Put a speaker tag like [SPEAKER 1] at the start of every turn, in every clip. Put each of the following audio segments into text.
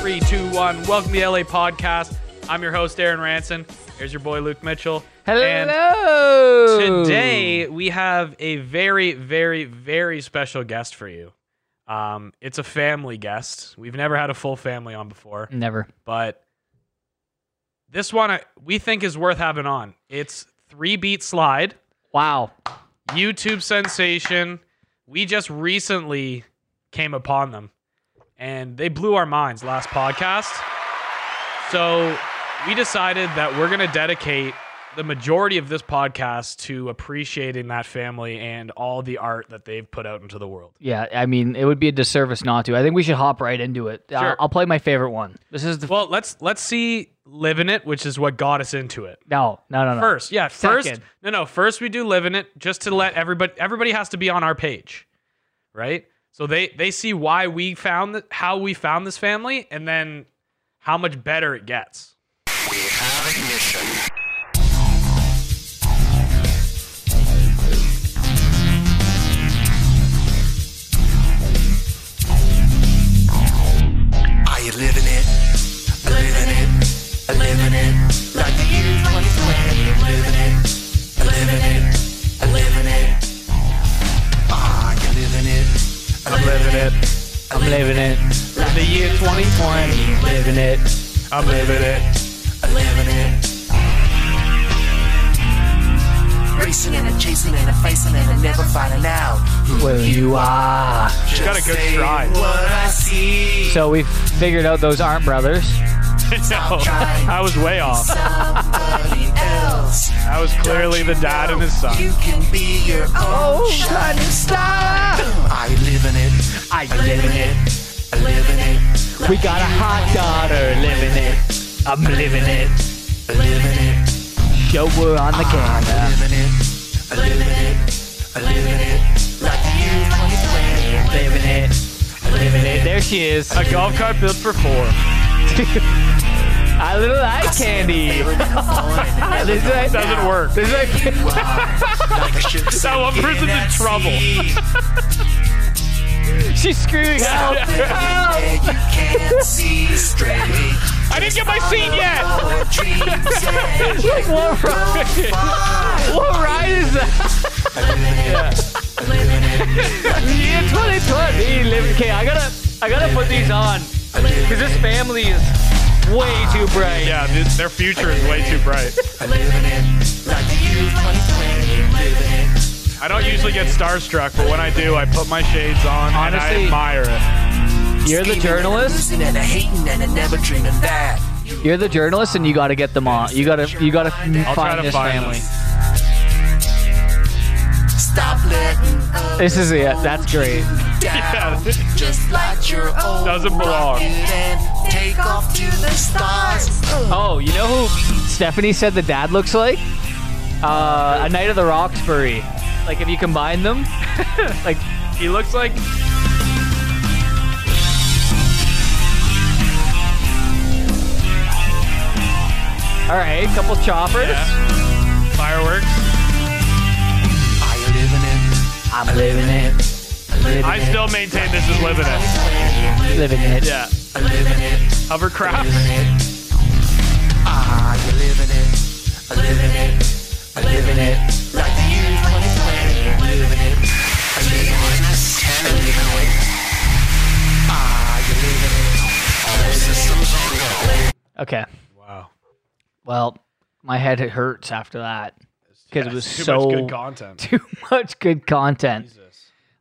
[SPEAKER 1] Three, two, one. Welcome to the LA Podcast. I'm your host, Aaron Ranson. Here's your boy, Luke Mitchell. And
[SPEAKER 2] Hello.
[SPEAKER 1] today we have a very, very, very special guest for you. Um, it's a family guest. We've never had a full family on before,
[SPEAKER 2] Never.
[SPEAKER 1] but this one I, we think is worth having on. It's Three Beat Slide.
[SPEAKER 2] Wow.
[SPEAKER 1] YouTube sensation. We just recently came upon them and they blew our minds last podcast. So we decided that we're going to dedicate the majority of this podcast to appreciating that family and all the art that they've put out into the world.
[SPEAKER 2] Yeah, I mean, it would be a disservice not to. I think we should hop right into it. Uh,
[SPEAKER 1] Sure.
[SPEAKER 2] I'll play my favorite one. This is the
[SPEAKER 1] Well, let's let's see live in it, which is what got us into it.
[SPEAKER 2] no, no, no, no.
[SPEAKER 1] First, yeah, first.
[SPEAKER 2] Second.
[SPEAKER 1] No, no, first we do live in it just to let everybody everybody has to be on our page. Right? So they they see why we found th- how we found this family and then how much better it gets.
[SPEAKER 3] Are you living it? Living it? Living it? Like the year 2020. Living it? Living it? Living it? Are you living it? I'm living it.
[SPEAKER 2] I'm living it.
[SPEAKER 1] The year 2020.
[SPEAKER 2] Living it.
[SPEAKER 1] I'm living it.
[SPEAKER 3] I'm living it. Racing and a chasing and a facing and a never finding out.
[SPEAKER 2] Well, you are.
[SPEAKER 3] She's
[SPEAKER 1] got a good stride.
[SPEAKER 3] What I see.
[SPEAKER 2] So we've figured out those aren't brothers.
[SPEAKER 1] no, I was way off.
[SPEAKER 3] Somebody else.
[SPEAKER 1] I was clearly the dad and his son.
[SPEAKER 3] You can be your own shining star. Oh, I live in it.
[SPEAKER 2] I
[SPEAKER 3] Live in it. I live in it.
[SPEAKER 2] We got a hot daughter. Living it. I'm living it.
[SPEAKER 3] I live in it.
[SPEAKER 2] Show her on the
[SPEAKER 3] I
[SPEAKER 2] camera.
[SPEAKER 3] live in it. I live in it. I live in it. Like the year 2020.
[SPEAKER 2] Living it. Living it. There she is.
[SPEAKER 1] A golf cart built for four.
[SPEAKER 2] I little eye candy. This is like-
[SPEAKER 1] Doesn't work.
[SPEAKER 2] This is like-
[SPEAKER 1] That one person's in trouble.
[SPEAKER 2] she's screaming out.
[SPEAKER 3] You can't see straight.
[SPEAKER 1] I didn't get my seat yet.
[SPEAKER 3] Your dreams and you
[SPEAKER 2] What ride,
[SPEAKER 3] go far.
[SPEAKER 2] what ride is that? Yeah, 2020. Living. Okay, I gotta, I gotta put these on because this family is way too bright.
[SPEAKER 1] Yeah, th- their future is way too bright. I don't usually get starstruck, but when I do, I put my shades on
[SPEAKER 2] Honestly-
[SPEAKER 1] and I admire it.
[SPEAKER 2] You're the journalist.
[SPEAKER 3] And a hating and a never dreaming that.
[SPEAKER 2] You're the journalist, and you gotta get them on. You gotta, you gotta
[SPEAKER 1] I'll try
[SPEAKER 2] find
[SPEAKER 1] to
[SPEAKER 2] this
[SPEAKER 1] find
[SPEAKER 2] family.
[SPEAKER 1] them.
[SPEAKER 3] Stop letting
[SPEAKER 2] This is it. That's great.
[SPEAKER 3] down.
[SPEAKER 1] Yeah.
[SPEAKER 3] Just light your own
[SPEAKER 1] Doesn't belong.
[SPEAKER 3] rocket and take off to the stars.
[SPEAKER 2] Oh, you know who Stephanie said the dad looks like? Uh, a Knight of the Roxbury. Like if you combine them, like
[SPEAKER 1] He looks like
[SPEAKER 2] all right, couple choppers.
[SPEAKER 1] Yeah. fireworks.
[SPEAKER 3] Are you living it?
[SPEAKER 2] I'm living it. Living
[SPEAKER 1] I still maintain this is living it.
[SPEAKER 2] living it.
[SPEAKER 1] Yeah.
[SPEAKER 3] I'm living it.
[SPEAKER 1] Hovercraft.
[SPEAKER 3] Living it. Are you Ah, living it? I'm living it. I'm living it. Like the year 2020. I'm living it. I'm living it. I'm living it. Are you living it?
[SPEAKER 2] Okay.
[SPEAKER 1] Wow.
[SPEAKER 2] Well, my head hurts after that because it was
[SPEAKER 1] Too
[SPEAKER 2] so
[SPEAKER 1] much good content.
[SPEAKER 2] too much good content.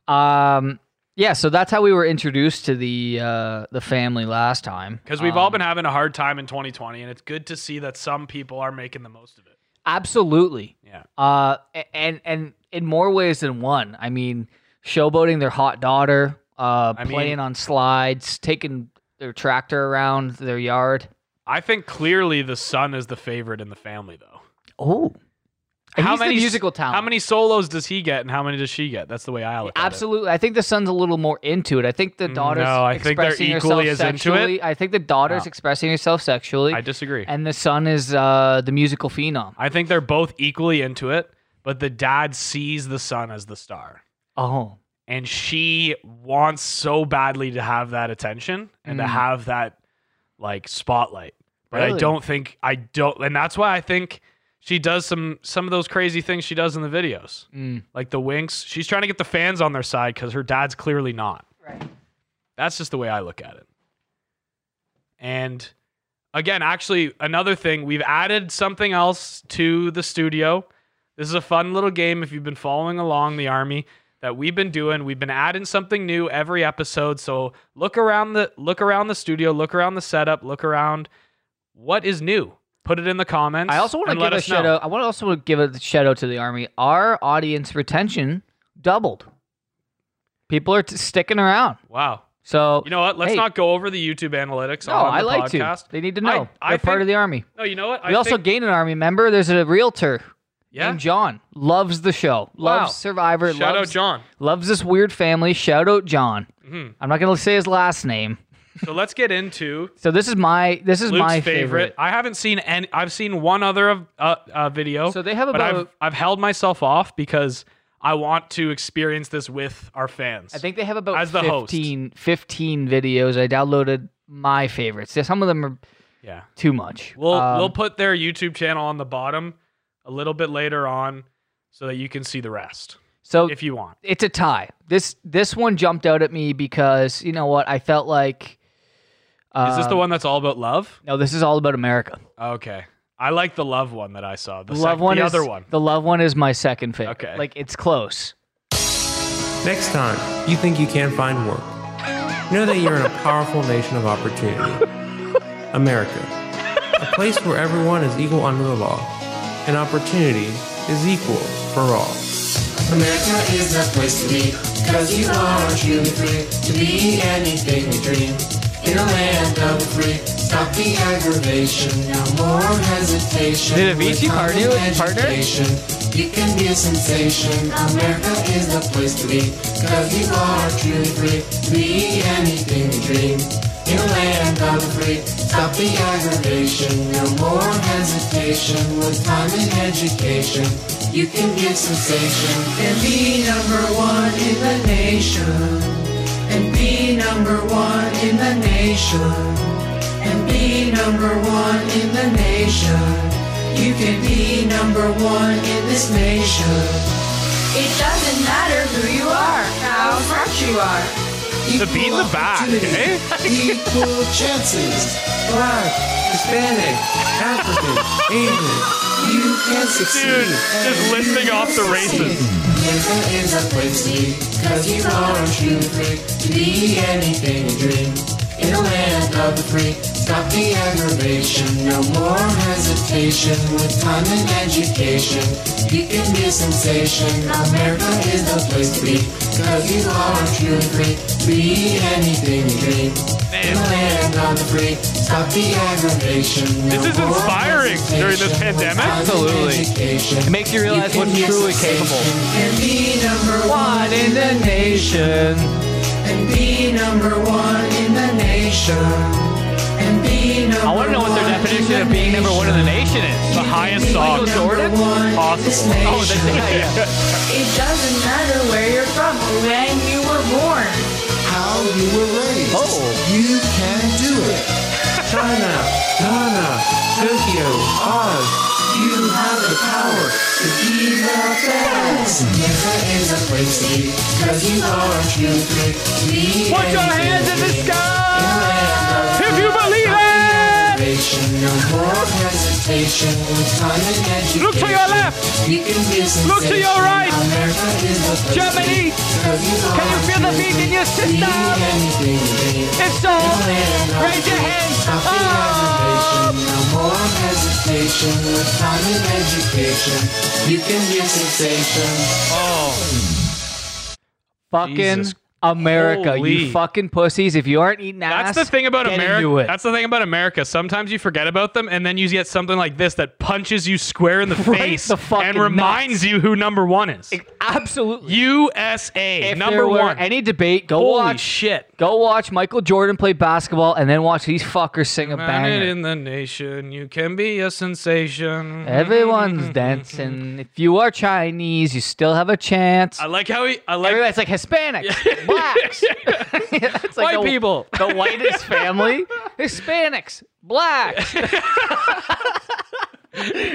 [SPEAKER 2] Um, yeah. So that's how we were introduced to the uh, the family last time.
[SPEAKER 1] Because we've all been having a hard time in 2020, and it's good to see that some people are making the most of it.
[SPEAKER 2] Absolutely.
[SPEAKER 1] Yeah.
[SPEAKER 2] Uh, a- and and in more ways than one. I mean, showboating their hot daughter, uh,
[SPEAKER 1] I mean-
[SPEAKER 2] playing on slides, taking their tractor around their yard.
[SPEAKER 1] I think clearly the son is the favorite in the family, though.
[SPEAKER 2] Oh,
[SPEAKER 1] How
[SPEAKER 2] he's
[SPEAKER 1] many
[SPEAKER 2] the
[SPEAKER 1] s-
[SPEAKER 2] musical talent?
[SPEAKER 1] How many solos does he get, and how many does she get? That's the way I look at it.
[SPEAKER 2] Absolutely. I think the son's a little more into it. I think the daughter's
[SPEAKER 1] Mm, No, I think they're
[SPEAKER 2] expressing
[SPEAKER 1] equally as
[SPEAKER 2] herself
[SPEAKER 1] into it.
[SPEAKER 2] sexually. I think the daughter's
[SPEAKER 1] No.
[SPEAKER 2] expressing herself sexually.
[SPEAKER 1] I disagree.
[SPEAKER 2] and the son is uh, the musical phenom.
[SPEAKER 1] I think they're both equally into it, but the dad sees the son as the star.
[SPEAKER 2] Oh.
[SPEAKER 1] and she wants so badly to have that attention and to
[SPEAKER 2] Mm.
[SPEAKER 1] have that like spotlight. But I
[SPEAKER 2] Really?
[SPEAKER 1] don't think I don't and that's why I think she does some some of those crazy things she does in the videos.
[SPEAKER 2] Mm.
[SPEAKER 1] Like the winks, she's trying to get the fans on their side cuz her dad's clearly not.
[SPEAKER 2] Right.
[SPEAKER 1] That's just the way I look at it. And again, actually, another thing, we've added something else to the studio. This is a fun little game if you've been following along the army that we've been doing. We've been adding something new every episode. So look around the look around the studio, look around the setup, look around what is new. Put it in the comments.
[SPEAKER 2] I also want to
[SPEAKER 1] and let
[SPEAKER 2] give a
[SPEAKER 1] us
[SPEAKER 2] shout
[SPEAKER 1] know.
[SPEAKER 2] out. I want to also give a shout out to the army. Our audience retention doubled. People are t- sticking around.
[SPEAKER 1] Wow.
[SPEAKER 2] So
[SPEAKER 1] You know what? Let's
[SPEAKER 2] Hey.
[SPEAKER 1] not go over the YouTube analytics
[SPEAKER 2] no,
[SPEAKER 1] on the
[SPEAKER 2] I like
[SPEAKER 1] podcast.
[SPEAKER 2] to. They need to
[SPEAKER 1] I-
[SPEAKER 2] know.
[SPEAKER 1] I
[SPEAKER 2] They're part
[SPEAKER 1] think-
[SPEAKER 2] of the army.
[SPEAKER 1] No, you know what?
[SPEAKER 2] We also
[SPEAKER 1] think-
[SPEAKER 2] gained an army member. There's a realtor
[SPEAKER 1] yeah.
[SPEAKER 2] named John. Loves the show.
[SPEAKER 1] Wow.
[SPEAKER 2] Loves Survivor.
[SPEAKER 1] Shout out
[SPEAKER 2] loves,
[SPEAKER 1] John.
[SPEAKER 2] Loves this weird family. Shout out John.
[SPEAKER 1] hmm
[SPEAKER 2] I'm not gonna say his last name.
[SPEAKER 1] So let's get into
[SPEAKER 2] So this is my this is
[SPEAKER 1] Luke's
[SPEAKER 2] my
[SPEAKER 1] favorite.
[SPEAKER 2] favorite.
[SPEAKER 1] I haven't seen any. I've seen one other of uh, uh, video.
[SPEAKER 2] So they have
[SPEAKER 1] but I've
[SPEAKER 2] about-
[SPEAKER 1] I've held myself off because I want to experience this with our fans.
[SPEAKER 2] I think they have about
[SPEAKER 1] As the host.
[SPEAKER 2] 15, 15 videos. I downloaded my favorites. Some of them are
[SPEAKER 1] yeah.
[SPEAKER 2] too much.
[SPEAKER 1] We'll
[SPEAKER 2] Um,
[SPEAKER 1] we'll put their YouTube channel on the bottom a little bit later on, so that you can see the rest
[SPEAKER 2] so
[SPEAKER 1] if you want.
[SPEAKER 2] it's a tie. This this one jumped out at me because you know what? I felt like. Uh,
[SPEAKER 1] Is this the one that's all about love?
[SPEAKER 2] No, this is all about America.
[SPEAKER 1] Okay. I like the love one that I saw. The
[SPEAKER 2] The
[SPEAKER 1] sec-
[SPEAKER 2] love one
[SPEAKER 1] the
[SPEAKER 2] is
[SPEAKER 1] other one.
[SPEAKER 2] The love one is my second favorite.
[SPEAKER 1] Okay.
[SPEAKER 2] like it's close.
[SPEAKER 4] Next time you think you can't find work, know that you're in a powerful nation of opportunity. America, a place where everyone is equal under the law, and opportunity is equal for all.
[SPEAKER 5] America is a place to be, cause you are truly free to be anything you dream. In a land of the free, stop the aggravation, no more hesitation.
[SPEAKER 2] Did Avicii
[SPEAKER 5] With
[SPEAKER 2] partner with-
[SPEAKER 5] common
[SPEAKER 2] partner?
[SPEAKER 5] education, You can be a sensation. America is the place to be, cause you are truly free to be anything you dream. In a land of the free, stop the aggravation, no more hesitation. With time and education, you can give sensation and be number one in the nation. And be number one in the nation. And be number one in the nation. You can be number one in this nation.
[SPEAKER 6] It doesn't matter who you are, how smart you are.
[SPEAKER 1] The beat in the back,
[SPEAKER 5] opportunity,
[SPEAKER 1] eh?
[SPEAKER 5] Equal chances.
[SPEAKER 4] Black, Hispanic, African, Asian.
[SPEAKER 5] You can succeed.
[SPEAKER 1] Dude, just listing off the races.
[SPEAKER 5] America is a place to be, cause you are truly free to be anything you dream. In a land of the free, stop the aggravation, no more hesitation. With time and education, you can be a sensation. America is the place to be, cause you are truly free to be anything you dream. In a land of the free, stop the aggravation. no
[SPEAKER 1] This is
[SPEAKER 5] more
[SPEAKER 1] inspiring during this
[SPEAKER 5] hesitation. With
[SPEAKER 1] pandemic.
[SPEAKER 5] time and
[SPEAKER 2] Absolutely.
[SPEAKER 5] education,
[SPEAKER 2] It makes you realize what's truly capable.
[SPEAKER 5] and be number one in the
[SPEAKER 2] nation.
[SPEAKER 5] and be number one in the nation. And be number
[SPEAKER 2] I want to know what their
[SPEAKER 5] one in
[SPEAKER 2] definition
[SPEAKER 5] the
[SPEAKER 2] of being number one in the nation is.
[SPEAKER 1] The highest song
[SPEAKER 2] Michael Jordan?
[SPEAKER 5] Number one in this
[SPEAKER 1] Possible.
[SPEAKER 2] Oh, that's,
[SPEAKER 5] nation.
[SPEAKER 2] yeah, yeah.
[SPEAKER 6] It doesn't matter where you're from or when you were born.
[SPEAKER 5] How you were raised.
[SPEAKER 2] Oh.
[SPEAKER 5] You can do it.
[SPEAKER 4] China, Ghana, Tokyo, Oz.
[SPEAKER 5] You have the power to be the best. Never is a place to be, cause you are truly free. Be
[SPEAKER 2] Put your
[SPEAKER 5] anything
[SPEAKER 2] hands in
[SPEAKER 5] you
[SPEAKER 2] the
[SPEAKER 5] dream.
[SPEAKER 2] sky
[SPEAKER 5] Land of
[SPEAKER 1] If you believe it,
[SPEAKER 5] Innovation, no more hesitation. With time and education,
[SPEAKER 1] look to your left.
[SPEAKER 5] You can be
[SPEAKER 1] Look to your right.
[SPEAKER 5] America is the place
[SPEAKER 2] Germany,
[SPEAKER 5] Can
[SPEAKER 2] can you feel the beat in your system? If so, raise your hands up.
[SPEAKER 5] No more hesitation. With time and education, you can be a sensation.
[SPEAKER 1] Oh,
[SPEAKER 2] Fucking
[SPEAKER 1] Jesus
[SPEAKER 2] America,
[SPEAKER 1] Holy.
[SPEAKER 2] you fucking pussies. If you aren't eating ass,
[SPEAKER 1] That's the thing about
[SPEAKER 2] get into
[SPEAKER 1] America.
[SPEAKER 2] it.
[SPEAKER 1] That's the thing about America. Sometimes you forget about them, and then you get something like this that punches you square in the
[SPEAKER 2] Right
[SPEAKER 1] face
[SPEAKER 2] the fucking
[SPEAKER 1] and reminds you who number one is.
[SPEAKER 2] Absolutely.
[SPEAKER 1] USA
[SPEAKER 2] If
[SPEAKER 1] number
[SPEAKER 2] there were
[SPEAKER 1] one.
[SPEAKER 2] Any debate? Go
[SPEAKER 1] Holy
[SPEAKER 2] watch.
[SPEAKER 1] shit!
[SPEAKER 2] Go watch Michael Jordan play basketball, and then watch these fuckers sing a
[SPEAKER 1] Planet
[SPEAKER 2] banger.
[SPEAKER 1] in the nation, you can be a sensation.
[SPEAKER 2] Everyone's dancing. If you are Chinese, you still have a chance.
[SPEAKER 1] I like how he. I like.
[SPEAKER 2] Everybody's like Hispanics, blacks, It's like
[SPEAKER 1] White
[SPEAKER 2] the-
[SPEAKER 1] people.
[SPEAKER 2] the whitest family, Hispanics, blacks.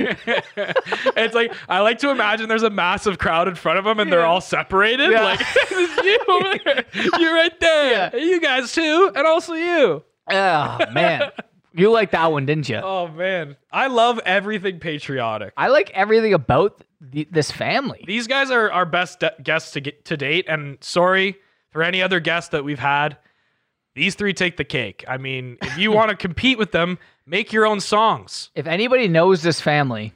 [SPEAKER 1] It's like I like to imagine there's a massive crowd in front of them and they're all separated.
[SPEAKER 2] Yeah.
[SPEAKER 1] Like "It's you, over there. you right there. You guys too, and also you.
[SPEAKER 2] oh man, you liked that one, didn't you?
[SPEAKER 1] Oh man, I love everything patriotic.
[SPEAKER 2] I like everything about th- this family.
[SPEAKER 1] These guys are our best de- guests to get to date, and sorry for any other guests that we've had. These three take the cake. I mean, if you want to compete with them, make your own songs.
[SPEAKER 2] If anybody knows this family,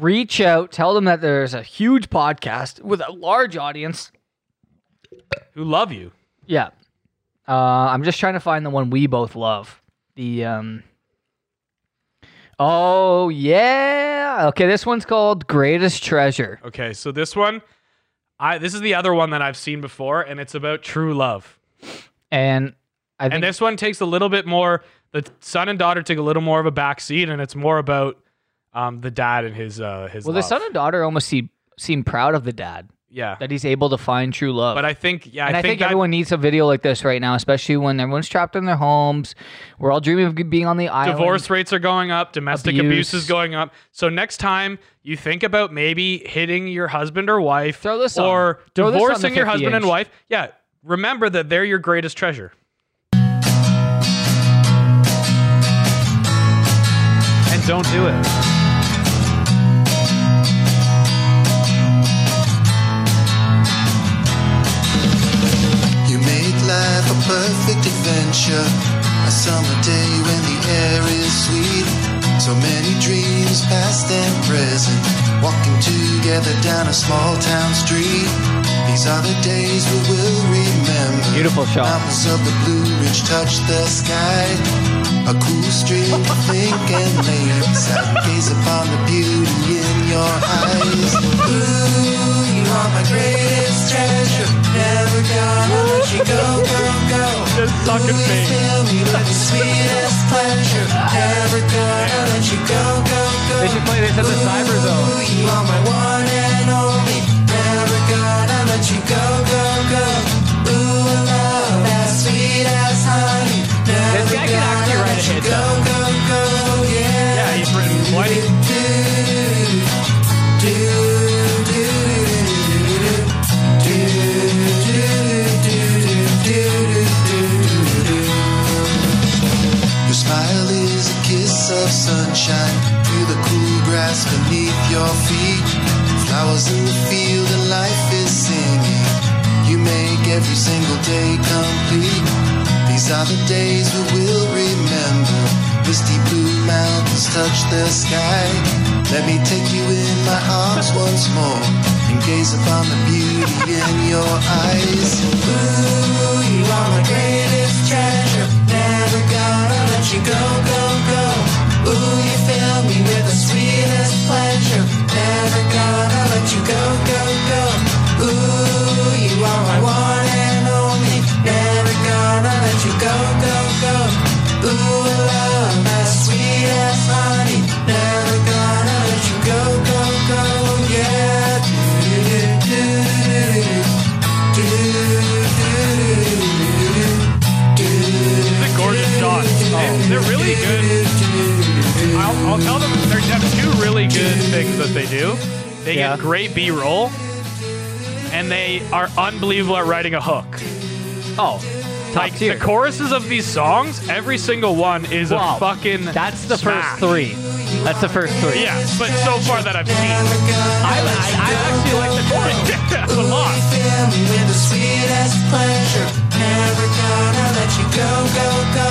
[SPEAKER 2] reach out, tell them that there's a huge podcast with a large audience.
[SPEAKER 1] Who love you?
[SPEAKER 2] Yeah, uh, I'm just trying to find the one we both love. The um. Oh yeah. Okay, this one's called Greatest Treasure.
[SPEAKER 1] Okay, so this one, I this is the other one that I've seen before, and it's about true love.
[SPEAKER 2] And I think
[SPEAKER 1] And this one takes a little bit more. The son and daughter take a little more of a backseat, and it's more about um, the dad and his uh, his.
[SPEAKER 2] well, the
[SPEAKER 1] love.
[SPEAKER 2] son and daughter almost seem seem proud of the dad
[SPEAKER 1] yeah.
[SPEAKER 2] that he's able to find true love.
[SPEAKER 1] But I think yeah,
[SPEAKER 2] and
[SPEAKER 1] I,
[SPEAKER 2] I think,
[SPEAKER 1] that-
[SPEAKER 2] everyone needs a video like this right now, especially when everyone's trapped in their homes. We're all dreaming of being on the island.
[SPEAKER 1] divorce rates are going up, domestic abuse.
[SPEAKER 2] Abuse.
[SPEAKER 1] is going up. So next time you think about maybe hitting your husband or wife,
[SPEAKER 2] Throw this on.
[SPEAKER 1] or
[SPEAKER 2] Throw this on the
[SPEAKER 1] divorcing your
[SPEAKER 2] 50
[SPEAKER 1] husband and
[SPEAKER 2] inch.
[SPEAKER 1] wife, yeah, remember that they're your greatest treasure. And don't do it.
[SPEAKER 5] You made life a perfect adventure. A summer day when the air is sweet. So many dreams, past and present. Walking together down a small town street. These are the days we will remember.
[SPEAKER 2] Beautiful shot.
[SPEAKER 5] Mountains of the Blue Ridge touch the sky. A cool street of pink and lanes. I gaze upon the beauty in your eyes. Ooh, you are my greatest treasure. Never gonna let you go, go, go.
[SPEAKER 1] This
[SPEAKER 5] Ooh,
[SPEAKER 1] fucking
[SPEAKER 5] you
[SPEAKER 1] thing.
[SPEAKER 5] fill me with the sweetest pleasure. Never gonna let you go, go, go.
[SPEAKER 2] They should play this at the Cyber Zone.
[SPEAKER 5] Ooh, you are my one and only. Never gonna let you go, go, go. Ooh, love as sweet as honey. Never
[SPEAKER 2] This guy can
[SPEAKER 5] gonna
[SPEAKER 2] actually write a
[SPEAKER 5] let you
[SPEAKER 2] hit,
[SPEAKER 5] go, go, go, yeah.
[SPEAKER 1] Yeah, he's written plenty.
[SPEAKER 5] Do, do, do, do, do, do, do, do, do, do, do. Your smile is a kiss of sunshine through the cool grass beneath your feet. Flowers in the field and life is singing. You make every single day complete. These are the days we will remember. Misty blue mountains touch the sky. Let me take you in my arms once more and gaze upon the beauty in your eyes. Ooh, you are my greatest treasure. Never gonna let you go, go, go. Ooh, you fill me with the sweetest pleasure. Never gonna let you go, go, go. Ooh, you are my one and only. Never gonna let you go, go, go. Ooh, love as sweet as honey. Never gonna let you go, go, go. Yeah. Do, do,
[SPEAKER 1] It's a gorgeous shot.
[SPEAKER 2] Oh.
[SPEAKER 1] They're really good. I'll, I'll tell them they have two really good things that they do. They
[SPEAKER 2] Yeah.
[SPEAKER 1] get great B roll, and they are unbelievable at writing a hook.
[SPEAKER 2] Oh, top
[SPEAKER 1] like
[SPEAKER 2] tier.
[SPEAKER 1] the choruses of these songs, every single one is
[SPEAKER 2] Wow.
[SPEAKER 1] a fucking.
[SPEAKER 2] That's the
[SPEAKER 1] smash.
[SPEAKER 2] first three. That's the first three.
[SPEAKER 1] Yeah, but so far that I've seen,
[SPEAKER 2] I, I, I actually like the chorus.
[SPEAKER 1] yeah, a lot.
[SPEAKER 5] Fill me with the sweetest pleasure. Never gonna let you go, go, go.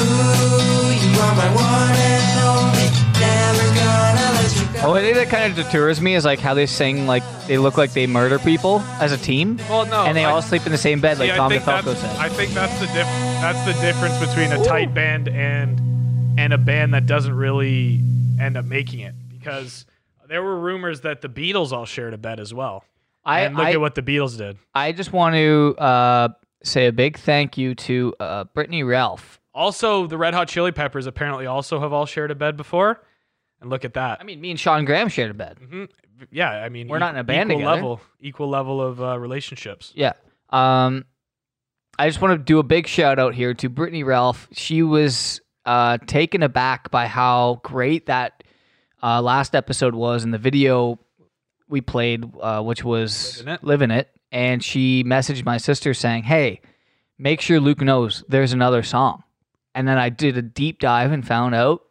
[SPEAKER 5] Ooh, you are my one and only. Never gonna let you go.
[SPEAKER 2] Oh, I think the that kind of deters me is like how they sing like they look like they murder people as a team.
[SPEAKER 1] Well, no,
[SPEAKER 2] and they
[SPEAKER 1] I-
[SPEAKER 2] all sleep in the same bed, like
[SPEAKER 7] Yeah, I
[SPEAKER 2] Tom
[SPEAKER 7] think
[SPEAKER 2] DeFalco
[SPEAKER 7] that's
[SPEAKER 2] said.
[SPEAKER 7] I think that's the diff- that's the difference between a tight band and and a band that doesn't really end up making it because there were rumors that the Beatles all shared a bed as well.
[SPEAKER 2] I,
[SPEAKER 7] and look
[SPEAKER 2] I,
[SPEAKER 7] at what the Beatles did.
[SPEAKER 2] I just want to uh, say a big thank you to uh, Brittany Ralph.
[SPEAKER 1] Also, the Red Hot Chili Peppers apparently also have all shared a bed before, and look at that.
[SPEAKER 2] I mean, me and Sean Graham shared a bed.
[SPEAKER 1] yeah, I mean, e-
[SPEAKER 2] We're not in a band
[SPEAKER 1] equal
[SPEAKER 2] together.
[SPEAKER 1] level, equal level of uh, relationships.
[SPEAKER 2] Yeah. Um, I just want to do a big shout out here to Brittany Ralph. She was uh, taken aback by how great that uh, last episode was in the video we played, uh, which was
[SPEAKER 1] Livin' It.
[SPEAKER 2] Living It. And she messaged my sister saying, Hey, make sure Luke knows there's another song. And then I did a deep dive and found out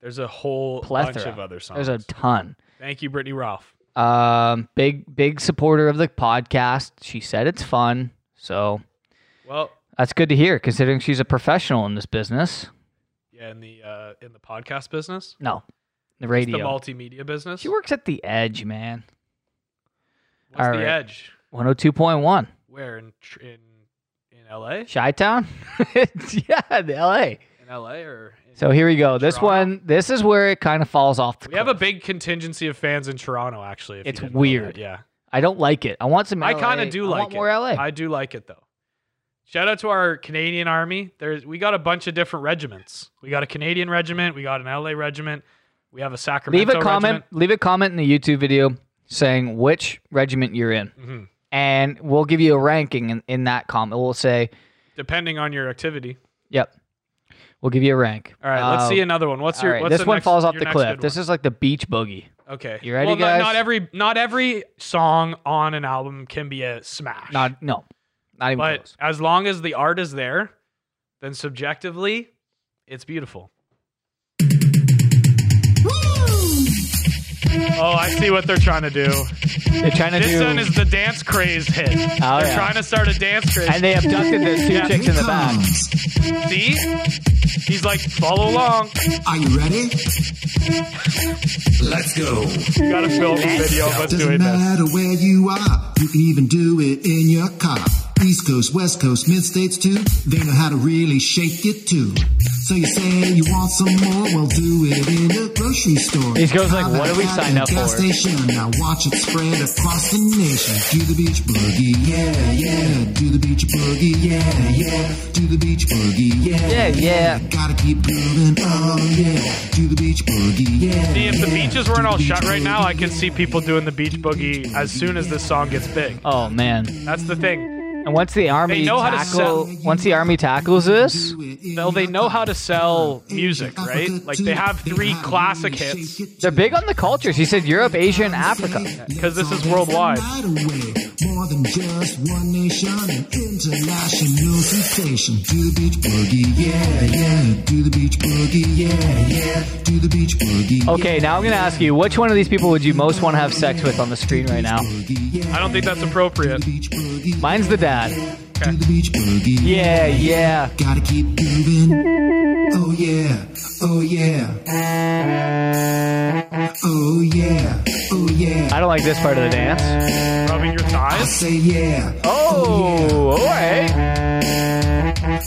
[SPEAKER 1] There's a whole bunch
[SPEAKER 2] Plethora.
[SPEAKER 1] of other songs.
[SPEAKER 2] there's a ton.
[SPEAKER 1] Thank you, Brittany Ralph.
[SPEAKER 2] Um, big, big supporter of the podcast. She said it's fun. So
[SPEAKER 1] Well,
[SPEAKER 2] That's good to hear, considering she's a professional in this business.
[SPEAKER 1] yeah, in the uh, in the podcast business,
[SPEAKER 2] No, the
[SPEAKER 1] It's the
[SPEAKER 2] radio.
[SPEAKER 1] multimedia business.
[SPEAKER 2] she works at the Edge, man.
[SPEAKER 1] What's
[SPEAKER 2] all
[SPEAKER 1] the
[SPEAKER 2] right.
[SPEAKER 1] edge?
[SPEAKER 2] One hundred two point one,
[SPEAKER 1] Where in tr- in in L.A.
[SPEAKER 2] Chi Town. yeah, the L.A.
[SPEAKER 1] In L.A. or in-
[SPEAKER 2] So here we go. This
[SPEAKER 1] Toronto.
[SPEAKER 2] one, this is where it kind of falls off. The
[SPEAKER 1] we have a
[SPEAKER 2] cliff.
[SPEAKER 1] big contingency of fans in Toronto. Actually, if you
[SPEAKER 2] It's
[SPEAKER 1] didn't know that.
[SPEAKER 2] weird.
[SPEAKER 1] Yeah,
[SPEAKER 2] I don't like it. I want some. LA.
[SPEAKER 1] I kind of do
[SPEAKER 2] I
[SPEAKER 1] like
[SPEAKER 2] want
[SPEAKER 1] it.
[SPEAKER 2] more L.A.
[SPEAKER 1] I do like it though. Shout out to our Canadian Army. There's we got a bunch of different regiments. We got a Canadian regiment. We got an LA regiment. We have a Sacramento
[SPEAKER 2] leave a comment.
[SPEAKER 1] regiment.
[SPEAKER 2] Leave a comment in the YouTube video saying which regiment you're in,
[SPEAKER 1] Mhm.
[SPEAKER 2] and we'll give you a ranking in, in that comment. We'll say,
[SPEAKER 1] Depending on your activity.
[SPEAKER 2] "Yep." We'll give you a rank.
[SPEAKER 1] All right, let's
[SPEAKER 2] Um,
[SPEAKER 1] see another one. What's
[SPEAKER 2] all
[SPEAKER 1] your
[SPEAKER 2] right,
[SPEAKER 1] what's
[SPEAKER 2] this
[SPEAKER 1] the
[SPEAKER 2] one
[SPEAKER 1] next-
[SPEAKER 2] falls off
[SPEAKER 1] your
[SPEAKER 2] the
[SPEAKER 1] next
[SPEAKER 2] cliff.
[SPEAKER 1] good
[SPEAKER 2] This
[SPEAKER 1] one?
[SPEAKER 2] is like the beach boogie.
[SPEAKER 1] okay.
[SPEAKER 2] You ready,
[SPEAKER 1] well, not- Not
[SPEAKER 2] guys?
[SPEAKER 1] every not every song on an album can be a smash.
[SPEAKER 2] Not no, not even
[SPEAKER 1] but
[SPEAKER 2] close.
[SPEAKER 1] as long as the art is there, then subjectively, it's beautiful.
[SPEAKER 7] Oh, I see what they're trying to do.
[SPEAKER 2] They're trying to
[SPEAKER 7] This
[SPEAKER 2] do,
[SPEAKER 7] one is the dance craze hit.
[SPEAKER 2] Oh,
[SPEAKER 7] they're
[SPEAKER 2] yeah.
[SPEAKER 7] trying to start a dance craze.
[SPEAKER 2] and they abducted the two
[SPEAKER 7] Yeah.
[SPEAKER 2] chicks in the back.
[SPEAKER 7] see? He's like, follow along.
[SPEAKER 5] Are you ready? Let's go.
[SPEAKER 7] You gotta film the video of us doing this.
[SPEAKER 5] Doesn't matter where you are, you can even do it in your car. East Coast, West Coast, Mid States too, they know how to really shake it too. So you say you want some more, well do it in the grocery store.
[SPEAKER 2] These girls like,
[SPEAKER 5] How
[SPEAKER 2] what do we
[SPEAKER 5] about
[SPEAKER 2] sign
[SPEAKER 5] at
[SPEAKER 2] up
[SPEAKER 5] the gas
[SPEAKER 2] for?
[SPEAKER 5] Station. Now watch it spread across the nation. Do the beach boogie, yeah, yeah. Do the beach boogie, yeah, yeah. Do the beach boogie, yeah,
[SPEAKER 2] Yeah, yeah.
[SPEAKER 5] Gotta keep grooving, oh yeah. Do the beach boogie, yeah.
[SPEAKER 7] See, if the
[SPEAKER 5] yeah.
[SPEAKER 7] beaches
[SPEAKER 5] Do
[SPEAKER 7] weren't
[SPEAKER 5] the
[SPEAKER 7] all
[SPEAKER 5] beach
[SPEAKER 7] shut right now,
[SPEAKER 5] boogie,
[SPEAKER 7] I could see people doing the beach boogie as soon as this song gets big.
[SPEAKER 2] Oh man!
[SPEAKER 7] That's the thing.
[SPEAKER 2] And once the army
[SPEAKER 7] know how to
[SPEAKER 2] tackle, once the army tackles this,
[SPEAKER 1] Well, they know how to sell music, right? Like they have three classic hits.
[SPEAKER 2] they're big on the culture. She said Europe, Asia, and Africa.
[SPEAKER 7] Because this is worldwide.
[SPEAKER 5] More than just one nation, an international sensation. Do the beach boogie, yeah, yeah. Do the beach boogie, yeah, yeah. Do the beach boogie.
[SPEAKER 1] Oh.
[SPEAKER 2] Okay, now I'm gonna ask you, which one of these people would you most want to have sex with on the screen right now?
[SPEAKER 7] I don't think that's appropriate.
[SPEAKER 5] Beach boogie,
[SPEAKER 2] Mine's the dad.
[SPEAKER 5] do the beach boogie.
[SPEAKER 2] Yeah, yeah.
[SPEAKER 5] Gotta keep moving. Oh yeah. Oh yeah. Oh yeah. Oh yeah.
[SPEAKER 2] I don't like this part of the dance.
[SPEAKER 7] Rubbing your
[SPEAKER 5] I
[SPEAKER 7] thighs?
[SPEAKER 5] say yeah.
[SPEAKER 2] Oh, all right.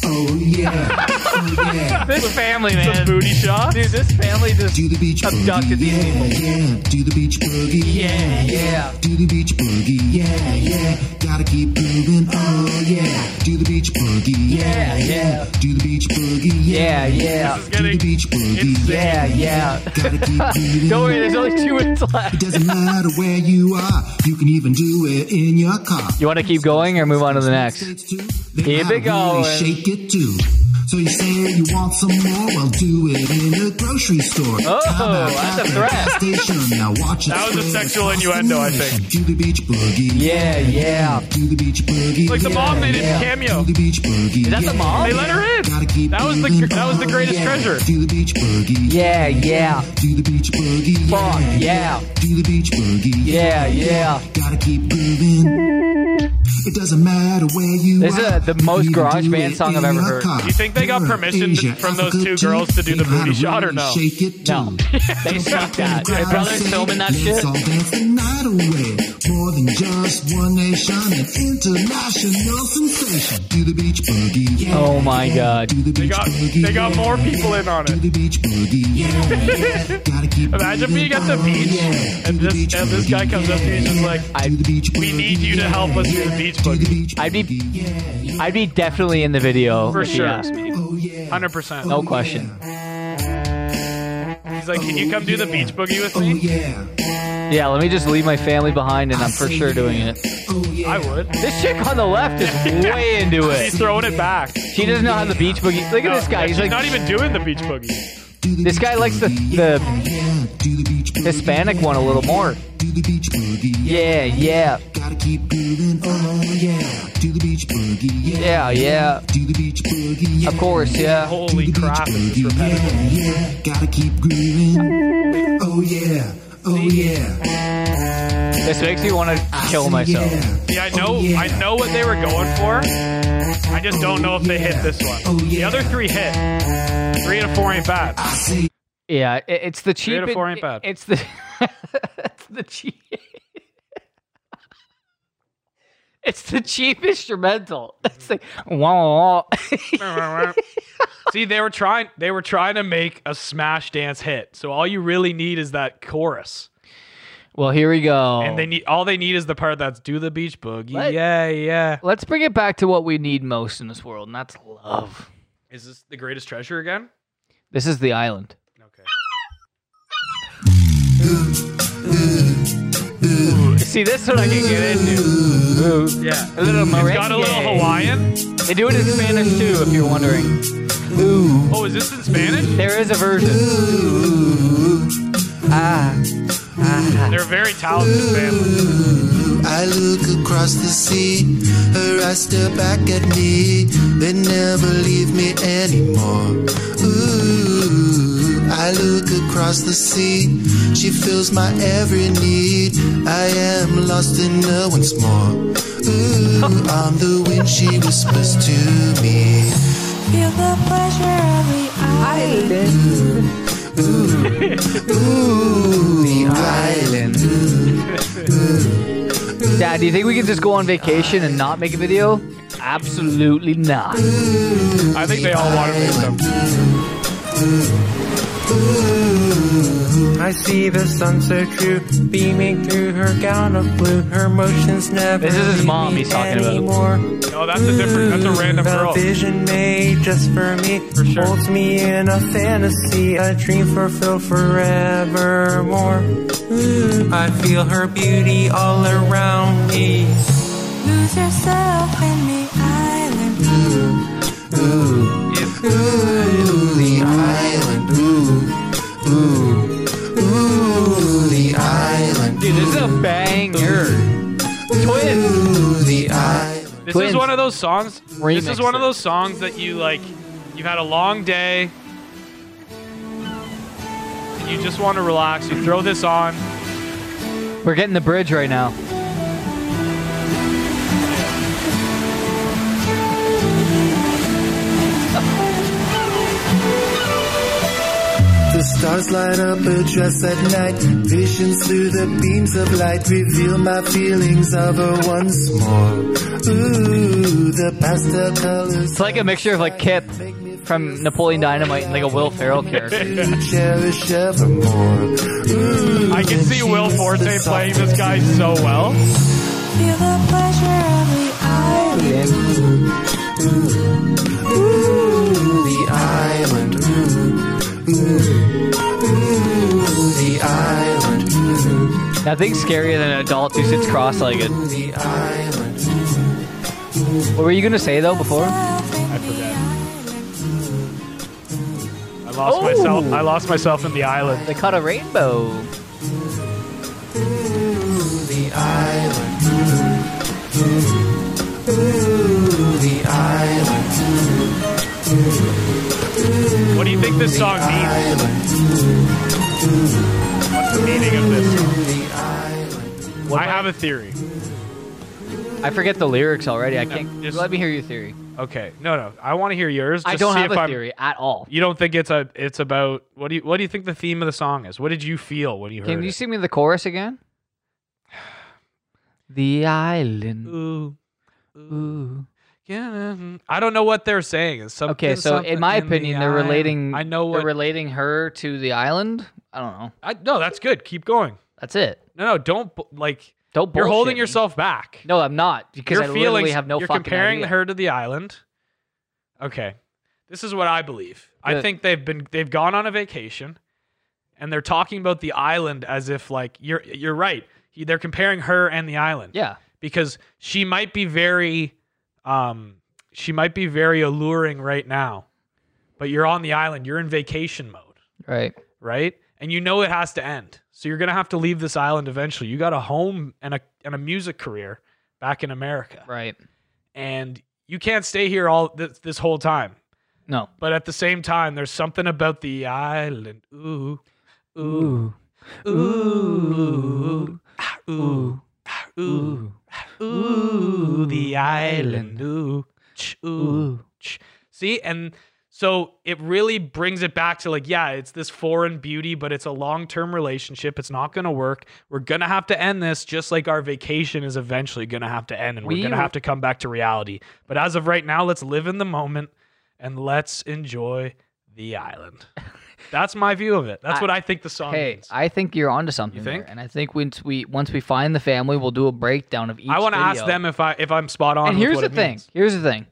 [SPEAKER 5] Oh yeah. Oh yeah.
[SPEAKER 2] This family,
[SPEAKER 7] Some
[SPEAKER 2] man.
[SPEAKER 7] booty shots?
[SPEAKER 2] Dude, this family just.
[SPEAKER 5] Do the beach
[SPEAKER 2] Abducted
[SPEAKER 5] boogie.
[SPEAKER 2] these
[SPEAKER 5] Yeah, yeah. Do the beach boogie. Yeah, yeah. Do the beach boogie. Yeah, yeah. Gotta keep moving. Oh yeah. Do the beach boogie. Yeah, yeah. Do the beach boogie.
[SPEAKER 2] Yeah,
[SPEAKER 5] Yeah,
[SPEAKER 2] yeah.
[SPEAKER 7] This is
[SPEAKER 5] Do the
[SPEAKER 7] getting
[SPEAKER 5] beach boogie.
[SPEAKER 7] insane.
[SPEAKER 2] Yeah, yeah.
[SPEAKER 5] Gotta keep moving.
[SPEAKER 2] Don't worry, there's only two minutes left.
[SPEAKER 5] Doesn't matter where you are, you can even do it in your car.
[SPEAKER 2] You want to keep going or move on to the next?
[SPEAKER 5] Here
[SPEAKER 2] it going.
[SPEAKER 5] Shake it too. So you say you want some more? Well, do it in the grocery store.
[SPEAKER 2] Oh,
[SPEAKER 5] Time out
[SPEAKER 2] that's
[SPEAKER 5] at
[SPEAKER 2] a
[SPEAKER 5] the
[SPEAKER 2] threat.
[SPEAKER 5] gas Station. Now watch it
[SPEAKER 7] That was a
[SPEAKER 5] spread
[SPEAKER 7] sexual
[SPEAKER 5] across the
[SPEAKER 7] innuendo, I
[SPEAKER 5] nation.
[SPEAKER 7] think.
[SPEAKER 5] Do the beach boogie.
[SPEAKER 2] Yeah, yeah.
[SPEAKER 5] Do the beach boogie.
[SPEAKER 7] Like the
[SPEAKER 5] yeah,
[SPEAKER 7] mom made it
[SPEAKER 5] yeah.
[SPEAKER 7] cameo.
[SPEAKER 5] Do the beach boogie.
[SPEAKER 2] Is that the mom?
[SPEAKER 7] They let her in.
[SPEAKER 5] Gotta keep
[SPEAKER 7] That was the-
[SPEAKER 5] moving.
[SPEAKER 7] that was the
[SPEAKER 5] Oh,
[SPEAKER 7] greatest
[SPEAKER 5] yeah.
[SPEAKER 7] treasure.
[SPEAKER 5] Do the beach boogie.
[SPEAKER 2] Yeah, yeah.
[SPEAKER 5] Do the beach boogie.
[SPEAKER 2] Fuck, yeah.
[SPEAKER 5] Do the beach boogie.
[SPEAKER 2] Yeah, yeah.
[SPEAKER 5] Gotta keep moving.
[SPEAKER 8] It doesn't matter where you
[SPEAKER 2] This is,
[SPEAKER 8] are.
[SPEAKER 2] uh, the most
[SPEAKER 8] You can
[SPEAKER 2] garage
[SPEAKER 8] do
[SPEAKER 2] band
[SPEAKER 8] it
[SPEAKER 2] song I've
[SPEAKER 8] in
[SPEAKER 2] ever
[SPEAKER 8] your
[SPEAKER 2] heard.
[SPEAKER 8] car.
[SPEAKER 1] You think they got
[SPEAKER 8] Europe,
[SPEAKER 1] permission to-
[SPEAKER 8] Asia,
[SPEAKER 1] from those
[SPEAKER 8] Africa,
[SPEAKER 1] two girls to do the
[SPEAKER 8] Japan,
[SPEAKER 1] booty shot or
[SPEAKER 8] really
[SPEAKER 1] no?
[SPEAKER 8] Shake it
[SPEAKER 2] No.
[SPEAKER 8] too.
[SPEAKER 2] They suck that. Hey, brother,
[SPEAKER 8] Say,
[SPEAKER 2] filming that
[SPEAKER 8] let's
[SPEAKER 2] shit.
[SPEAKER 8] all dance the night away. More than just one nation, an international sensation. Do the beach boogie. yeah,
[SPEAKER 2] Oh my
[SPEAKER 8] yeah.
[SPEAKER 2] God.
[SPEAKER 8] Do the beach
[SPEAKER 1] They got,
[SPEAKER 8] boogie,
[SPEAKER 1] they got
[SPEAKER 8] yeah,
[SPEAKER 1] more people in on
[SPEAKER 8] Do
[SPEAKER 1] it.
[SPEAKER 8] the beach boogie. Yeah, yeah. Gotta keep
[SPEAKER 1] Imagine being at the
[SPEAKER 8] moving on,
[SPEAKER 1] beach
[SPEAKER 8] yeah.
[SPEAKER 1] and
[SPEAKER 8] Do the
[SPEAKER 1] this,
[SPEAKER 8] beach
[SPEAKER 1] and this guy
[SPEAKER 8] boogie,
[SPEAKER 1] comes up to you and he's just
[SPEAKER 8] yeah.
[SPEAKER 1] like,
[SPEAKER 8] Do the beach
[SPEAKER 1] we
[SPEAKER 8] boogie,
[SPEAKER 1] need you to
[SPEAKER 8] yeah,
[SPEAKER 1] help us do
[SPEAKER 8] yeah.
[SPEAKER 1] the beach
[SPEAKER 8] Do the
[SPEAKER 1] boogie.
[SPEAKER 8] beach
[SPEAKER 2] I'd be-
[SPEAKER 8] boogie, yeah, yeah.
[SPEAKER 2] I'd be definitely in the video.
[SPEAKER 1] For
[SPEAKER 2] if you
[SPEAKER 1] sure.
[SPEAKER 2] asked me.
[SPEAKER 8] Oh yeah.
[SPEAKER 1] 100%.
[SPEAKER 2] No question.
[SPEAKER 1] He's like, can you come do the beach boogie with
[SPEAKER 8] Oh
[SPEAKER 1] me?
[SPEAKER 8] yeah.
[SPEAKER 2] Yeah, let me just leave my family behind and I'm for sure doing it.
[SPEAKER 8] Oh yeah.
[SPEAKER 1] I would.
[SPEAKER 2] This chick on the left is way into
[SPEAKER 1] He's
[SPEAKER 2] it.
[SPEAKER 1] throwing it back.
[SPEAKER 2] She doesn't know how the beach boogie. Look at this guy. He's
[SPEAKER 1] She's
[SPEAKER 2] like,
[SPEAKER 1] not even doing the beach boogie.
[SPEAKER 8] Do the
[SPEAKER 2] this
[SPEAKER 8] beach
[SPEAKER 2] guy likes the,
[SPEAKER 8] boogie,
[SPEAKER 2] the
[SPEAKER 8] yeah. Do the beach boogie,
[SPEAKER 2] Hispanic one a little more.
[SPEAKER 8] Do the beach boogie. Yeah.
[SPEAKER 2] Yeah, yeah,
[SPEAKER 8] Gotta keep moving. Oh yeah. Do the beach boogie. Yeah.
[SPEAKER 2] yeah, yeah.
[SPEAKER 8] Do the beach boogie. Yeah.
[SPEAKER 2] Of course,
[SPEAKER 8] Do
[SPEAKER 2] yeah.
[SPEAKER 8] the
[SPEAKER 1] Holy
[SPEAKER 8] beach
[SPEAKER 1] crap, this is
[SPEAKER 8] boogie.
[SPEAKER 1] repetitive.
[SPEAKER 8] Yeah. Yeah. Gotta keep grooving. Oh yeah. Oh yeah.
[SPEAKER 2] This makes me want to
[SPEAKER 8] I
[SPEAKER 2] kill
[SPEAKER 8] say
[SPEAKER 2] myself.
[SPEAKER 8] Yeah.
[SPEAKER 1] Yeah, I
[SPEAKER 8] Oh,
[SPEAKER 1] know.
[SPEAKER 8] yeah.
[SPEAKER 1] I know what they were going for. I just don't know if they hit this one.
[SPEAKER 8] Oh,
[SPEAKER 1] The
[SPEAKER 8] yeah.
[SPEAKER 1] other three hit. Three out of four ain't bad.
[SPEAKER 8] I say
[SPEAKER 2] Yeah, i- it's the cheap.
[SPEAKER 1] Three out of four ain't bad.
[SPEAKER 2] It's the it's the cheap. It's the cheap instrumental. It's like wow.
[SPEAKER 1] See, they were trying. They were trying to make a smash dance hit. So all you really need is that chorus,
[SPEAKER 2] well, here we go.
[SPEAKER 1] and they need all they need is the part that's "Do the Beach Boogie."
[SPEAKER 2] Let-
[SPEAKER 1] yeah, yeah.
[SPEAKER 2] Let's bring it back to what we need most in this world, and that's love.
[SPEAKER 1] Is this the greatest treasure again?
[SPEAKER 2] This is the island.
[SPEAKER 1] Okay.
[SPEAKER 2] See, this one I can get into.
[SPEAKER 1] Yeah.
[SPEAKER 2] A little merengue.
[SPEAKER 1] Got a little Hawaiian.
[SPEAKER 2] They do it in Spanish too, if you're wondering.
[SPEAKER 1] Oh, is this in Spanish?
[SPEAKER 2] There is a version. Ah.
[SPEAKER 1] They're a very talented family.
[SPEAKER 5] I look across the sea, her eyes stare back at me. They never leave me anymore. Ooh, I look across the sea, she fills my every need. I am lost in her once more. Ooh, on the wind she whispers to me.
[SPEAKER 9] Feel the pleasure of the island.
[SPEAKER 2] Island. Dad, do you think we could just go on vacation and not make a video? Absolutely not.
[SPEAKER 1] I think they all want to make them.
[SPEAKER 4] I see the sun so true, beaming through her gown of blue. Her motions never.
[SPEAKER 2] This is his
[SPEAKER 4] leave
[SPEAKER 2] mom
[SPEAKER 4] me
[SPEAKER 2] he's talking about.
[SPEAKER 4] anymore.
[SPEAKER 1] No, that's a different. That's a random
[SPEAKER 4] A
[SPEAKER 1] girl.
[SPEAKER 4] vision made just for me
[SPEAKER 1] For sure.
[SPEAKER 4] holds me in a fantasy, a dream fulfilled forevermore. Ooh, I feel her beauty all around me.
[SPEAKER 9] Lose yourself in the island.
[SPEAKER 5] the island, ooh, ooh, ooh, the island,
[SPEAKER 2] Dude, this is a banger. Twins.
[SPEAKER 5] ooh, the island.
[SPEAKER 1] This
[SPEAKER 2] Twins.
[SPEAKER 1] is one of those songs. This
[SPEAKER 2] Remix
[SPEAKER 1] is one
[SPEAKER 2] it.
[SPEAKER 1] of those songs that you like. You've had a long day. And you just want to relax. You throw this on.
[SPEAKER 2] We're getting the bridge right now.
[SPEAKER 5] The stars light up her dress at night. Visions through the beams of light reveal my feelings of her once more. Ooh, the pastel colors.
[SPEAKER 2] It's like a mixture of like Kip
[SPEAKER 5] make me
[SPEAKER 2] from Napoleon Dynamite and like a Will Ferrell character.
[SPEAKER 5] to cherish evermore. Ooh,
[SPEAKER 1] I can
[SPEAKER 5] and
[SPEAKER 1] see
[SPEAKER 5] she
[SPEAKER 1] Will
[SPEAKER 5] whispers
[SPEAKER 1] Forte playing
[SPEAKER 5] softly
[SPEAKER 1] this guy so well.
[SPEAKER 9] Feel the pleasure of the island.
[SPEAKER 5] the island. Ooh, ooh, ooh, the island. Ooh,
[SPEAKER 2] Nothing's scarier than an adult who sits cross-legged.
[SPEAKER 5] the island.
[SPEAKER 2] What were you gonna say though before?
[SPEAKER 9] I forget.
[SPEAKER 1] I lost
[SPEAKER 2] Oh.
[SPEAKER 1] myself. I lost myself in the island.
[SPEAKER 2] They caught a rainbow.
[SPEAKER 5] the island. Ooh, ooh, the island.
[SPEAKER 1] What do you think this song means?
[SPEAKER 5] Island.
[SPEAKER 1] What's the meaning of this?
[SPEAKER 5] The island.
[SPEAKER 1] I have a theory.
[SPEAKER 2] I I forget the lyrics already. I can't.
[SPEAKER 1] just-
[SPEAKER 2] let me hear your theory.
[SPEAKER 1] Okay. No, no. I want to hear yours.
[SPEAKER 2] I
[SPEAKER 1] just
[SPEAKER 2] don't
[SPEAKER 1] see
[SPEAKER 2] have
[SPEAKER 1] if
[SPEAKER 2] a
[SPEAKER 1] I'm-
[SPEAKER 2] theory at all.
[SPEAKER 1] You don't think it's a? It's about what do you? What do you think the theme of the song is? What did you feel when you heard
[SPEAKER 2] Can you
[SPEAKER 1] it?
[SPEAKER 2] sing me the chorus again? The island.
[SPEAKER 1] Ooh,
[SPEAKER 2] Ooh.
[SPEAKER 1] yeah, mm, I don't know what they're saying. It's some,
[SPEAKER 2] Okay,
[SPEAKER 1] it's
[SPEAKER 2] so
[SPEAKER 1] something
[SPEAKER 2] in my
[SPEAKER 1] the
[SPEAKER 2] opinion, they're
[SPEAKER 1] eye.
[SPEAKER 2] relating.
[SPEAKER 1] I know
[SPEAKER 2] they're
[SPEAKER 1] what.
[SPEAKER 2] relating her to the island. I don't know.
[SPEAKER 1] I, no, that's good. Keep going.
[SPEAKER 2] That's it.
[SPEAKER 1] No, no, don't bu- like.
[SPEAKER 2] Don't bullshit
[SPEAKER 1] You're holding
[SPEAKER 2] me.
[SPEAKER 1] yourself back.
[SPEAKER 2] No, I'm not because
[SPEAKER 1] your
[SPEAKER 2] I
[SPEAKER 1] feelings.
[SPEAKER 2] literally have no
[SPEAKER 1] you're
[SPEAKER 2] fucking
[SPEAKER 1] comparing
[SPEAKER 2] idea.
[SPEAKER 1] her to the island. Okay, this is what I believe. I
[SPEAKER 2] Good.
[SPEAKER 1] think they've been they've gone on a vacation, and they're talking about the island as if like you're you're right. He- They're comparing her and the island.
[SPEAKER 2] Yeah.
[SPEAKER 1] because she might be very um she might be very alluring right now but you're on the island you're in vacation mode
[SPEAKER 2] Right.
[SPEAKER 1] right and you know it has to end so you're gonna have to leave this island eventually you got a home and a and a music career back in america
[SPEAKER 2] Right.
[SPEAKER 1] and you can't stay here all this, this whole time
[SPEAKER 2] No.
[SPEAKER 1] but at the same time there's something about the island ooh ooh
[SPEAKER 2] Ooh.
[SPEAKER 1] ooh ooh ah, ooh, ah, ooh. Ooh, the island. Ooh, ch, ooh, ch. See, and so it really brings it back to like, yeah, it's this foreign beauty, but it's a long term relationship. It's not going to work. We're going to have to end this just like our vacation is eventually going to have to end and we,
[SPEAKER 2] We-
[SPEAKER 1] are going to have to come back to reality. But as of right now, let's live in the moment and let's enjoy the island. That's my view of it. That's
[SPEAKER 2] I-
[SPEAKER 1] what I think the song
[SPEAKER 2] Hey,
[SPEAKER 1] means.
[SPEAKER 2] I think you're onto something there,
[SPEAKER 1] think?
[SPEAKER 2] and I think once we once we find the family, we'll do a breakdown of each.
[SPEAKER 1] I want to ask
[SPEAKER 2] video.
[SPEAKER 1] them if I if I'm spot on.
[SPEAKER 2] And
[SPEAKER 1] with
[SPEAKER 2] here's
[SPEAKER 1] what
[SPEAKER 2] the
[SPEAKER 1] it
[SPEAKER 2] thing.
[SPEAKER 1] means.
[SPEAKER 2] Here's the thing.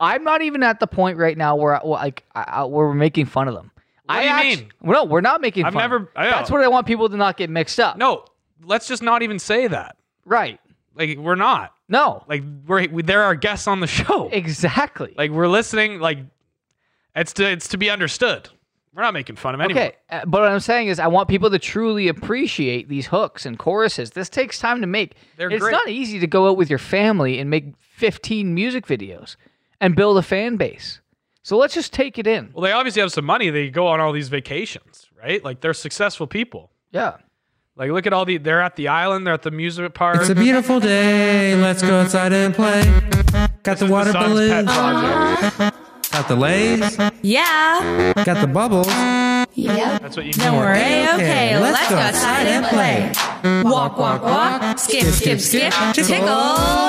[SPEAKER 2] I'm not even at the point right now where I, like I, I- where we're making fun of them. I
[SPEAKER 1] do you
[SPEAKER 2] act-
[SPEAKER 1] mean?
[SPEAKER 2] Well, no, we're not making.
[SPEAKER 1] I've
[SPEAKER 2] fun of
[SPEAKER 1] never-
[SPEAKER 2] them.
[SPEAKER 1] I know.
[SPEAKER 2] That's what I want people to not get mixed up.
[SPEAKER 1] No, let's just not even say that.
[SPEAKER 2] Right.
[SPEAKER 1] Like we're not.
[SPEAKER 2] No.
[SPEAKER 1] Like we're we, there are guests on the show.
[SPEAKER 2] Exactly.
[SPEAKER 1] Like we're listening. Like it's to it's to be understood. We're not making fun of anyone.
[SPEAKER 2] Okay, uh, but what I'm saying is, I want people to truly appreciate these hooks and choruses. This takes time to make.
[SPEAKER 1] They're
[SPEAKER 2] it's
[SPEAKER 1] great.
[SPEAKER 2] not easy to go out with your family and make 15 music videos and build a fan base. So let's just take it in.
[SPEAKER 1] Well, they obviously have some money. They go on all these vacations, right? Like they're successful people.
[SPEAKER 2] Yeah.
[SPEAKER 1] Like look at all the they're at the island. They're at the amusement park.
[SPEAKER 4] It's a beautiful day. Let's go outside and play. Got the water
[SPEAKER 1] the son's pet
[SPEAKER 4] balloons.
[SPEAKER 1] project.
[SPEAKER 4] Got the lays.
[SPEAKER 9] Yeah.
[SPEAKER 4] Got the bubbles.
[SPEAKER 10] Yep.
[SPEAKER 1] That's what you
[SPEAKER 9] Don't
[SPEAKER 1] mean.
[SPEAKER 9] worry. Okay,
[SPEAKER 4] okay,
[SPEAKER 9] Let's, go outside and play. Walk, walk, walk. Skip, skip, skip. Tickle.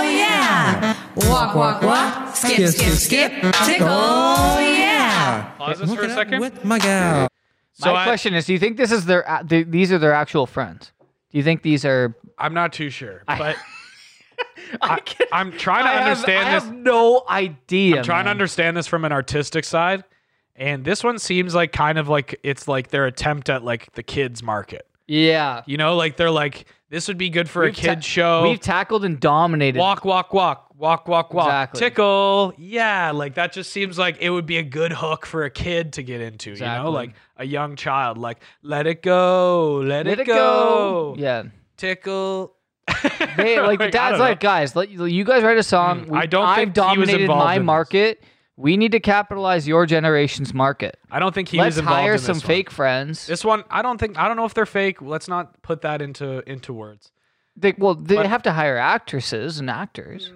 [SPEAKER 9] Yeah. Walk, walk, walk. Skip, skip, skip. Tickle. Yeah.
[SPEAKER 1] Pause this for a
[SPEAKER 4] Hooking up
[SPEAKER 1] second.
[SPEAKER 4] With my gal.
[SPEAKER 1] so
[SPEAKER 2] My
[SPEAKER 1] I,
[SPEAKER 2] question is, do you think this is their? a- th- these are their actual friends? Do you think these are?
[SPEAKER 1] I'm not too sure,
[SPEAKER 2] I-
[SPEAKER 1] but
[SPEAKER 2] I, can,
[SPEAKER 1] I'm trying to understand
[SPEAKER 2] have,
[SPEAKER 1] this.
[SPEAKER 2] I have no idea.
[SPEAKER 1] I'm trying to
[SPEAKER 2] man.
[SPEAKER 1] understand this from an artistic side, and this one seems like kind of like it's like their attempt at like the kids market.
[SPEAKER 2] Yeah.
[SPEAKER 1] You know, like they're like this would be good for
[SPEAKER 2] We've
[SPEAKER 1] a
[SPEAKER 2] ta-
[SPEAKER 1] kid show.
[SPEAKER 2] We've tackled and dominated.
[SPEAKER 1] walk, walk, walk, walk, walk, walk.
[SPEAKER 2] Exactly.
[SPEAKER 1] Tickle, yeah. Like that just seems like it would be a good hook for a kid to get into. You know,
[SPEAKER 2] Exactly.
[SPEAKER 1] like a young child, like let it go, let,
[SPEAKER 2] Let it go.
[SPEAKER 1] go.
[SPEAKER 2] Yeah.
[SPEAKER 1] Tickle.
[SPEAKER 2] Hey, like the
[SPEAKER 1] I don't
[SPEAKER 2] dad's
[SPEAKER 1] know. Hmm.
[SPEAKER 2] like, guys, let you, you guys write a song. We-
[SPEAKER 1] I don't
[SPEAKER 2] I've
[SPEAKER 1] think he was
[SPEAKER 2] dominated
[SPEAKER 1] involved
[SPEAKER 2] my
[SPEAKER 1] in this.
[SPEAKER 2] market. We need to capitalize your generation's market.
[SPEAKER 1] I don't think he
[SPEAKER 2] Let's
[SPEAKER 1] was involved
[SPEAKER 2] hire
[SPEAKER 1] in
[SPEAKER 2] some
[SPEAKER 1] this one.
[SPEAKER 2] fake friends.
[SPEAKER 1] This one, I don't think. I don't know if they're fake. Let's not put that into into words.
[SPEAKER 2] They, well, they
[SPEAKER 1] but- Hmm.
[SPEAKER 2] have to hire actresses and actors.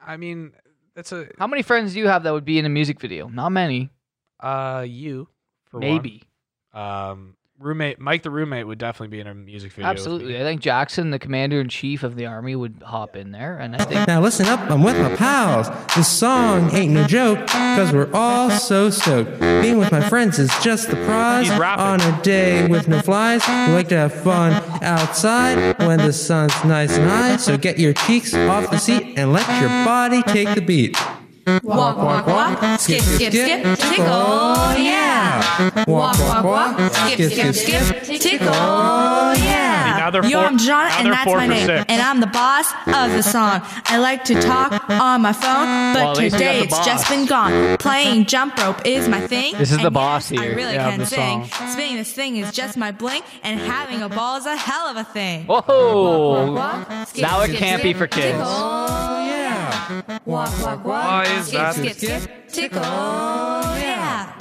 [SPEAKER 1] I mean, that's a
[SPEAKER 2] How many friends do you have that would be in a music video? Not many.
[SPEAKER 1] uh you for one.
[SPEAKER 2] Maybe.
[SPEAKER 1] Um, roommate Mike the roommate would definitely be in a music video. with me.
[SPEAKER 2] Absolutely. I think Jackson, the commander in chief of the army, would hop in there. And I think
[SPEAKER 4] Now listen up, I'm with my pals. This song ain't no joke, cause we're all so stoked. Being with my friends is just the prize.
[SPEAKER 1] He's rapping.
[SPEAKER 4] On a day with no flies, we like to have fun outside when the sun's nice and high. So get your cheeks off the seat and let your body take the beat.
[SPEAKER 9] Walk, walk, walk. Skip, skip, skip. Tickle. Yeah. Walk, walk, walk. Skip, skip, skip. Tickle. Yeah.
[SPEAKER 1] now they're
[SPEAKER 9] Yo,
[SPEAKER 1] four-
[SPEAKER 9] I'm John,
[SPEAKER 1] now
[SPEAKER 9] and
[SPEAKER 1] they're
[SPEAKER 9] that's
[SPEAKER 1] four
[SPEAKER 9] my
[SPEAKER 1] for
[SPEAKER 9] name.
[SPEAKER 1] six.
[SPEAKER 9] And I'm the boss of the song. I like to talk on my phone,
[SPEAKER 2] Well,
[SPEAKER 9] but
[SPEAKER 2] at least we got
[SPEAKER 9] today
[SPEAKER 2] the
[SPEAKER 9] it's just
[SPEAKER 2] boss.
[SPEAKER 9] been gone. Playing jump rope is my thing.
[SPEAKER 2] This is the
[SPEAKER 9] and
[SPEAKER 2] boss
[SPEAKER 9] yes,
[SPEAKER 2] here,
[SPEAKER 9] I really
[SPEAKER 2] yeah, of
[SPEAKER 9] can
[SPEAKER 2] the
[SPEAKER 9] sing. Spinning this thing is just my bling, and having a ball is a hell of a thing.
[SPEAKER 2] Whoa.
[SPEAKER 9] Walk, walk, skip,
[SPEAKER 2] Oh. Now it
[SPEAKER 9] skip,
[SPEAKER 2] can't
[SPEAKER 9] skip,
[SPEAKER 2] be for kids.
[SPEAKER 9] tickle.
[SPEAKER 4] Yeah.
[SPEAKER 9] Walk, walk, walk.
[SPEAKER 1] Why is
[SPEAKER 9] skip,
[SPEAKER 1] that? Oh,
[SPEAKER 9] skip, skip, tickle. Yeah.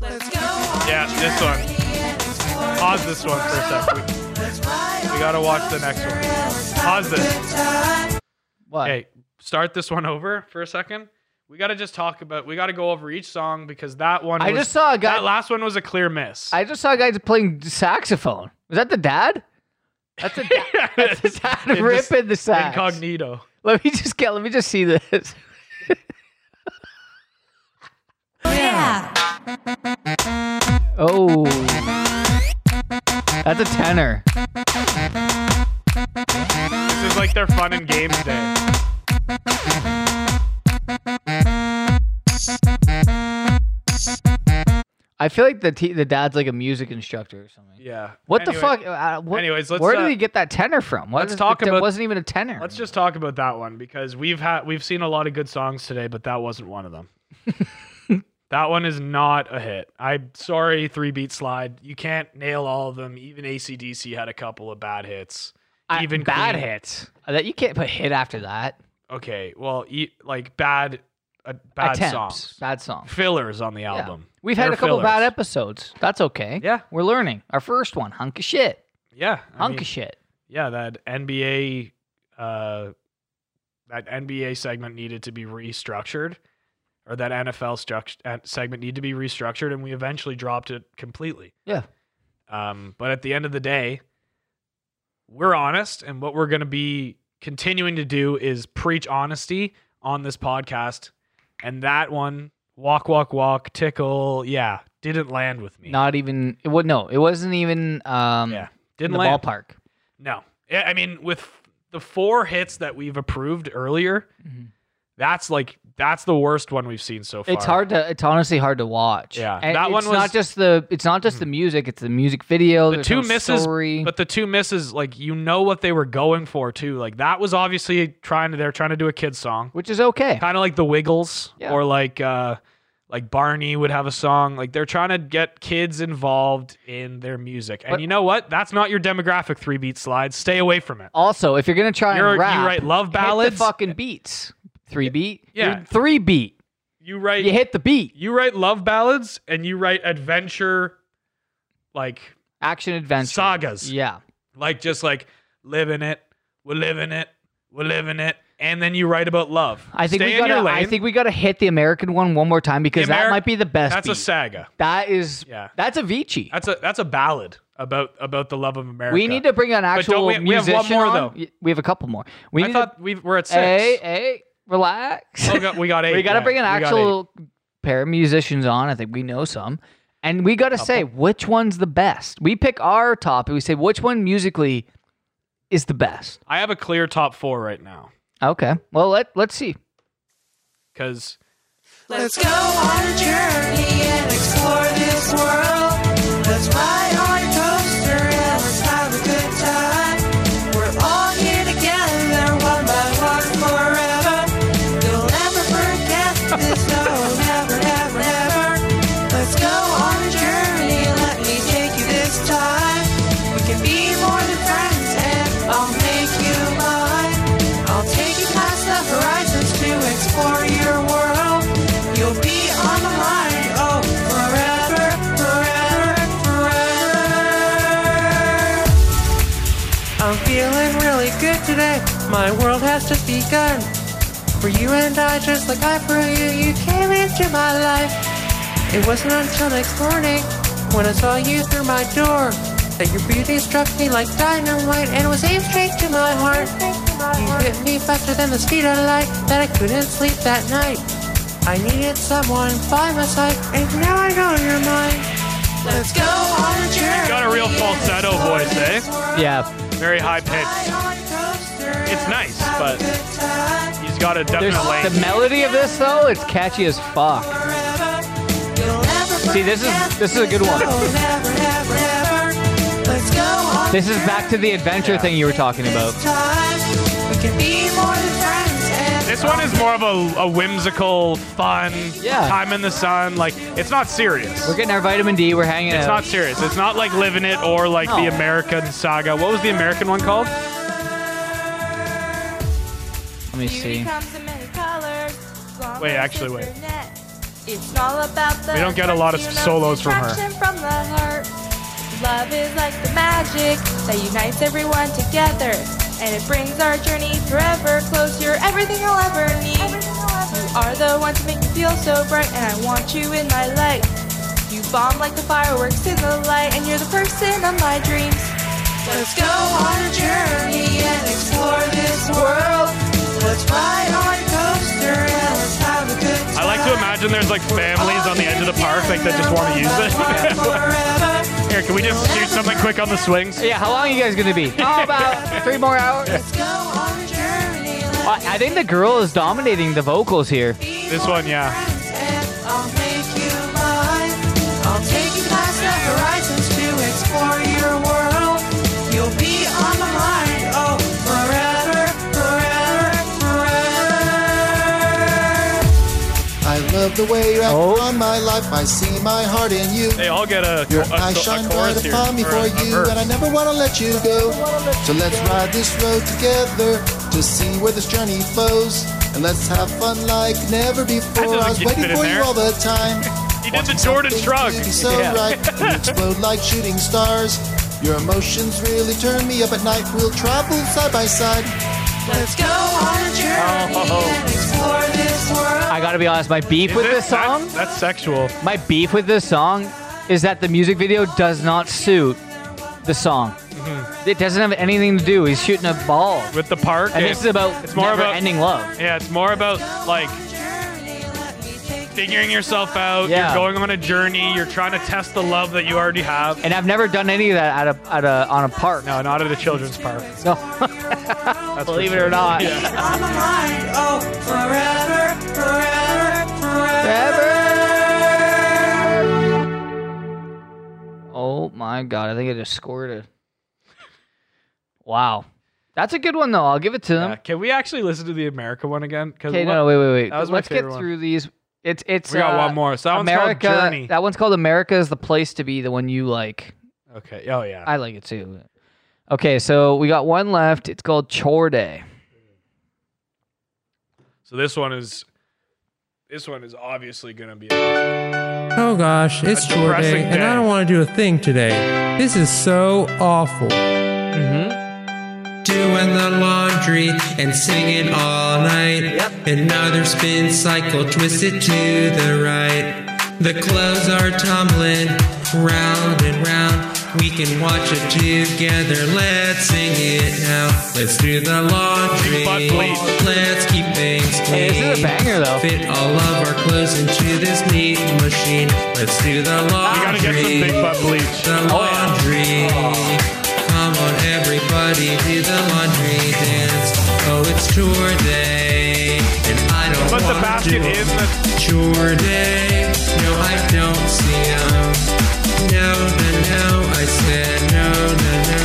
[SPEAKER 9] Let's go.
[SPEAKER 1] Yeah, this one. Pause this one for a second. We, we gotta watch the next one. Pause this.
[SPEAKER 2] What?
[SPEAKER 1] Okay, start this one over for a second. We got to just talk about. We got to go over each song because that one.
[SPEAKER 2] I
[SPEAKER 1] was-
[SPEAKER 2] just saw a guy.
[SPEAKER 1] that last one was a clear miss.
[SPEAKER 2] I just saw a guy playing saxophone. Was that the dad? That's a dad, that's a dad
[SPEAKER 1] In this-
[SPEAKER 2] ripping the sax.
[SPEAKER 1] Incognito.
[SPEAKER 2] Let me just get. Let me just see this.
[SPEAKER 9] yeah.
[SPEAKER 2] Oh, that's a tenor.
[SPEAKER 1] This is like their fun and games day.
[SPEAKER 2] I feel like the t- the dad's like a music instructor or something.
[SPEAKER 1] Yeah.
[SPEAKER 2] What the
[SPEAKER 1] Anyway,
[SPEAKER 2] fuck? Uh, what,
[SPEAKER 1] anyways, let's,
[SPEAKER 2] where
[SPEAKER 1] uh,
[SPEAKER 2] did he get that tenor from? What
[SPEAKER 1] let's
[SPEAKER 2] is-
[SPEAKER 1] talk
[SPEAKER 2] there
[SPEAKER 1] about-
[SPEAKER 2] wasn't even a tenor.
[SPEAKER 1] Let's just talk about that one because we've had we've seen a lot of good songs today, but that wasn't one of them. that one is not a hit. I'm sorry, three beat slide. You can't nail all of them. Even ACDC had a couple of bad hits.
[SPEAKER 2] I-
[SPEAKER 1] even
[SPEAKER 2] bad
[SPEAKER 1] Queen.
[SPEAKER 2] hits. Uh, That you can't put hit after that.
[SPEAKER 1] Okay, well, e- like bad, uh, bad
[SPEAKER 2] Attempts.
[SPEAKER 1] songs,
[SPEAKER 2] Bad songs.
[SPEAKER 1] fillers on the
[SPEAKER 2] Yeah.
[SPEAKER 1] album.
[SPEAKER 2] We've had
[SPEAKER 1] They're
[SPEAKER 2] a couple bad
[SPEAKER 1] fillers.
[SPEAKER 2] episodes. That's okay.
[SPEAKER 1] Yeah.
[SPEAKER 2] We're learning. Our first one, hunk of shit.
[SPEAKER 1] Yeah, I
[SPEAKER 2] Hunk
[SPEAKER 1] mean,
[SPEAKER 2] of shit.
[SPEAKER 1] yeah, that NBA, uh, that NBA segment needed to be restructured, or that NFL struct- uh, segment needed to be restructured, and we eventually dropped it completely.
[SPEAKER 2] Yeah.
[SPEAKER 1] Um, but at the end of the day, we're honest, and what we're going to be continuing to do is preach honesty on this podcast. And that one, walk, walk, walk, tickle, yeah, didn't land with me.
[SPEAKER 2] Not even it would no, it wasn't even um
[SPEAKER 1] yeah,
[SPEAKER 2] in
[SPEAKER 1] didn't
[SPEAKER 2] the
[SPEAKER 1] land.
[SPEAKER 2] ballpark.
[SPEAKER 1] No. Yeah, I mean, with the four hits that we've approved earlier,
[SPEAKER 2] Mhm.
[SPEAKER 1] that's like that's the worst one we've seen so far.
[SPEAKER 2] It's hard to it's honestly hard to watch.
[SPEAKER 1] Yeah.
[SPEAKER 2] And
[SPEAKER 1] That
[SPEAKER 2] it's
[SPEAKER 1] one
[SPEAKER 2] not
[SPEAKER 1] was- Hmm.
[SPEAKER 2] just the it's not just the music, it's the music video,
[SPEAKER 1] The
[SPEAKER 2] there's
[SPEAKER 1] two
[SPEAKER 2] no
[SPEAKER 1] misses,
[SPEAKER 2] story.
[SPEAKER 1] but the two misses, like you know what they were going for too. Like that was obviously trying to they're trying to do a kid's song,
[SPEAKER 2] which is okay.
[SPEAKER 1] kind of like the Wiggles
[SPEAKER 2] Yeah.
[SPEAKER 1] or like uh like Barney would have a song. Like they're trying to get kids involved in their music. And
[SPEAKER 2] But-
[SPEAKER 1] you know what? That's not your demographic. Three beat slides. Stay away from it.
[SPEAKER 2] Also, if you're gonna try
[SPEAKER 1] You're-
[SPEAKER 2] and
[SPEAKER 1] you
[SPEAKER 2] rap,
[SPEAKER 1] write love
[SPEAKER 2] hit
[SPEAKER 1] ballads.
[SPEAKER 2] the fucking beats. Three beat,
[SPEAKER 1] Yeah.
[SPEAKER 2] You're three beat.
[SPEAKER 1] You write
[SPEAKER 2] You hit the beat.
[SPEAKER 1] you write love ballads and you write adventure like
[SPEAKER 2] Action adventure
[SPEAKER 1] Sagas.
[SPEAKER 2] Yeah,
[SPEAKER 1] like just like living it we're living it we're living it and then you write about love
[SPEAKER 2] I think
[SPEAKER 1] Stay
[SPEAKER 2] we
[SPEAKER 1] in
[SPEAKER 2] gotta.
[SPEAKER 1] your lane.
[SPEAKER 2] I think we gotta hit the American one one more time because that
[SPEAKER 1] Ameri-
[SPEAKER 2] might be the best.
[SPEAKER 1] that's a
[SPEAKER 2] beat.
[SPEAKER 1] saga
[SPEAKER 2] that is
[SPEAKER 1] Yeah.
[SPEAKER 2] that's a Vici.
[SPEAKER 1] that's a that's a ballad about about the love of america
[SPEAKER 2] We need to bring an actual
[SPEAKER 1] don't we- we have one
[SPEAKER 2] musician
[SPEAKER 1] more,
[SPEAKER 2] on.
[SPEAKER 1] though.
[SPEAKER 2] Y- We have a couple more. We
[SPEAKER 1] i
[SPEAKER 2] need
[SPEAKER 1] thought we we're at
[SPEAKER 2] to, hey,
[SPEAKER 1] six
[SPEAKER 2] hey, relax.
[SPEAKER 1] oh, God, we got eight
[SPEAKER 2] we gotta
[SPEAKER 1] yeah,
[SPEAKER 2] bring an
[SPEAKER 1] we got
[SPEAKER 2] actual pair of musicians on. I think we know some, and we gotta say which one's the best. We pick our top and we say which one musically is the best.
[SPEAKER 1] eight. i have a clear top four right now
[SPEAKER 2] Okay, well let let's see.
[SPEAKER 1] because
[SPEAKER 6] Let's go on a journey and explore this world. Let's ride on a coaster and let's have a good time. We're all here together, one by one forever. You'll never forget this, no, never, never, never. Let's go on a journey, let me take you this time. We can be more than friends and I'll make you mine. I'll take you past the horizons to explore your world. You'll be on the line, oh, forever, forever, forever.
[SPEAKER 11] I'm feeling really good today. My world has just begun. For you and I, just like I for you, you came into my life. It wasn't until next morning when I saw you through my door that your beauty struck me like dynamite and was aimed straight to my heart. You hit me faster than the speed of light that I couldn't sleep that night. I needed someone by my side, and now I know you're mine.
[SPEAKER 6] Let's go on a journey.
[SPEAKER 1] got a real falsetto voice eh
[SPEAKER 2] Yeah,
[SPEAKER 1] very high pitched it's nice but he's got a
[SPEAKER 2] there's
[SPEAKER 1] definite lane
[SPEAKER 2] the melody of this though. It's catchy as fuck. See, this is this is a good one.
[SPEAKER 6] Let's go on
[SPEAKER 2] This is back to the adventure thing you were talking about.
[SPEAKER 6] time. We can be more than friends and
[SPEAKER 1] This one is more of a, a whimsical, fun
[SPEAKER 2] Yeah.
[SPEAKER 1] time in the sun. Like it's not serious.
[SPEAKER 2] We're getting our vitamin D. We're hanging
[SPEAKER 1] It's
[SPEAKER 2] out.
[SPEAKER 1] not serious. It's not like living it or like the
[SPEAKER 2] No.
[SPEAKER 1] American saga. What was the American one called?
[SPEAKER 2] Let me see.
[SPEAKER 6] comes in many colors. Long
[SPEAKER 1] Wait,
[SPEAKER 6] as
[SPEAKER 1] actually,
[SPEAKER 6] it's
[SPEAKER 1] wait.
[SPEAKER 6] brunette. It's all about the
[SPEAKER 1] We don't get a lot of
[SPEAKER 6] attraction
[SPEAKER 1] solos from her.
[SPEAKER 6] attraction from the heart. Love is like the magic that unites everyone together. And it brings our journey forever close. You're everything I'll ever need. You are the one to make me feel so bright, and I want you in my life. You bomb like the fireworks in the light, and you're the person of my dreams. Let's go on a journey and explore this world. Let's ride on a coaster and let's have a good
[SPEAKER 7] I
[SPEAKER 6] time.
[SPEAKER 7] like to imagine there's like families on the edge of the park like that just want to use it.
[SPEAKER 6] it.
[SPEAKER 7] Here, can we just do something quick on the swings?
[SPEAKER 2] Yeah, how long are you guys gonna be? Oh, about three more hours.
[SPEAKER 6] Let's go on a journey.
[SPEAKER 2] I I think the girl is dominating the vocals here.
[SPEAKER 7] This one, yeah.
[SPEAKER 6] I'll make you mine. I'll take you past the horizons to explore your world. You'll be on my mind, oh, forever, forever, forever.
[SPEAKER 12] I love the way you act
[SPEAKER 2] Oh.
[SPEAKER 12] on my life. I see my heart in you.
[SPEAKER 7] They all get a, a,
[SPEAKER 12] Your
[SPEAKER 7] a,
[SPEAKER 12] eyes shine
[SPEAKER 7] a
[SPEAKER 12] bright
[SPEAKER 7] chorus here.
[SPEAKER 12] upon me
[SPEAKER 7] or
[SPEAKER 12] for
[SPEAKER 7] a- a
[SPEAKER 12] you,
[SPEAKER 7] verse.
[SPEAKER 12] and I never want to let you go. So let's ride this road together to see where this journey flows. And let's have fun like never before.
[SPEAKER 7] doesn't
[SPEAKER 12] I was
[SPEAKER 7] get fit
[SPEAKER 12] waiting
[SPEAKER 7] in
[SPEAKER 12] for you
[SPEAKER 7] there.
[SPEAKER 12] all the time.
[SPEAKER 7] He did the Jordan
[SPEAKER 12] Something
[SPEAKER 7] shrug.
[SPEAKER 12] to be so right, we explode like shooting stars. Your emotions really turn me up at night. We'll travel side by side.
[SPEAKER 6] Let's go on a journey
[SPEAKER 7] Oh.
[SPEAKER 6] and explore this world.
[SPEAKER 2] I gotta be honest, my beef
[SPEAKER 7] Is
[SPEAKER 2] with
[SPEAKER 7] it?
[SPEAKER 2] this
[SPEAKER 7] That's-
[SPEAKER 2] song,
[SPEAKER 7] That's, sexual.
[SPEAKER 2] my beef with this song, is that the music video does not suit the song. It doesn't have anything to do. He's shooting a ball,
[SPEAKER 7] With the park.
[SPEAKER 2] and
[SPEAKER 7] it-
[SPEAKER 2] this is about
[SPEAKER 7] it's more about
[SPEAKER 2] ending love.
[SPEAKER 7] Yeah, it's more about like figuring yourself out.
[SPEAKER 2] Yeah.
[SPEAKER 7] You're going on a journey. You're trying to test the love that you already have.
[SPEAKER 2] And I've never done any of that at a at a on a park.
[SPEAKER 7] No, not at a children's park.
[SPEAKER 2] No,
[SPEAKER 7] That's
[SPEAKER 2] believe
[SPEAKER 7] for
[SPEAKER 2] it
[SPEAKER 7] sure.
[SPEAKER 2] or not.
[SPEAKER 6] On my mind, oh, forever, forever, forever.
[SPEAKER 2] Oh my god, I think I just squirted. Wow. That's a good one though. I'll give it to them.
[SPEAKER 7] Yeah, Can we actually listen to the America one again? Because
[SPEAKER 2] Okay, no, wait, wait, wait.
[SPEAKER 7] that was my
[SPEAKER 2] Let's get
[SPEAKER 7] favorite one.
[SPEAKER 2] through these. It's it's
[SPEAKER 7] we got
[SPEAKER 2] uh,
[SPEAKER 7] one more. So that
[SPEAKER 2] America.
[SPEAKER 7] one's called Journey.
[SPEAKER 2] That one's called America is the place to be, the one you like.
[SPEAKER 7] Okay. Oh yeah.
[SPEAKER 2] I like it too. Okay, so we got one left. It's called Chore Day.
[SPEAKER 7] So this one is this one is obviously gonna be.
[SPEAKER 4] Oh gosh, it's
[SPEAKER 7] A
[SPEAKER 4] chore day,
[SPEAKER 7] depressing
[SPEAKER 4] and
[SPEAKER 7] day.
[SPEAKER 4] I don't want to do a thing today. This is so awful.
[SPEAKER 2] Mm-hmm.
[SPEAKER 4] Doing the laundry and singing all night. Another spin cycle twisted to the right. The clothes are tumbling round and round. We can watch it together. Let's sing it now. Let's do the laundry.
[SPEAKER 7] Butt bleach.
[SPEAKER 4] Let's keep things
[SPEAKER 2] Hey,
[SPEAKER 4] clean.
[SPEAKER 2] this is a banger though.
[SPEAKER 4] Fit all of our clothes into this neat machine. Let's do the
[SPEAKER 7] We gotta
[SPEAKER 4] laundry
[SPEAKER 7] get some big Oh, butt bleach.
[SPEAKER 4] the laundry.
[SPEAKER 7] Oh.
[SPEAKER 4] Come on, everybody, do the laundry dance. Oh, it's chore day, and I don't
[SPEAKER 7] Put the
[SPEAKER 4] want
[SPEAKER 7] basket
[SPEAKER 4] to.
[SPEAKER 7] in the.
[SPEAKER 4] Chore day, no, I don't see 'em. No, no, no, I said no, no, no.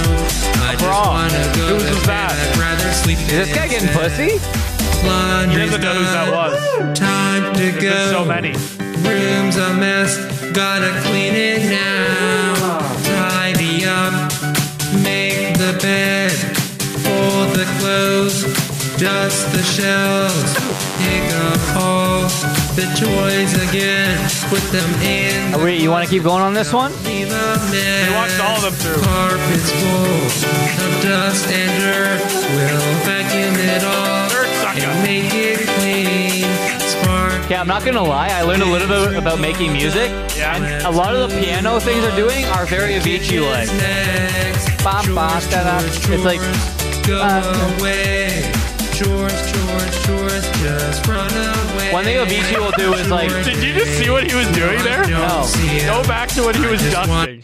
[SPEAKER 4] I just
[SPEAKER 7] Bra.
[SPEAKER 4] wanna go
[SPEAKER 7] Whose
[SPEAKER 4] to
[SPEAKER 7] was
[SPEAKER 4] bed.
[SPEAKER 7] that?
[SPEAKER 4] I'd rather sleep
[SPEAKER 2] Is this guy getting pussy?
[SPEAKER 7] He
[SPEAKER 4] Laundry's
[SPEAKER 7] doesn't know who that
[SPEAKER 4] done.
[SPEAKER 7] was.
[SPEAKER 4] Time to go.
[SPEAKER 7] There's so many.
[SPEAKER 4] Room's a mess, gotta clean it now. Tidy up, make the bed, fold the clothes, dust the shelves, pick up all the toys again, put them in.
[SPEAKER 2] Oh, wait, you want to keep going on this one?
[SPEAKER 4] Leave a mess.
[SPEAKER 7] He wants all of them through.
[SPEAKER 4] Carpet's full of dust and dirt. We'll vacuum it all
[SPEAKER 7] Dirt sucker.
[SPEAKER 4] and make it clean. Spark
[SPEAKER 2] Yeah, I'm not gonna lie. I learned a little bit about making music.
[SPEAKER 7] Yeah.
[SPEAKER 2] And a lot of the piano things they're doing are very Avicii like. Ba, ba, da, da. uh, It's like,
[SPEAKER 4] go
[SPEAKER 2] uh,
[SPEAKER 4] away. Chores, chores, chores, just run away.
[SPEAKER 2] One thing Avicii will do is like,
[SPEAKER 7] Did you just see what he was doing there?
[SPEAKER 2] No.
[SPEAKER 7] Go back to what he was dusting.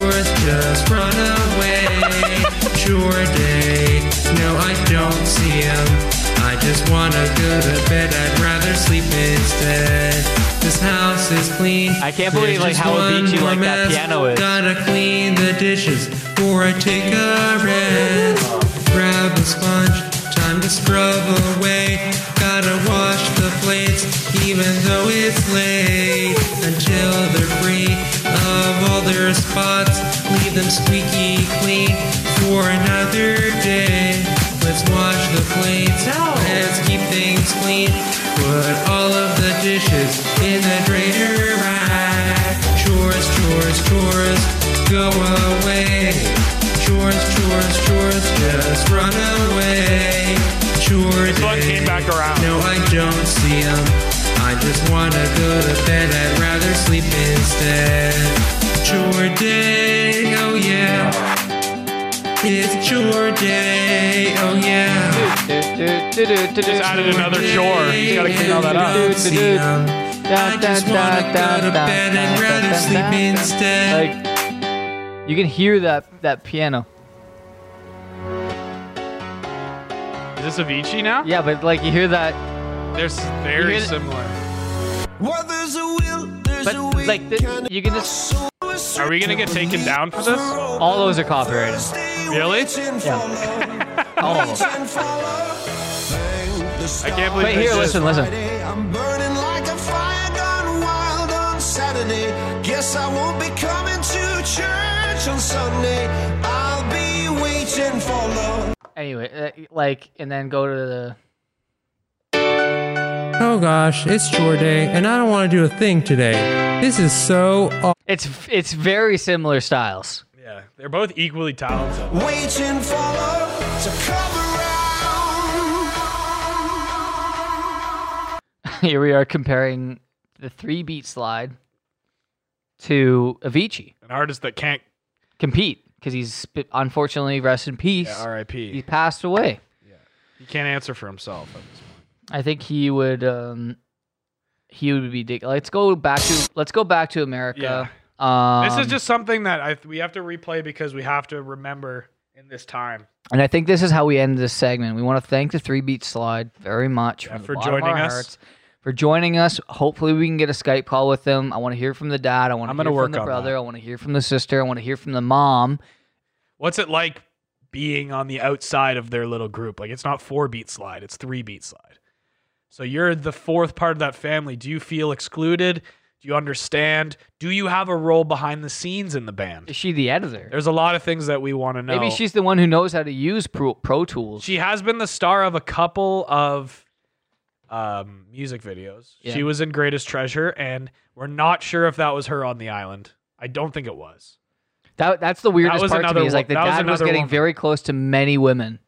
[SPEAKER 4] Chores, just run away. Chore day. No, I don't see 'em. I just wanna go to bed. I'd rather sleep instead. This house is clean.
[SPEAKER 2] I can't believe, like,
[SPEAKER 4] There's
[SPEAKER 2] how
[SPEAKER 4] just one
[SPEAKER 2] Avicii,
[SPEAKER 4] more
[SPEAKER 2] like, that
[SPEAKER 4] mess.
[SPEAKER 2] piano is.
[SPEAKER 4] Gotta clean the dishes before I take a rest. Grab a sponge, time to scrub away. Gotta wash the plates, even though it's late. Until they're free of all their spots, leave them squeaky clean for another day. Let's wash the plates, let's keep things clean. Put all of the dishes in the drainer rack. Chores, chores, chores, go away.
[SPEAKER 13] chores, chores, chores, just run away. Chore
[SPEAKER 1] This one
[SPEAKER 13] day.
[SPEAKER 1] came back around.
[SPEAKER 13] No, I don't see 'em. I just wanna go to bed. I'd rather sleep instead. Chore day, oh yeah. It's chore day, oh yeah.
[SPEAKER 1] Just added another chore. You gotta clean all that up.
[SPEAKER 13] I just wanna go to bed and rather sleep instead.
[SPEAKER 2] Like you can hear that that piano.
[SPEAKER 1] Is this Avicii now?
[SPEAKER 2] Yeah, but like you hear that
[SPEAKER 1] They're s-
[SPEAKER 2] You
[SPEAKER 1] very
[SPEAKER 2] hear the-
[SPEAKER 1] similar.
[SPEAKER 4] Where there's a will, there's
[SPEAKER 2] but
[SPEAKER 4] a way.
[SPEAKER 2] like the, you can just
[SPEAKER 1] Are we gonna get taken down for this?
[SPEAKER 2] all those are copyrighted.
[SPEAKER 1] Really? Oh.
[SPEAKER 2] All of them.
[SPEAKER 1] I can't believe
[SPEAKER 2] But here,
[SPEAKER 1] this
[SPEAKER 2] listen,
[SPEAKER 1] is.
[SPEAKER 2] listen.
[SPEAKER 4] I'm burning like a fire gone wild on Saturday. Guess I won't be coming to church on Sunday. I'll be waiting for love.
[SPEAKER 2] Anyway, uh, like and then go to the
[SPEAKER 13] Oh gosh, it's chore day, and I don't want to do a thing today. This is so aw-
[SPEAKER 2] it's it's very similar styles.
[SPEAKER 1] Yeah, they're both equally talented.
[SPEAKER 4] Waiting for love to come around.
[SPEAKER 2] Here we are comparing the three beat slide to Avicii.
[SPEAKER 1] An artist that can't.
[SPEAKER 2] Compete because he's unfortunately rest in peace.
[SPEAKER 1] Yeah, R.I.P.
[SPEAKER 2] He passed away.
[SPEAKER 1] He can't answer for himself. at this point.
[SPEAKER 2] I think he would um he would be dig- let's go back to let's go back to America. Um,
[SPEAKER 1] This is just something that I we have to replay because we have to remember in this time.
[SPEAKER 2] and I think this is how we end this segment. We want to thank the three beat slide very much
[SPEAKER 1] Yeah,
[SPEAKER 2] from the
[SPEAKER 1] for
[SPEAKER 2] bottom of
[SPEAKER 1] joining
[SPEAKER 2] our
[SPEAKER 1] us.
[SPEAKER 2] hearts, for joining us. Hopefully we can get a Skype call with them. I want to hear from the dad. I want to
[SPEAKER 1] I'm
[SPEAKER 2] hear
[SPEAKER 1] gonna
[SPEAKER 2] from
[SPEAKER 1] work
[SPEAKER 2] the
[SPEAKER 1] on
[SPEAKER 2] brother.
[SPEAKER 1] that.
[SPEAKER 2] I want to hear from the sister. I want to hear from the mom.
[SPEAKER 1] What's it like being on the outside of their little group? Like it's not four beat slide, it's three beat slide. So you're the fourth part of that family. Do you feel excluded? Do you understand? Do you have a role behind the scenes in the band?
[SPEAKER 2] Is she the editor?
[SPEAKER 1] There's a lot of things that we want to know.
[SPEAKER 2] Maybe she's the one who knows how to use Pro, pro Tools.
[SPEAKER 1] She has been the star of a couple of um, music videos.
[SPEAKER 2] Yeah.
[SPEAKER 1] She was in Greatest Treasure, and we're not sure if that was her on the island. I don't think it was.
[SPEAKER 2] That that's the weirdest
[SPEAKER 1] was
[SPEAKER 2] part to
[SPEAKER 1] another
[SPEAKER 2] me is
[SPEAKER 1] wo-
[SPEAKER 2] like the
[SPEAKER 1] that was
[SPEAKER 2] dad was
[SPEAKER 1] another
[SPEAKER 2] getting
[SPEAKER 1] woman.
[SPEAKER 2] very close to many women,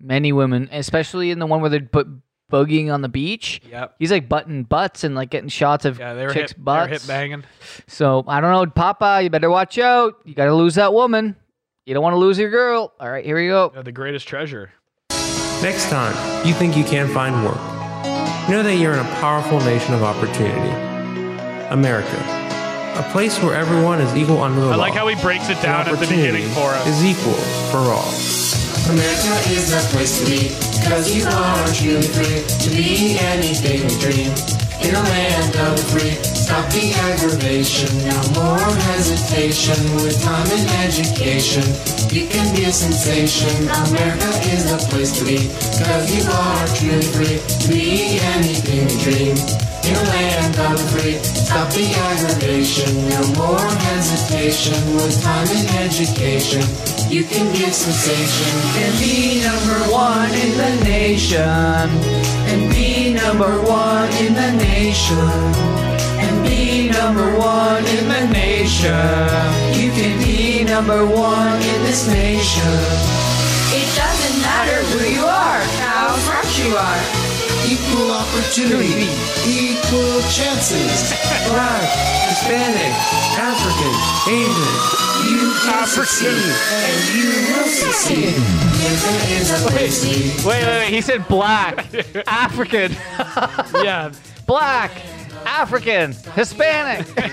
[SPEAKER 2] many women, especially in the one where they're bu- boogieing on the beach.
[SPEAKER 1] Yep.
[SPEAKER 2] He's like butting butts and like getting shots of
[SPEAKER 1] Yeah, they were
[SPEAKER 2] chicks'
[SPEAKER 1] hit, they were
[SPEAKER 2] butts.
[SPEAKER 1] hit banging.
[SPEAKER 2] So I don't know, Papa, you better watch out. You gotta lose that woman. You don't want to lose your girl. All right, here we go.
[SPEAKER 1] Yeah, the Greatest Treasure.
[SPEAKER 13] Next time, you think you can find work. Know that you're in a powerful nation of opportunity. America, a place where everyone is equal under the law.
[SPEAKER 1] I like how he breaks it
[SPEAKER 13] and
[SPEAKER 1] down at the beginning
[SPEAKER 13] opportunity
[SPEAKER 1] for us.
[SPEAKER 13] Is equal for all.
[SPEAKER 4] America is a place to be, cause you are truly free to be anything you dream. In a land of the free, stop the aggravation, no more hesitation. With time and education, you can be a sensation. America is the place to be, cause you are truly free to be anything you dream. In a land of the free, stop the aggravation, no more hesitation. With time and education, you can be a sensation. And be number one in the nation. And be number one in the nation. And be number one in the nation. You can be number one in this nation.
[SPEAKER 14] It doesn't matter who you are, how fresh you are.
[SPEAKER 15] Equal opportunity, equal chances.
[SPEAKER 13] Black, Hispanic, African, Asian.
[SPEAKER 4] America is a place to be.
[SPEAKER 2] Wait, wait, wait. He said black, African,
[SPEAKER 1] yeah,
[SPEAKER 2] black, African, Hispanic.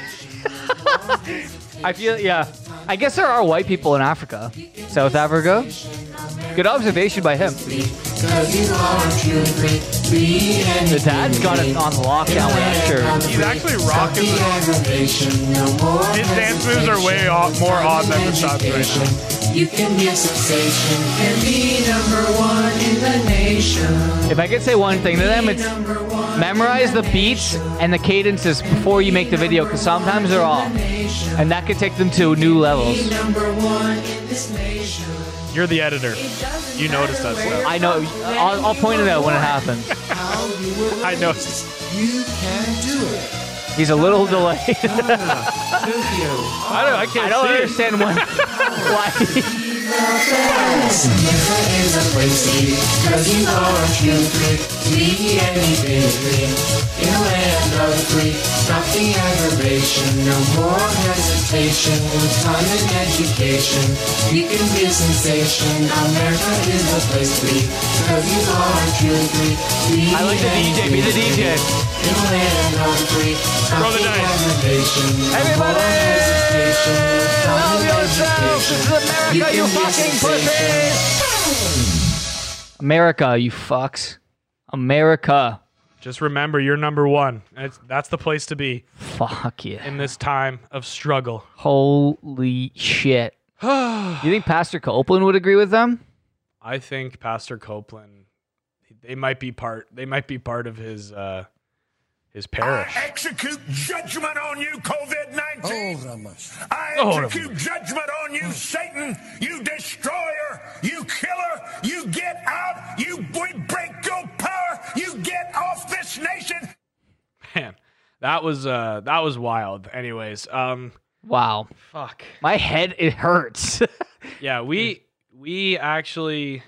[SPEAKER 2] I feel yeah. I guess there are white people in Africa, South Africa. Good observation by him.
[SPEAKER 4] Cause you are truly free. Be
[SPEAKER 2] The dad's got it on lockdown with that shirt.
[SPEAKER 1] he's actually
[SPEAKER 4] Stop
[SPEAKER 1] rocking.
[SPEAKER 4] the
[SPEAKER 1] The,
[SPEAKER 4] aggravation, no more
[SPEAKER 1] his dance moves are way off, more odd than the shots right now.
[SPEAKER 4] hesitation. You can be a sensation and be number one in the nation.
[SPEAKER 2] If I could say one thing to them, it's
[SPEAKER 4] Number one
[SPEAKER 2] memorize the beats and the cadences before you make the video, because sometimes they're off,
[SPEAKER 4] nation.
[SPEAKER 2] and that could take them to new
[SPEAKER 4] Be
[SPEAKER 2] levels.
[SPEAKER 4] number one in this nation.
[SPEAKER 1] You're the editor. You noticed that stuff.
[SPEAKER 2] I know. I'll, I'll point it out when it happens.
[SPEAKER 15] How you will,
[SPEAKER 1] I noticed.
[SPEAKER 15] you can do it.
[SPEAKER 2] He's a little delayed.
[SPEAKER 13] Tokyo,
[SPEAKER 1] I don't. I can't
[SPEAKER 2] I don't
[SPEAKER 1] see it.
[SPEAKER 2] understand why. why
[SPEAKER 12] Paris. Never is a place to be, cause you are too free to be anything you dream. In a land of the free, stop the aggravation, no more hesitation. With time and education, you can feel sensation. America is a place to be, cause you are too free to be
[SPEAKER 7] I like the DJ. Be the DJ.
[SPEAKER 12] In a land of the free, stop
[SPEAKER 7] Roll the
[SPEAKER 12] the
[SPEAKER 7] dice.
[SPEAKER 12] aggravation, no
[SPEAKER 2] Everybody,
[SPEAKER 12] more hesitation. With time
[SPEAKER 2] Love
[SPEAKER 12] and
[SPEAKER 2] yourself.
[SPEAKER 12] education,
[SPEAKER 2] This is America, you fucking pussies. America, you fucks. America.
[SPEAKER 1] Just remember, you're number one. That's that's the place to be
[SPEAKER 2] Fuck yeah.
[SPEAKER 1] in this time of struggle.
[SPEAKER 2] Holy shit. you think Pastor Copeland would agree with them?
[SPEAKER 1] I think Pastor Copeland, they might be part. They might be part of his uh, his parish.
[SPEAKER 16] execute judgment on you, COVID 19.
[SPEAKER 1] Oh,
[SPEAKER 16] I execute judgment on you, Satan, you destroyer, you killer. You get out. You we break your power. You get off this nation.
[SPEAKER 1] Man, that was uh, that was wild. Anyways, um,
[SPEAKER 2] Wow.
[SPEAKER 1] fuck.
[SPEAKER 2] My head, it hurts.
[SPEAKER 1] Yeah, we we actually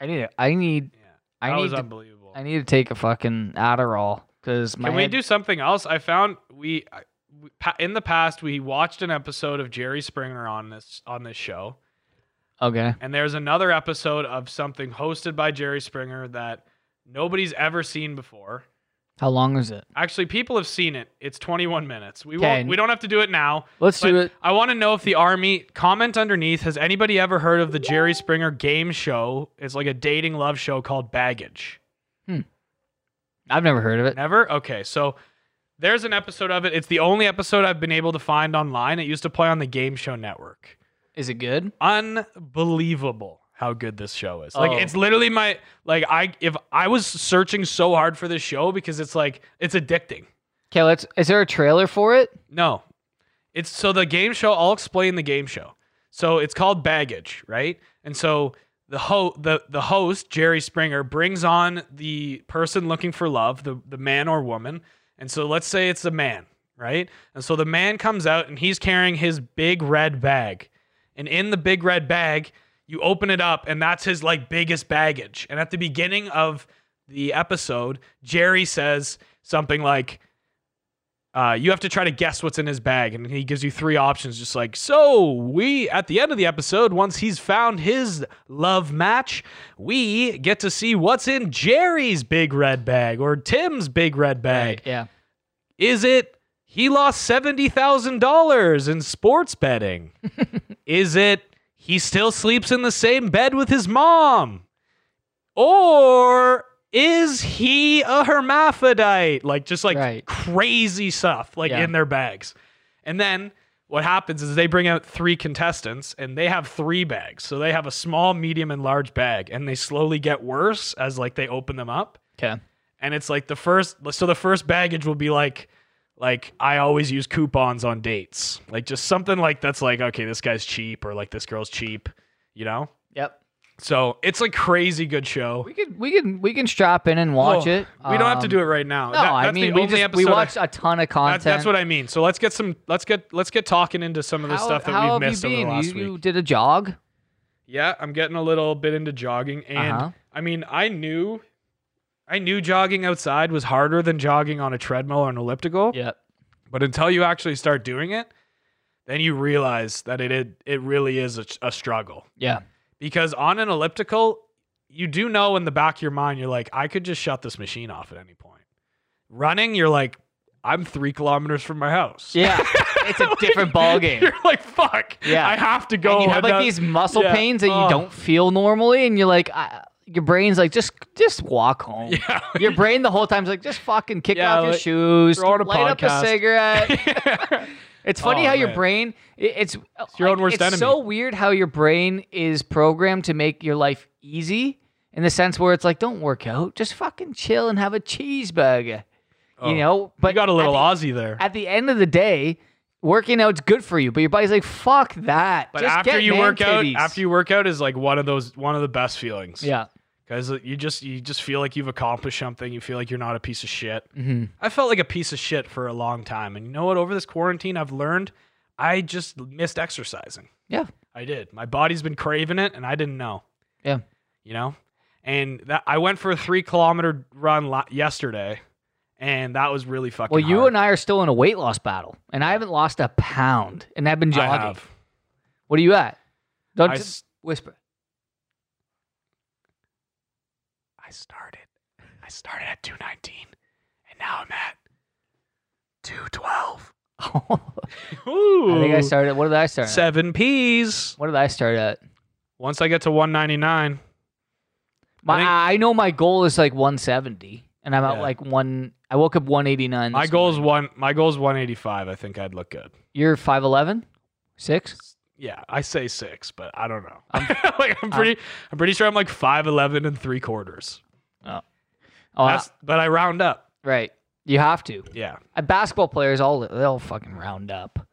[SPEAKER 2] I need, a- I need,
[SPEAKER 1] that
[SPEAKER 2] I need,
[SPEAKER 1] was
[SPEAKER 2] to,
[SPEAKER 1] unbelievable.
[SPEAKER 2] I need to take a fucking Adderall because my
[SPEAKER 1] Can we
[SPEAKER 2] head-
[SPEAKER 1] do something else? I found we I- we- pa- in the past we watched an episode of Jerry Springer on this on this show,
[SPEAKER 2] okay.
[SPEAKER 1] and there's another episode of something hosted by Jerry Springer that nobody's ever seen before.
[SPEAKER 2] How long is it?
[SPEAKER 1] Actually, people have seen it. It's 21 minutes. We
[SPEAKER 2] Okay.
[SPEAKER 1] won't. We don't have to do it now.
[SPEAKER 2] Let's do
[SPEAKER 1] but
[SPEAKER 2] it.
[SPEAKER 1] I want to know if the army comment underneath. Has anybody ever heard of the Jerry Springer game show? It's like a dating love show called Baggage.
[SPEAKER 2] I've never heard of it.
[SPEAKER 1] Never? Okay, so there's an episode of it. It's the only episode I've been able to find online. It used to play on the Game Show Network.
[SPEAKER 2] Is it good?
[SPEAKER 1] Unbelievable how good this show is. Like
[SPEAKER 2] Oh.
[SPEAKER 1] it's literally my like I if I was searching so hard for this show because it's like it's addicting.
[SPEAKER 2] Okay, let's. Is there a trailer for it?
[SPEAKER 1] No. It's so the game show, I'll explain the game show. So it's called Baggage, right? And so the ho the, the host, Jerry Springer, brings on the person looking for love, the, the man or woman. And so let's say it's a man, right? And so the man comes out and he's carrying his big red bag. And in the big red bag, you open it up and that's his like biggest baggage. And at the beginning of the episode, Jerry says something like, uh, you have to try to guess what's in his bag, and he gives you three options. Just like so, we at the end of the episode, once he's found his love match, we get to see what's in Jerry's big red bag or Tim's big red bag.
[SPEAKER 2] Yeah.
[SPEAKER 1] Is it he lost $70,000 in sports betting? Is it he still sleeps in the same bed with his mom? Or is he a hermaphrodite? Like, just like
[SPEAKER 2] Right.
[SPEAKER 1] crazy stuff, like
[SPEAKER 2] Yeah.
[SPEAKER 1] in their bags. And then what happens is they bring out three contestants and they have three bags. So they have a small, medium, and large bag. And they slowly get worse as like they open them up
[SPEAKER 2] Okay.
[SPEAKER 1] and it's like the first so the first baggage will be like like I always use coupons on dates. Like just something like that's like okay, this guy's cheap or like this girl's cheap, you know?
[SPEAKER 2] Yep.
[SPEAKER 1] So it's like crazy good show.
[SPEAKER 2] We could. We can. We can strap in and watch
[SPEAKER 1] Oh,
[SPEAKER 2] it.
[SPEAKER 1] We don't have to
[SPEAKER 2] Um,
[SPEAKER 1] do it right now.
[SPEAKER 2] No,
[SPEAKER 1] That-
[SPEAKER 2] I
[SPEAKER 1] that's
[SPEAKER 2] mean
[SPEAKER 1] the
[SPEAKER 2] we
[SPEAKER 1] only
[SPEAKER 2] just we
[SPEAKER 1] episode I-
[SPEAKER 2] watched a ton of
[SPEAKER 1] that-
[SPEAKER 2] content.
[SPEAKER 1] that's what I mean. So let's get some let's get let's get talking into some of the stuff that
[SPEAKER 2] how
[SPEAKER 1] we've
[SPEAKER 2] have
[SPEAKER 1] missed
[SPEAKER 2] you
[SPEAKER 1] over
[SPEAKER 2] been?
[SPEAKER 1] the last
[SPEAKER 2] you, you
[SPEAKER 1] week.
[SPEAKER 2] did a jog.
[SPEAKER 1] Yeah, I'm getting a little bit into jogging and
[SPEAKER 2] Uh-huh.
[SPEAKER 1] I mean, I knew I knew jogging outside was harder than jogging on a treadmill or an elliptical.
[SPEAKER 2] Yep.
[SPEAKER 1] But until you actually start doing it, then you realize that it it, it really is a, a struggle.
[SPEAKER 2] Yeah.
[SPEAKER 1] Because on an elliptical, you do know in the back of your mind, you're like, I could just shut this machine off at any point. Running, you're like, I'm three kilometers from my house.
[SPEAKER 2] Yeah. it's a different ball game.
[SPEAKER 1] You're like, fuck.
[SPEAKER 2] Yeah.
[SPEAKER 1] I have to go.
[SPEAKER 2] and you
[SPEAKER 1] and
[SPEAKER 2] have like
[SPEAKER 1] that-
[SPEAKER 2] these muscle
[SPEAKER 1] yeah,
[SPEAKER 2] pains that you
[SPEAKER 1] oh.
[SPEAKER 2] don't feel normally, and you're like, I, your brain's like, just just walk home.
[SPEAKER 1] Yeah.
[SPEAKER 2] Your brain the whole timeme's like, just fucking kick
[SPEAKER 1] Yeah,
[SPEAKER 2] off your
[SPEAKER 1] like,
[SPEAKER 2] shoes,
[SPEAKER 1] throw on a
[SPEAKER 2] light up
[SPEAKER 1] podcast.
[SPEAKER 2] a cigarette. It's funny
[SPEAKER 1] Oh,
[SPEAKER 2] how your
[SPEAKER 1] man.
[SPEAKER 2] brain it, it's,
[SPEAKER 1] your own worst
[SPEAKER 2] it's
[SPEAKER 1] enemy.
[SPEAKER 2] so weird how your brain is programmed to make your life easy in the sense where it's like, don't work out, just fucking chill and have a cheeseburger. You know, but
[SPEAKER 1] Oh, you got a little
[SPEAKER 2] at
[SPEAKER 1] Aussie there.
[SPEAKER 2] the, at the end of the day, working out's good for you, but your body's like, fuck that.
[SPEAKER 1] But
[SPEAKER 2] just
[SPEAKER 1] after
[SPEAKER 2] get
[SPEAKER 1] you
[SPEAKER 2] man
[SPEAKER 1] work
[SPEAKER 2] titties."
[SPEAKER 1] out, after you work out is like one of those one of the best feelings.
[SPEAKER 2] yeah,
[SPEAKER 1] because you just you just feel like you've accomplished something. You feel like you're not a piece of shit. Mm-hmm. I felt like a piece of shit for a long time, and you know what? Over this quarantine, I've learned I just missed exercising.
[SPEAKER 2] yeah,
[SPEAKER 1] I did. My body's been craving it, and I didn't know.
[SPEAKER 2] Yeah.
[SPEAKER 1] You know, and that I went for a three kilometer run la- yesterday, and that was really fucking.
[SPEAKER 2] Well, you
[SPEAKER 1] hard.
[SPEAKER 2] and I are still in a weight loss battle, and I haven't lost a pound, and I've been
[SPEAKER 1] I
[SPEAKER 2] jogging.
[SPEAKER 1] have.
[SPEAKER 2] What are you at? Don't
[SPEAKER 1] I
[SPEAKER 2] t-
[SPEAKER 1] s-
[SPEAKER 2] whisper.
[SPEAKER 1] I started. I started at 219, and now I'm at 212.
[SPEAKER 2] I
[SPEAKER 1] Ooh.
[SPEAKER 2] think I started. What did I start? At?
[SPEAKER 1] seven P's.
[SPEAKER 2] What did I start at?
[SPEAKER 1] Once I get to 199,
[SPEAKER 2] My, I,
[SPEAKER 1] think-
[SPEAKER 2] know my goal is like 170, and I'm at
[SPEAKER 1] Yeah.
[SPEAKER 2] like one. I woke up 189.
[SPEAKER 1] my
[SPEAKER 2] this
[SPEAKER 1] goal
[SPEAKER 2] morning.
[SPEAKER 1] is one. My goal is 185. I think I'd look good.
[SPEAKER 2] You're 5'11, six.
[SPEAKER 1] Yeah, I say six, but I don't know. like I'm pretty. I'm pretty sure I'm like 5'11 and three quarters.
[SPEAKER 2] Oh, I-
[SPEAKER 1] That's, but I round up.
[SPEAKER 2] right. You have to.
[SPEAKER 1] Yeah.
[SPEAKER 2] Uh, basketball players all they'll fucking round up.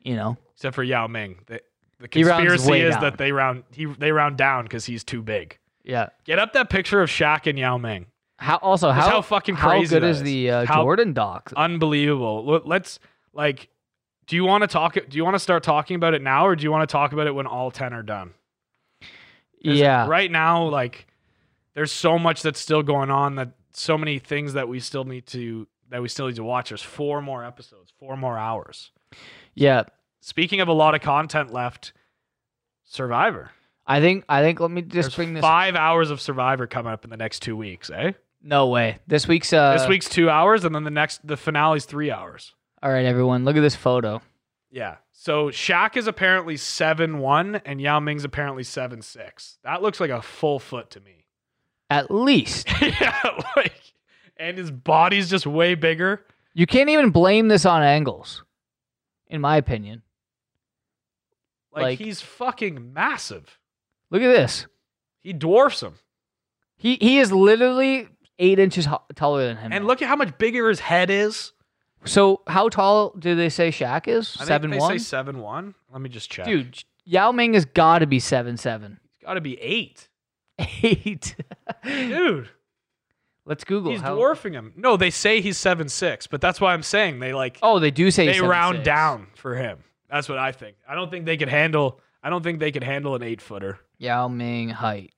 [SPEAKER 2] You know.
[SPEAKER 1] Except for Yao Ming. The, the
[SPEAKER 2] He rounds
[SPEAKER 1] conspiracy
[SPEAKER 2] way
[SPEAKER 1] is
[SPEAKER 2] down.
[SPEAKER 1] that they round he they round down because he's too big.
[SPEAKER 2] Yeah.
[SPEAKER 1] Get up that picture of Shaq and Yao Ming.
[SPEAKER 2] How also
[SPEAKER 1] That's
[SPEAKER 2] how,
[SPEAKER 1] how fucking
[SPEAKER 2] how
[SPEAKER 1] crazy
[SPEAKER 2] good
[SPEAKER 1] that
[SPEAKER 2] is
[SPEAKER 1] is.
[SPEAKER 2] the uh,
[SPEAKER 1] How-
[SPEAKER 2] Jordan doc?
[SPEAKER 1] Unbelievable. Let- Let's like. Do you want to talk? Do you want to start talking about it now, or do you want to talk about it when all ten are done? 'Cause
[SPEAKER 2] Yeah.
[SPEAKER 1] Right now, like, there's so much that's still going on. That so many things that we still need to that we still need to watch. There's four more episodes, four more hours.
[SPEAKER 2] Yeah.
[SPEAKER 1] Speaking of a lot of content left, Survivor.
[SPEAKER 2] I think I think let me just
[SPEAKER 1] There's
[SPEAKER 2] bring this.
[SPEAKER 1] five hours of Survivor coming up in the next two weeks, eh?
[SPEAKER 2] No way. This week's uh
[SPEAKER 1] this week's two hours, and then the next the finale's three hours.
[SPEAKER 2] All right, everyone, look at this photo.
[SPEAKER 1] Yeah. So Shaq is apparently seven one, and Yao Ming's apparently seven six. That looks like a full foot to me.
[SPEAKER 2] At least
[SPEAKER 1] yeah, like, and his body's just way bigger.
[SPEAKER 2] you can't even blame this on angles, in my opinion.
[SPEAKER 1] Like,
[SPEAKER 2] Like-
[SPEAKER 1] he's fucking massive.
[SPEAKER 2] Look at this.
[SPEAKER 1] He dwarfs him.
[SPEAKER 2] He he is literally eight inches ho- taller than him.
[SPEAKER 1] And look at how much bigger his head is.
[SPEAKER 2] So how tall do they say Shaq is?
[SPEAKER 1] I think
[SPEAKER 2] Seven
[SPEAKER 1] they
[SPEAKER 2] one.
[SPEAKER 1] say seven one. Let me just check.
[SPEAKER 2] Dude, Sh- Yao Ming has got to be seven seven.
[SPEAKER 1] it's gotta be eight.
[SPEAKER 2] Eight.
[SPEAKER 1] Dude.
[SPEAKER 2] Let's Google.
[SPEAKER 1] He's
[SPEAKER 2] how-
[SPEAKER 1] dwarfing him. No, they say he's seven six, but that's why I'm saying they like
[SPEAKER 2] Oh, they do say
[SPEAKER 1] they
[SPEAKER 2] seven,
[SPEAKER 1] round
[SPEAKER 2] six.
[SPEAKER 1] down for him. That's what I think. I don't think they could handle. I don't think they could handle an eight footer.
[SPEAKER 2] Yao Ming height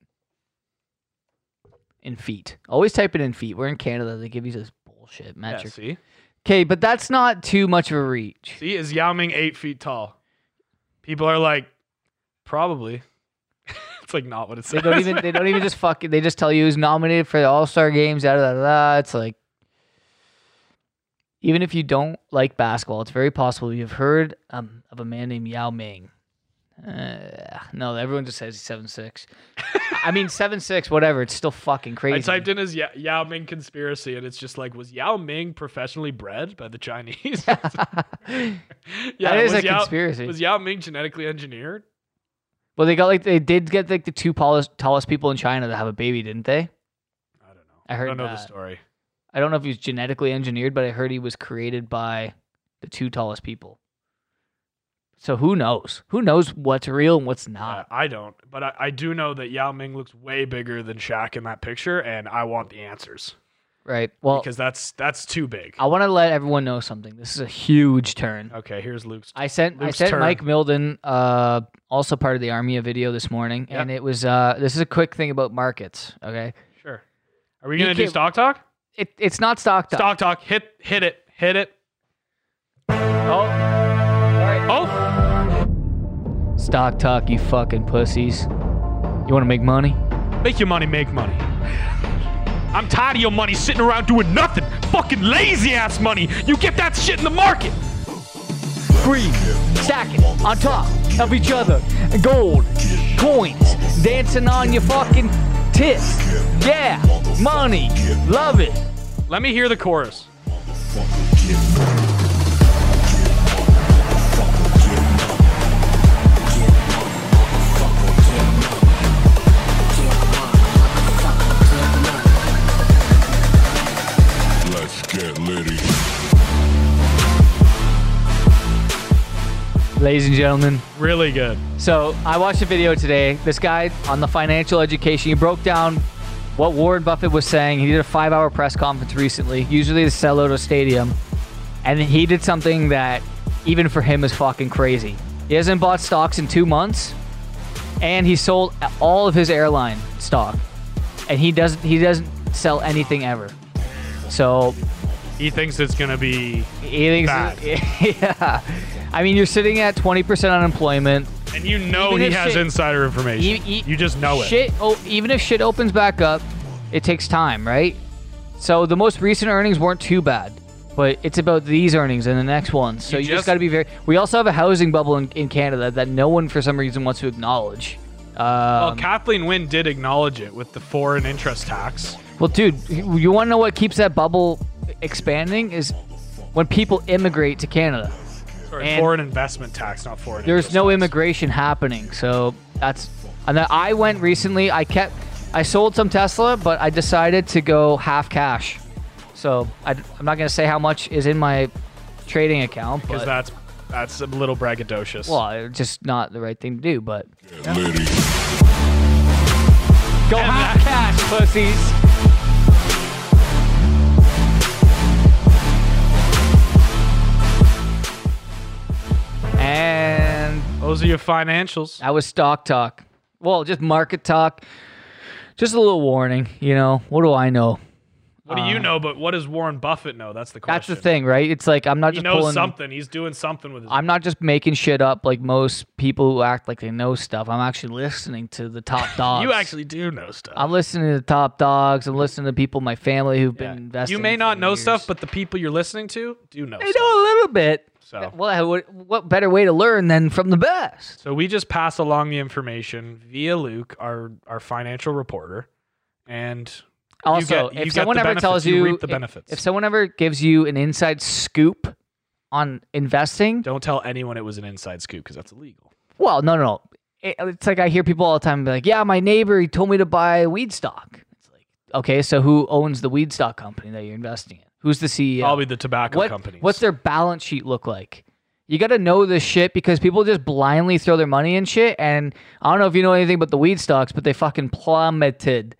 [SPEAKER 2] in feet. Always type it in feet. We're in Canada. They give you this bullshit metric.
[SPEAKER 1] see,
[SPEAKER 2] Okay, but that's not too much of a reach.
[SPEAKER 1] see, is Yao Ming eight feet tall? People are like, probably. it's like not what it
[SPEAKER 2] They
[SPEAKER 1] says.
[SPEAKER 2] don't even. They don't even just fucking. They just tell you who's nominated for the All Star games. Da, da, da, da. It's like, even if you don't like basketball, it's very possible you've heard um, of a man named Yao Ming. Uh, no, everyone just says he's seven six. I mean seven six, whatever. It's still fucking crazy.
[SPEAKER 1] I typed in his Ya- Yao Ming conspiracy, and it's just like, was Yao Ming professionally bred by the Chinese? yeah,
[SPEAKER 2] That
[SPEAKER 1] was
[SPEAKER 2] is a
[SPEAKER 1] Yao-
[SPEAKER 2] conspiracy.
[SPEAKER 1] Was Yao Ming genetically engineered?
[SPEAKER 2] Well, they got like they did get like the two tallest, tallest people in China to have a baby, didn't they?
[SPEAKER 1] I don't know.
[SPEAKER 2] I
[SPEAKER 1] I
[SPEAKER 2] heard
[SPEAKER 1] don't know the
[SPEAKER 2] that.
[SPEAKER 1] story.
[SPEAKER 2] I don't know if he was genetically engineered, but I heard he was created by the two tallest people. So who knows? Who knows what's real and what's
[SPEAKER 1] I,
[SPEAKER 2] not?
[SPEAKER 1] I don't, but I, I do know that Yao Ming looks way bigger than Shaq in that picture, and I want the answers.
[SPEAKER 2] Right. Well,
[SPEAKER 1] because that's that's too big.
[SPEAKER 2] I want to let everyone know something. This is a huge turn.
[SPEAKER 1] Okay, here's Luke's.
[SPEAKER 2] I sent
[SPEAKER 1] Uh, Luke's
[SPEAKER 2] I sent
[SPEAKER 1] turn.
[SPEAKER 2] Mike Milden, uh, also part of the Army, a video this morning, and it was uh, this is a quick thing about markets. Okay,
[SPEAKER 1] Sure. Are we
[SPEAKER 2] You
[SPEAKER 1] gonna do
[SPEAKER 2] can't-
[SPEAKER 1] stock talk?
[SPEAKER 2] it, it's not stock talk.
[SPEAKER 1] Stock talk. Hit hit it. Hit it. Oh,
[SPEAKER 2] Stock talk, you fucking pussies. You want to make money?
[SPEAKER 1] make your money, make money. I'm tired of your money sitting around doing nothing. Fucking lazy ass money. You get that shit in the market.
[SPEAKER 2] Free, stacking on top of each other. Gold, coins, dancing on your fucking tits. Yeah, money, love it.
[SPEAKER 1] Let me hear the chorus.
[SPEAKER 16] Let's get litty.
[SPEAKER 2] Ladies and gentlemen,
[SPEAKER 1] Really good.
[SPEAKER 2] so I watched a video today. This guy on the financial education, he broke down what Warren Buffett was saying. He did a five hour press conference recently, usually the Celoto Stadium. And he did something that, even for him, is fucking crazy. He hasn't bought stocks in two months, and he sold all of his airline stock, and he doesn't he doesn't sell anything ever. So
[SPEAKER 1] He thinks it's gonna be,
[SPEAKER 2] he thinks,
[SPEAKER 1] Bad.
[SPEAKER 2] yeah. I mean, you're sitting at twenty percent unemployment.
[SPEAKER 1] and you know
[SPEAKER 2] Even
[SPEAKER 1] he
[SPEAKER 2] if
[SPEAKER 1] has
[SPEAKER 2] shit-
[SPEAKER 1] insider information.
[SPEAKER 2] E- e-
[SPEAKER 1] you just know it.
[SPEAKER 2] Shit. Oh, even if shit opens back up, it takes time, right? So the most recent earnings weren't too bad, but it's about these earnings and the next ones. So
[SPEAKER 1] You
[SPEAKER 2] you, just,
[SPEAKER 1] just-
[SPEAKER 2] got to be very. We also have a housing bubble in, in Canada that no one, for some reason, wants to acknowledge.
[SPEAKER 1] Well,
[SPEAKER 2] Um,
[SPEAKER 1] Kathleen Wynne did acknowledge it with the foreign interest tax.
[SPEAKER 2] well, dude, you- you want to know what keeps that bubble expanding is when people immigrate to Canada.
[SPEAKER 1] Sorry,
[SPEAKER 2] And-
[SPEAKER 1] foreign investment tax, not foreign.
[SPEAKER 2] there's
[SPEAKER 1] interest
[SPEAKER 2] no
[SPEAKER 1] tax.
[SPEAKER 2] immigration happening. So that's and then I went recently. I kept I sold some Tesla, but I decided to go half cash. So I, am not gonna say how much is in my trading account,
[SPEAKER 1] because
[SPEAKER 2] but
[SPEAKER 1] that's that's a little braggadocious.
[SPEAKER 2] well, it's just not the right thing to do. But go half cash, pussies. And
[SPEAKER 1] Those are your financials.
[SPEAKER 2] That was stock talk. Well, just market talk. Just a little warning, you know. What do I know?
[SPEAKER 1] What do you know? But what does Warren Buffett know? That's the question.
[SPEAKER 2] That's the thing, right? It's like I'm not
[SPEAKER 1] He
[SPEAKER 2] just
[SPEAKER 1] knows
[SPEAKER 2] pulling.
[SPEAKER 1] something. He's doing something with his.
[SPEAKER 2] I'm not just making shit up like most people who act like they know stuff. I'm actually listening to the top dogs.
[SPEAKER 1] you actually do know stuff.
[SPEAKER 2] I'm listening to the top dogs. I'm listening to people in my family who've been investing.
[SPEAKER 1] You may
[SPEAKER 2] for
[SPEAKER 1] not know
[SPEAKER 2] years.
[SPEAKER 1] stuff, but the people you're listening to do know.
[SPEAKER 2] they
[SPEAKER 1] stuff.
[SPEAKER 2] know a little bit.
[SPEAKER 1] So.
[SPEAKER 2] Well, what, what better way to learn than from the best?
[SPEAKER 1] So we just pass along the information via Luke, our our financial reporter, and
[SPEAKER 2] Also,
[SPEAKER 1] get- you
[SPEAKER 2] if
[SPEAKER 1] get
[SPEAKER 2] someone
[SPEAKER 1] the
[SPEAKER 2] ever
[SPEAKER 1] benefits,
[SPEAKER 2] tells
[SPEAKER 1] you
[SPEAKER 2] you,
[SPEAKER 1] reap the
[SPEAKER 2] if-
[SPEAKER 1] benefits.
[SPEAKER 2] if someone ever gives you an inside scoop on investing,
[SPEAKER 1] don't tell anyone it was an inside scoop because that's illegal.
[SPEAKER 2] Well, no, no, no. It- it's like I hear people all the time be like, "Yeah, my neighbor he told me to buy weed stock." It's like, okay, so who owns the weed stock company that you're investing in? Who's the CEO?
[SPEAKER 1] Probably the tobacco
[SPEAKER 2] what,
[SPEAKER 1] companies.
[SPEAKER 2] What's their balance sheet look like? You got to know this shit because people just blindly throw their money in shit. And I don't know if you know anything about the weed stocks, but they fucking plummeted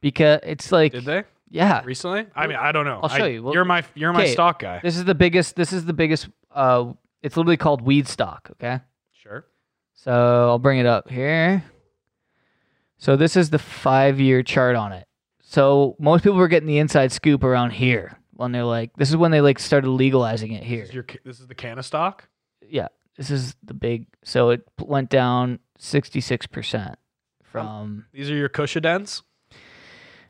[SPEAKER 2] because it's like,
[SPEAKER 1] Mm-hmm. did they
[SPEAKER 2] yeah,
[SPEAKER 1] recently? I mean, I don't know.
[SPEAKER 2] I'll show
[SPEAKER 1] I-
[SPEAKER 2] you. Well,
[SPEAKER 1] you're my you're my
[SPEAKER 2] okay.
[SPEAKER 1] stock guy.
[SPEAKER 2] this is the biggest. This is the biggest. Uh, it's literally called weed stock. Okay.
[SPEAKER 1] Sure.
[SPEAKER 2] So I'll bring it up here. So this is the five year chart on it. So most people were getting the inside scoop around here when they're like, this is when they like started legalizing it here.
[SPEAKER 1] This is, your, ca- this is the can of stock.
[SPEAKER 2] yeah, this is the big. So it p- went down sixty six percent from.
[SPEAKER 1] These are your Cushadens.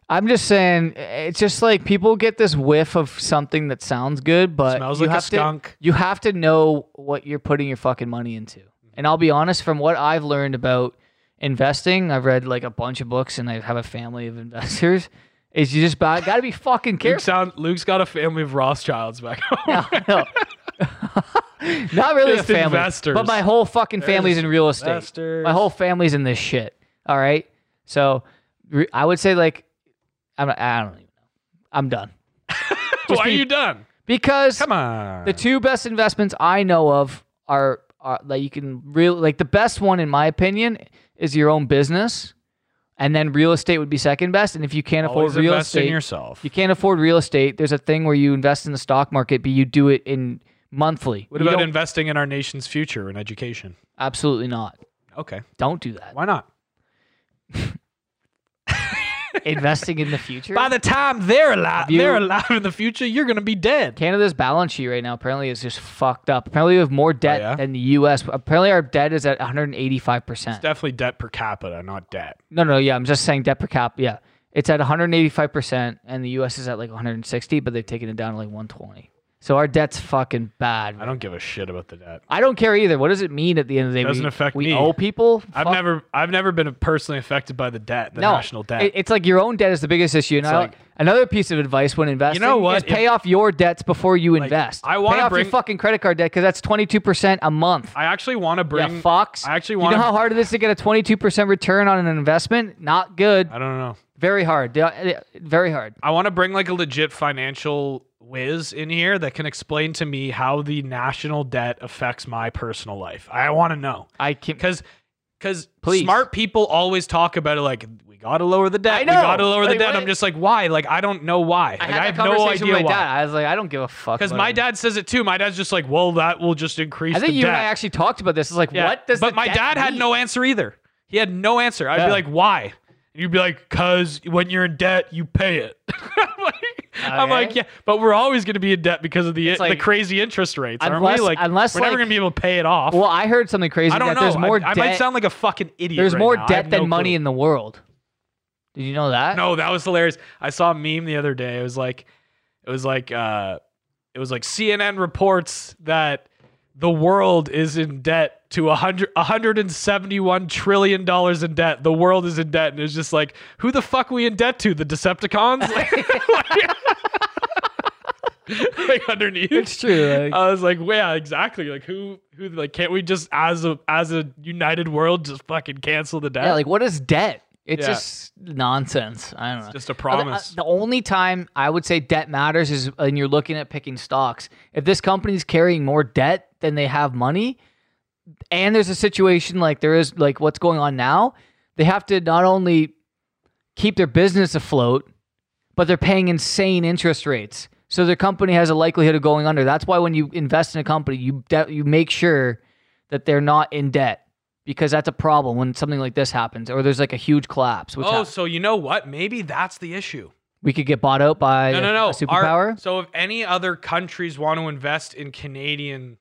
[SPEAKER 2] I'm just saying, it's just like people get this whiff of something that sounds good, but
[SPEAKER 1] Smells
[SPEAKER 2] you
[SPEAKER 1] like a
[SPEAKER 2] have to-
[SPEAKER 1] skunk.
[SPEAKER 2] you have to know what you're putting your fucking money into. And I'll be honest, from what I've learned about investing, I've read like a bunch of books and I have a family of investors. Is you just got to be fucking
[SPEAKER 1] Luke
[SPEAKER 2] careful.
[SPEAKER 1] sound, Luke's got a family of Rothschilds back home.
[SPEAKER 2] No, no. Not really a
[SPEAKER 1] Just
[SPEAKER 2] family,
[SPEAKER 1] investors.
[SPEAKER 2] but my whole fucking family's in real estate.
[SPEAKER 1] investors.
[SPEAKER 2] My whole family's in this shit. All right, so re- I would say like I'm I don't even know. I'm done
[SPEAKER 1] Why are
[SPEAKER 2] be-
[SPEAKER 1] you done?
[SPEAKER 2] because
[SPEAKER 1] Come on.
[SPEAKER 2] The two best investments I know of are, are that you can really like the best one in my opinion is your own business, and then real estate would be second best. And if you can't afford
[SPEAKER 1] Always
[SPEAKER 2] real
[SPEAKER 1] invest
[SPEAKER 2] estate,
[SPEAKER 1] in yourself.
[SPEAKER 2] you can't afford real estate. There's a thing where you invest in the stock market, but you do it in monthly.
[SPEAKER 1] what
[SPEAKER 2] You
[SPEAKER 1] about
[SPEAKER 2] don't-
[SPEAKER 1] investing in our nation's future and education?
[SPEAKER 2] absolutely not?
[SPEAKER 1] Okay.
[SPEAKER 2] Don't do that.
[SPEAKER 1] Why not?
[SPEAKER 2] Investing in the future.
[SPEAKER 1] By the time they're alive,
[SPEAKER 2] you-
[SPEAKER 1] they're alive in the future. You're gonna be dead.
[SPEAKER 2] Canada's balance sheet right now apparently is just fucked up. Apparently, we have more debt
[SPEAKER 1] Oh, yeah?
[SPEAKER 2] than the U.S. Apparently, our debt is at 185 percent.
[SPEAKER 1] Definitely debt per capita, not debt.
[SPEAKER 2] No, no, yeah. I'm just saying debt per cap. Yeah, it's at 185 percent, and the U.S. is at like 160, but they've taken it down to like 120. So our debt's fucking bad.
[SPEAKER 1] I don't give a shit about the debt.
[SPEAKER 2] I don't care either. What does it mean at the end of the day?
[SPEAKER 1] Doesn't
[SPEAKER 2] we,
[SPEAKER 1] affect
[SPEAKER 2] we
[SPEAKER 1] me.
[SPEAKER 2] owe people.
[SPEAKER 1] I've
[SPEAKER 2] Fuck
[SPEAKER 1] never, I've never been personally affected by the debt, the
[SPEAKER 2] no.
[SPEAKER 1] national debt.
[SPEAKER 2] It- it's like your own debt is the biggest issue. And I-
[SPEAKER 1] like-
[SPEAKER 2] another piece of advice when investing
[SPEAKER 1] You know what?
[SPEAKER 2] is pay off your debts before you invest.
[SPEAKER 1] I wanna
[SPEAKER 2] pay off
[SPEAKER 1] bring-
[SPEAKER 2] your fucking credit card debt because that's 22 percent a month.
[SPEAKER 1] I actually want to bring
[SPEAKER 2] yeah, Fox.
[SPEAKER 1] I actually
[SPEAKER 2] You
[SPEAKER 1] wanna-
[SPEAKER 2] know how hard it is to get a 22 percent return on an investment? Not good.
[SPEAKER 1] I don't know.
[SPEAKER 2] Very hard. They- Very hard.
[SPEAKER 1] I want to bring like a legit financial whiz in here that can explain to me how the national debt affects my personal life. I want to know
[SPEAKER 2] I can't.
[SPEAKER 1] because because
[SPEAKER 2] Please.
[SPEAKER 1] smart people always talk about it like we Gotta lower the debt.
[SPEAKER 2] I
[SPEAKER 1] We
[SPEAKER 2] know.
[SPEAKER 1] gotta lower the
[SPEAKER 2] Like,
[SPEAKER 1] debt.
[SPEAKER 2] what-
[SPEAKER 1] I'm just like, why? Like, I don't know why. Like,
[SPEAKER 2] I
[SPEAKER 1] I,
[SPEAKER 2] had that
[SPEAKER 1] have no
[SPEAKER 2] conversation
[SPEAKER 1] idea
[SPEAKER 2] with my
[SPEAKER 1] why.
[SPEAKER 2] dad. I was like, I don't give a fuck.
[SPEAKER 1] Because
[SPEAKER 2] what
[SPEAKER 1] my
[SPEAKER 2] I'm-
[SPEAKER 1] dad says it too. My dad's just like, well, that will just increase.
[SPEAKER 2] I think
[SPEAKER 1] the
[SPEAKER 2] you
[SPEAKER 1] debt.
[SPEAKER 2] and I actually talked about this. It's like,
[SPEAKER 1] Yeah.
[SPEAKER 2] what does?
[SPEAKER 1] But
[SPEAKER 2] the
[SPEAKER 1] my
[SPEAKER 2] debt
[SPEAKER 1] dad had
[SPEAKER 2] mean?
[SPEAKER 1] no answer either. He had no answer. I'd
[SPEAKER 2] Yeah.
[SPEAKER 1] be like, why? And you'd be like, cause when you're in debt, you pay it. I'm, like, I'm like,
[SPEAKER 2] Okay.
[SPEAKER 1] yeah, but we're always going to be in debt because of the
[SPEAKER 2] like-
[SPEAKER 1] the crazy interest rates, aren't
[SPEAKER 2] Unless-
[SPEAKER 1] we? Like,
[SPEAKER 2] unless,
[SPEAKER 1] we're never
[SPEAKER 2] like-
[SPEAKER 1] going to be able to pay it off.
[SPEAKER 2] Well, I heard something crazy.
[SPEAKER 1] I don't
[SPEAKER 2] that
[SPEAKER 1] know.
[SPEAKER 2] There's more
[SPEAKER 1] I,
[SPEAKER 2] debt.
[SPEAKER 1] I might sound like a fucking idiot.
[SPEAKER 2] there's
[SPEAKER 1] right
[SPEAKER 2] more
[SPEAKER 1] now. I
[SPEAKER 2] debt
[SPEAKER 1] have
[SPEAKER 2] than
[SPEAKER 1] no
[SPEAKER 2] money
[SPEAKER 1] clue.
[SPEAKER 2] in the world. Did you know that?
[SPEAKER 1] No, that was hilarious. I saw a meme the other day. It was like, it was like, uh, it was like CNN reports that the world is in debt to a hundred, hundred and seventy-one trillion dollars in debt. The world is in debt, and it's just like, who the fuck we in debt to? The Decepticons? Like- like underneath.
[SPEAKER 2] it's true. Like,
[SPEAKER 1] I was like, well, yeah, exactly. Like who, who, like, can't we just as a as a united world just fucking cancel the debt?
[SPEAKER 2] yeah, like what is debt? It's
[SPEAKER 1] Yeah.
[SPEAKER 2] just nonsense. I don't know.
[SPEAKER 1] just a
[SPEAKER 2] Other- uh,
[SPEAKER 1] promise.
[SPEAKER 2] The only time I would say debt matters is when you're looking at picking stocks. If this company's carrying more debt than they have money, and there's a situation like there is, like what's going on now, they have to not only keep their business afloat, but they're paying insane interest rates. So their company has a likelihood of going under. That's why when you invest in a company, you de- you make sure that they're not in debt because that's a problem when something like this happens or there's like a huge collapse. Which
[SPEAKER 1] oh,
[SPEAKER 2] hap-
[SPEAKER 1] so you know what? Maybe that's the issue.
[SPEAKER 2] we could get bought out by
[SPEAKER 1] no, no, no.
[SPEAKER 2] a
[SPEAKER 1] Our-
[SPEAKER 2] superpower.
[SPEAKER 1] so if any other countries want to invest in Canadian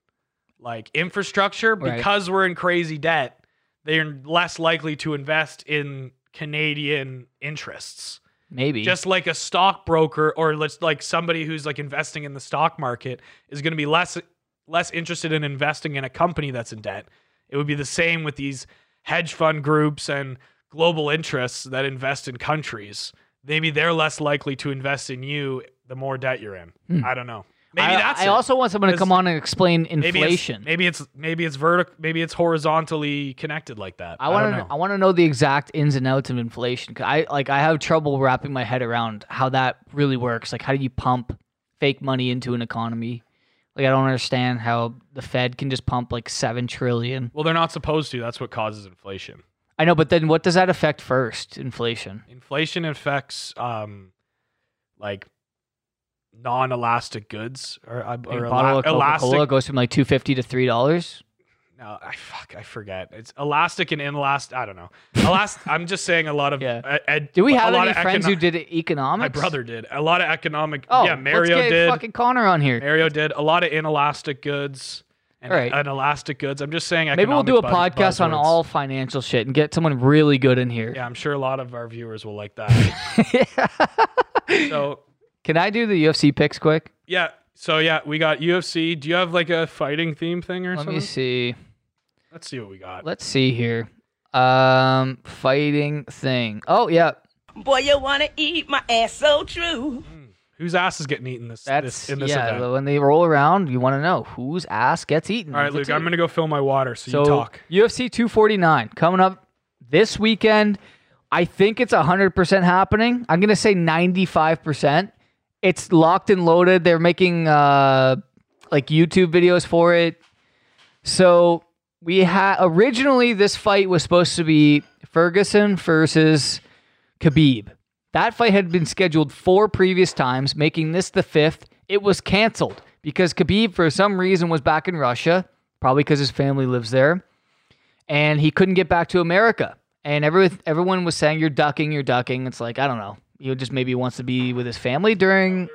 [SPEAKER 1] like infrastructure
[SPEAKER 2] Right.
[SPEAKER 1] because we're in crazy debt, they're less likely to invest in Canadian interests.
[SPEAKER 2] Maybe
[SPEAKER 1] Just like a stockbroker or let's like somebody who's like investing in the stock market is going to be less less interested in investing in a company that's in debt. It would be the same with these hedge fund groups and global interests that invest in countries. Maybe they're less likely to invest in you the more debt you're in. I don't know. Maybe
[SPEAKER 2] Hmm. I,
[SPEAKER 1] that's
[SPEAKER 2] I
[SPEAKER 1] it.
[SPEAKER 2] also want someone to
[SPEAKER 1] Because
[SPEAKER 2] come on and explain
[SPEAKER 1] maybe
[SPEAKER 2] inflation.
[SPEAKER 1] It's, maybe it's maybe it's vertical. Maybe it's horizontally connected like that.
[SPEAKER 2] I
[SPEAKER 1] don't
[SPEAKER 2] want to.
[SPEAKER 1] know.
[SPEAKER 2] I want to know the exact ins and outs of inflation. 'Cause I like. I have trouble wrapping my head around how that really works. Like, how do you pump fake money into an economy? Like, I don't understand how the Fed can just pump like seven trillion.
[SPEAKER 1] Well, they're not supposed to. That's what causes inflation.
[SPEAKER 2] I know, but then what does that affect first? Inflation.
[SPEAKER 1] inflation affects um like non-elastic goods or, uh,
[SPEAKER 2] Like
[SPEAKER 1] or
[SPEAKER 2] a bottle
[SPEAKER 1] ela-
[SPEAKER 2] of Coca Cola
[SPEAKER 1] elastic
[SPEAKER 2] goes from like two fifty to three dollars.
[SPEAKER 1] no i fuck i forget it's elastic and inelastic i don't know elastic i'm just saying a lot of
[SPEAKER 2] Yeah.
[SPEAKER 1] uh, ed-
[SPEAKER 2] Do we
[SPEAKER 1] a
[SPEAKER 2] have
[SPEAKER 1] lot
[SPEAKER 2] any
[SPEAKER 1] of
[SPEAKER 2] friends
[SPEAKER 1] econo-
[SPEAKER 2] who did economics?
[SPEAKER 1] my brother did a lot of economic
[SPEAKER 2] Oh,
[SPEAKER 1] yeah mario
[SPEAKER 2] let's get
[SPEAKER 1] did
[SPEAKER 2] Fucking Connor on here.
[SPEAKER 1] mario did a lot of inelastic goods and,
[SPEAKER 2] All right.
[SPEAKER 1] and elastic goods i'm just saying
[SPEAKER 2] Maybe we'll
[SPEAKER 1] economic
[SPEAKER 2] do a
[SPEAKER 1] buzz-
[SPEAKER 2] podcast on
[SPEAKER 1] buzzwords.
[SPEAKER 2] all financial shit and get someone really good in here.
[SPEAKER 1] yeah i'm sure a lot of our viewers will like that so
[SPEAKER 2] Can I do the UFC picks quick?
[SPEAKER 1] Yeah. So yeah, we got UFC. Do you have like a fighting theme thing or
[SPEAKER 2] Let
[SPEAKER 1] something?
[SPEAKER 2] me see.
[SPEAKER 1] Let's see what we got.
[SPEAKER 2] Let's see here. Um, fighting thing. Oh yeah,
[SPEAKER 6] Boy, you wanna eat my ass so true.
[SPEAKER 1] Whose ass is getting eaten this,
[SPEAKER 2] that's
[SPEAKER 1] this in this
[SPEAKER 2] yeah.
[SPEAKER 1] event?
[SPEAKER 2] When they roll around, you want to know whose ass gets eaten.
[SPEAKER 1] All right, Luke. I'm gonna go fill my water. So,
[SPEAKER 2] so
[SPEAKER 1] you talk.
[SPEAKER 2] UFC 249 coming up this weekend. I think it's hundred percent happening. I'm gonna say 95 percent. It's locked and loaded. They're making uh like YouTube videos for it. So we had originally this fight was supposed to be Ferguson versus Khabib. That fight had been scheduled four previous times, making this the fifth. It was canceled because Khabib, for some reason, was back in Russia, probably because his family lives there, and he couldn't get back to America. And every, everyone was saying, You're ducking, you're ducking. It's like, I don't know. He just maybe wants to be with his family during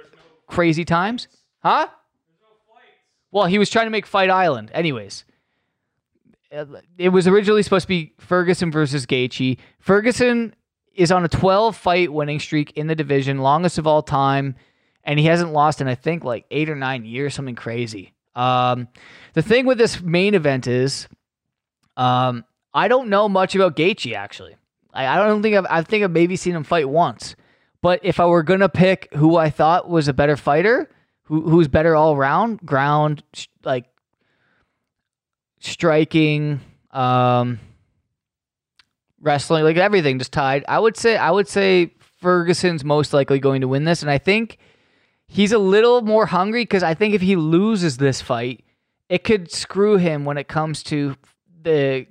[SPEAKER 2] crazy times. Huh? Well, he was trying to make Fight Island. Anyways, it was originally supposed to be Ferguson versus Gaethje. Ferguson is on a 12 fight winning streak in the division, longest of all time, and he hasn't lost in I think like 8 or 9 years, something crazy. Um the thing with this main event is um I don't know much about Gaethje actually. I, I don't think I've I think I've maybe seen him fight once. But if I were gonna pick who I thought was a better fighter, who who's better all round, ground, sh- like striking, um, wrestling, like everything just tied. I would say I would say Ferguson's most likely going to win this, and I think he's a little more hungry because I think if he loses this fight, it could screw him when it comes to the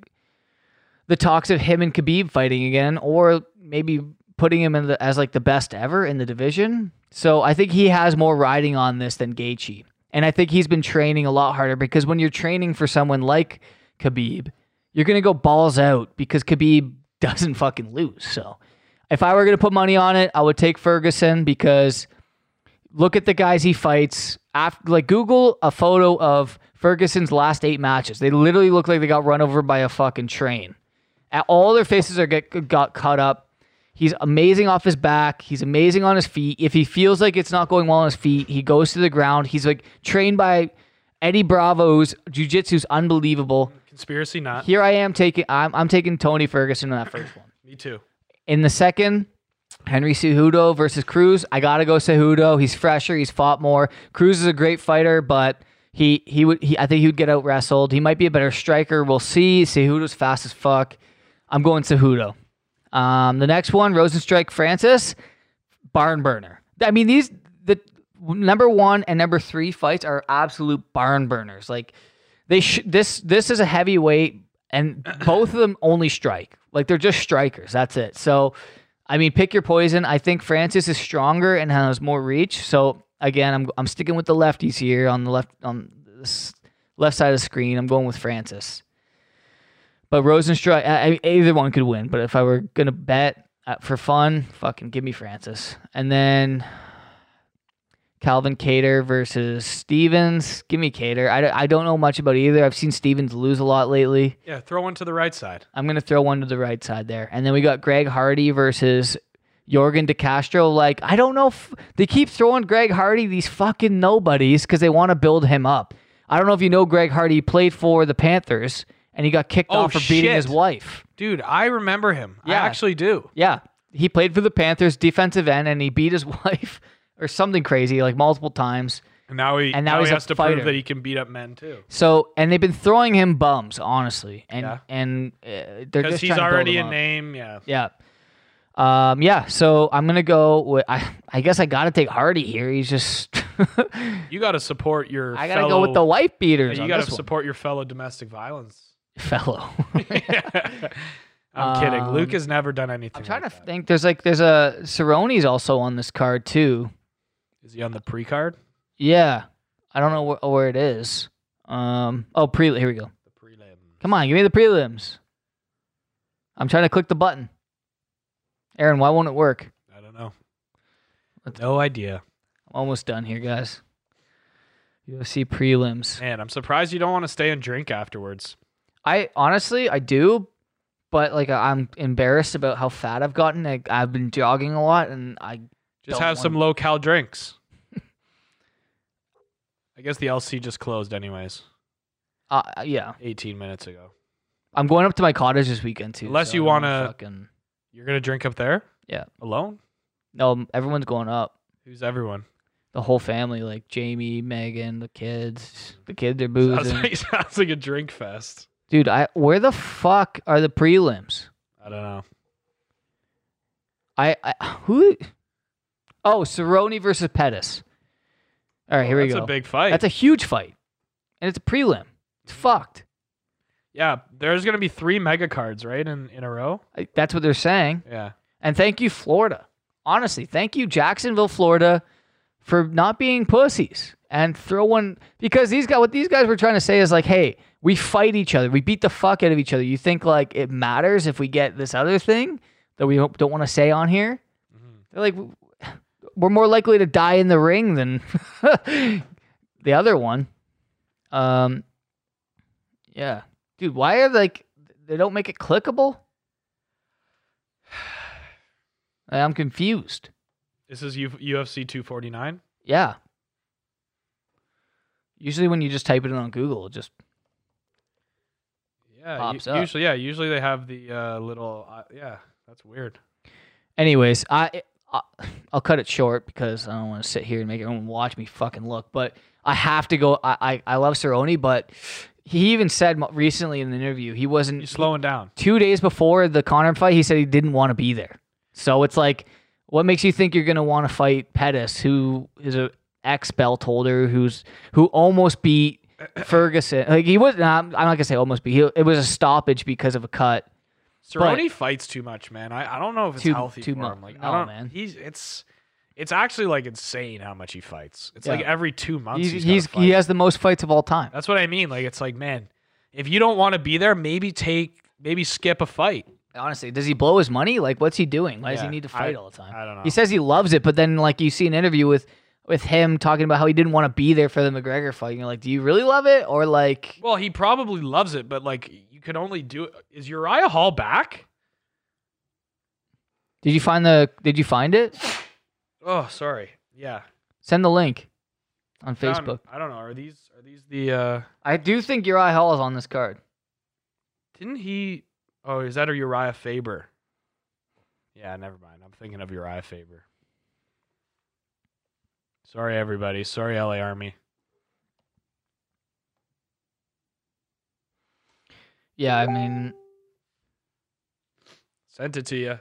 [SPEAKER 2] the talks of him and Khabib fighting again, or maybe putting him in the as like the best ever in the division. So I think he has more riding on this than Gaethje, and I think he's been training a lot harder because when you're training for someone like Khabib, you're gonna go balls out because Khabib doesn't fucking lose. So if I were gonna put money on it, I would take Ferguson because look at the guys he fights after like google a photo of ferguson's last eight matches they literally look like they got run over by a fucking train A- all their faces are get, got cut up he's amazing off his back he's amazing on his feet if he feels like it's not going well on his feet he goes to the ground he's like trained by eddie bravo's jiu-jitsu's unbelievable
[SPEAKER 1] Conspiracy not.
[SPEAKER 2] here i am taking i'm, I'm taking tony ferguson in that first one
[SPEAKER 1] Me too.
[SPEAKER 2] in the second, Henry Cejudo versus Cruz. I gotta go Cejudo. He's fresher. He's fought more. Cruz is a great fighter, but he he would he, I think he would get out wrestled. He might be a better striker. We'll see. Cejudo's fast as fuck. I'm going Cejudo. Um, the next one, Rosenstrike Francis, barn burner. I mean these the number one and number three fights are absolute barn burners. Like they sh- this this is a heavyweight and both of them only strike like they're just strikers that's it so i mean pick your poison i think francis is stronger and has more reach so again i'm, I'm sticking with the lefties here on the left on this left side of the screen i'm going with francis but rosenstruck I, I, either one could win but if i were gonna bet uh, for fun fucking give me francis and then Calvin Cater versus Stevens. Give me Cater. I, d- I don't know much about either. I've seen Stevens lose a lot lately.
[SPEAKER 1] Yeah, throw one to the right side.
[SPEAKER 2] I'm going to throw one to the right side there. And then we got Greg Hardy versus Jorgen De Castro. Like, I don't know. If, they keep throwing Greg Hardy these fucking nobodies because they want to build him up. I don't know if you know Greg Hardy he played for the Panthers and he got kicked
[SPEAKER 1] Oh,
[SPEAKER 2] off for beating
[SPEAKER 1] shit.
[SPEAKER 2] his wife.
[SPEAKER 1] Dude, I remember him.
[SPEAKER 2] Yeah.
[SPEAKER 1] I actually do.
[SPEAKER 2] Yeah. He played for the Panthers defensive end and he beat his wife or something crazy like multiple times.
[SPEAKER 1] And now he
[SPEAKER 2] And now he's
[SPEAKER 1] he
[SPEAKER 2] a
[SPEAKER 1] has to
[SPEAKER 2] fighter.
[SPEAKER 1] prove that he can beat up men too.
[SPEAKER 2] So and they've been throwing him bums, honestly, and
[SPEAKER 1] Yeah.
[SPEAKER 2] and uh, they're
[SPEAKER 1] Because
[SPEAKER 2] just
[SPEAKER 1] he's
[SPEAKER 2] trying to build
[SPEAKER 1] already
[SPEAKER 2] him
[SPEAKER 1] a
[SPEAKER 2] up.
[SPEAKER 1] name. Yeah.
[SPEAKER 2] Yeah, um, yeah. So I'm gonna go with I. I guess I gotta take Hardy here. He's just
[SPEAKER 1] You got to support your.
[SPEAKER 2] I gotta go
[SPEAKER 1] fellow-
[SPEAKER 2] with the white beaters.
[SPEAKER 1] You
[SPEAKER 2] on
[SPEAKER 1] got
[SPEAKER 2] this
[SPEAKER 1] to
[SPEAKER 2] one.
[SPEAKER 1] support your fellow domestic violence.
[SPEAKER 2] fellow.
[SPEAKER 1] I'm kidding. Luke
[SPEAKER 2] Um,
[SPEAKER 1] has never done anything.
[SPEAKER 2] I'm trying to
[SPEAKER 1] like that.
[SPEAKER 2] think. There's like there's a Cerrone's also on this card too.
[SPEAKER 1] Is he on the pre card?
[SPEAKER 2] Yeah, I don't know where, where it is. Um. Oh, pre. Here we go.
[SPEAKER 1] The prelim.
[SPEAKER 2] Come on, give me the prelims. I'm trying to click the button. Aaron, why won't it work?
[SPEAKER 1] I don't know.
[SPEAKER 2] Let's-
[SPEAKER 1] No idea.
[SPEAKER 2] I'm almost done here, guys. UFC prelims.
[SPEAKER 1] Man, I'm surprised you don't want to stay and drink afterwards.
[SPEAKER 2] I honestly, I do, but like I- I'm embarrassed about how fat I've gotten. I, I've been jogging a lot, and I
[SPEAKER 1] Just
[SPEAKER 2] Don't
[SPEAKER 1] have some
[SPEAKER 2] want-
[SPEAKER 1] low cal drinks. I guess the LC just closed, anyways,
[SPEAKER 2] uh, yeah,
[SPEAKER 1] 18 minutes ago.
[SPEAKER 2] I'm going up to my cottage this weekend too.
[SPEAKER 1] Unless you
[SPEAKER 2] I don't
[SPEAKER 1] wanna-
[SPEAKER 2] fucking
[SPEAKER 1] You're going to drink up there?
[SPEAKER 2] Yeah.
[SPEAKER 1] Alone?
[SPEAKER 2] no, everyone's going up.
[SPEAKER 1] Who's everyone?
[SPEAKER 2] The whole family, like Jamie, Megan, the kids. The kids are
[SPEAKER 1] Sounds
[SPEAKER 2] boozing.
[SPEAKER 1] like, sounds like a drink fest.
[SPEAKER 2] Dude, I where the fuck are the prelims?
[SPEAKER 1] I don't know.
[SPEAKER 2] I, I who? Oh, Cerrone versus Pettis. All right, here we
[SPEAKER 1] Oh, That's
[SPEAKER 2] go.
[SPEAKER 1] a big fight.
[SPEAKER 2] That's a huge fight. And it's a prelim. It's fucked.
[SPEAKER 1] yeah, there's going to be three mega cards, right, in, in a row?
[SPEAKER 2] I- That's what they're saying.
[SPEAKER 1] Yeah.
[SPEAKER 2] And thank you, Florida. Honestly, thank you, Jacksonville, Florida, for not being pussies and throw one because these guys what these guys were trying to say is like, hey, we fight each other. We beat the fuck out of each other. You think like it matters if we get this other thing that we don't, don't want to say on here? They're like we're more likely to die in the ring than the other one. Um yeah. Dude, why are like they don't make it clickable? I'm confused.
[SPEAKER 1] This is U- UFC 249.
[SPEAKER 2] Yeah. Usually when you just type it in on Google, it just
[SPEAKER 1] Yeah,
[SPEAKER 2] Pops
[SPEAKER 1] u-
[SPEAKER 2] up.
[SPEAKER 1] usually, yeah, usually they have the uh, little, uh, yeah, that's weird.
[SPEAKER 2] Anyways, I I- I'll cut it short because I don't want to sit here and make everyone watch me fucking look. But I have to go. I I, I love Cerrone, but he even said mo- recently in an interview he
[SPEAKER 1] You're
[SPEAKER 2] wasn't
[SPEAKER 1] slowing down.
[SPEAKER 2] two days before the Connor fight. He said he didn't want to be there. So it's like, what makes you think you're gonna want to fight Pettis, who is a ex belt holder, who's who almost beat Ferguson. Like he was. Nah, I'm I'm not gonna say almost beat. He, it was a stoppage because of a cut.
[SPEAKER 1] Cerrone fights too much, man. I, I don't know if it's
[SPEAKER 2] Too-
[SPEAKER 1] healthy
[SPEAKER 2] too
[SPEAKER 1] for
[SPEAKER 2] mu-
[SPEAKER 1] him. Like,
[SPEAKER 2] no,
[SPEAKER 1] I don't,
[SPEAKER 2] man.
[SPEAKER 1] He's it's it's actually like insane how much he fights. It's like
[SPEAKER 2] Yeah.
[SPEAKER 1] every two months
[SPEAKER 2] He's,
[SPEAKER 1] he's,
[SPEAKER 2] he's-
[SPEAKER 1] gotta fight.
[SPEAKER 2] he has the most fights of all time.
[SPEAKER 1] That's what I mean. Like it's like, man, if you don't want to be there, maybe take maybe skip a fight.
[SPEAKER 2] Honestly, does he blow his money? Like, what's he doing? Why does he
[SPEAKER 1] Yeah,
[SPEAKER 2] need to
[SPEAKER 1] I-
[SPEAKER 2] fight all the time?
[SPEAKER 1] I don't know.
[SPEAKER 2] He says he loves it, but then like you see an interview with with him talking about how he didn't want to be there for the McGregor fight. You're like, do you really love it or like?
[SPEAKER 1] Well, he probably loves it, but like you can only do it. Is Uriah Hall back?
[SPEAKER 2] Did you find the? Did you find it?
[SPEAKER 1] Oh, sorry. Yeah.
[SPEAKER 2] Send the link on
[SPEAKER 1] Found-
[SPEAKER 2] Facebook.
[SPEAKER 1] I don't know. Are these are these the uh
[SPEAKER 2] I do think Uriah Hall is on this card.
[SPEAKER 1] didn't he Oh, is that a Uriah Faber? Yeah, never mind. I'm thinking of Uriah Faber. Sorry everybody. Sorry LA Army.
[SPEAKER 2] Yeah, I mean,
[SPEAKER 1] Sent it to you.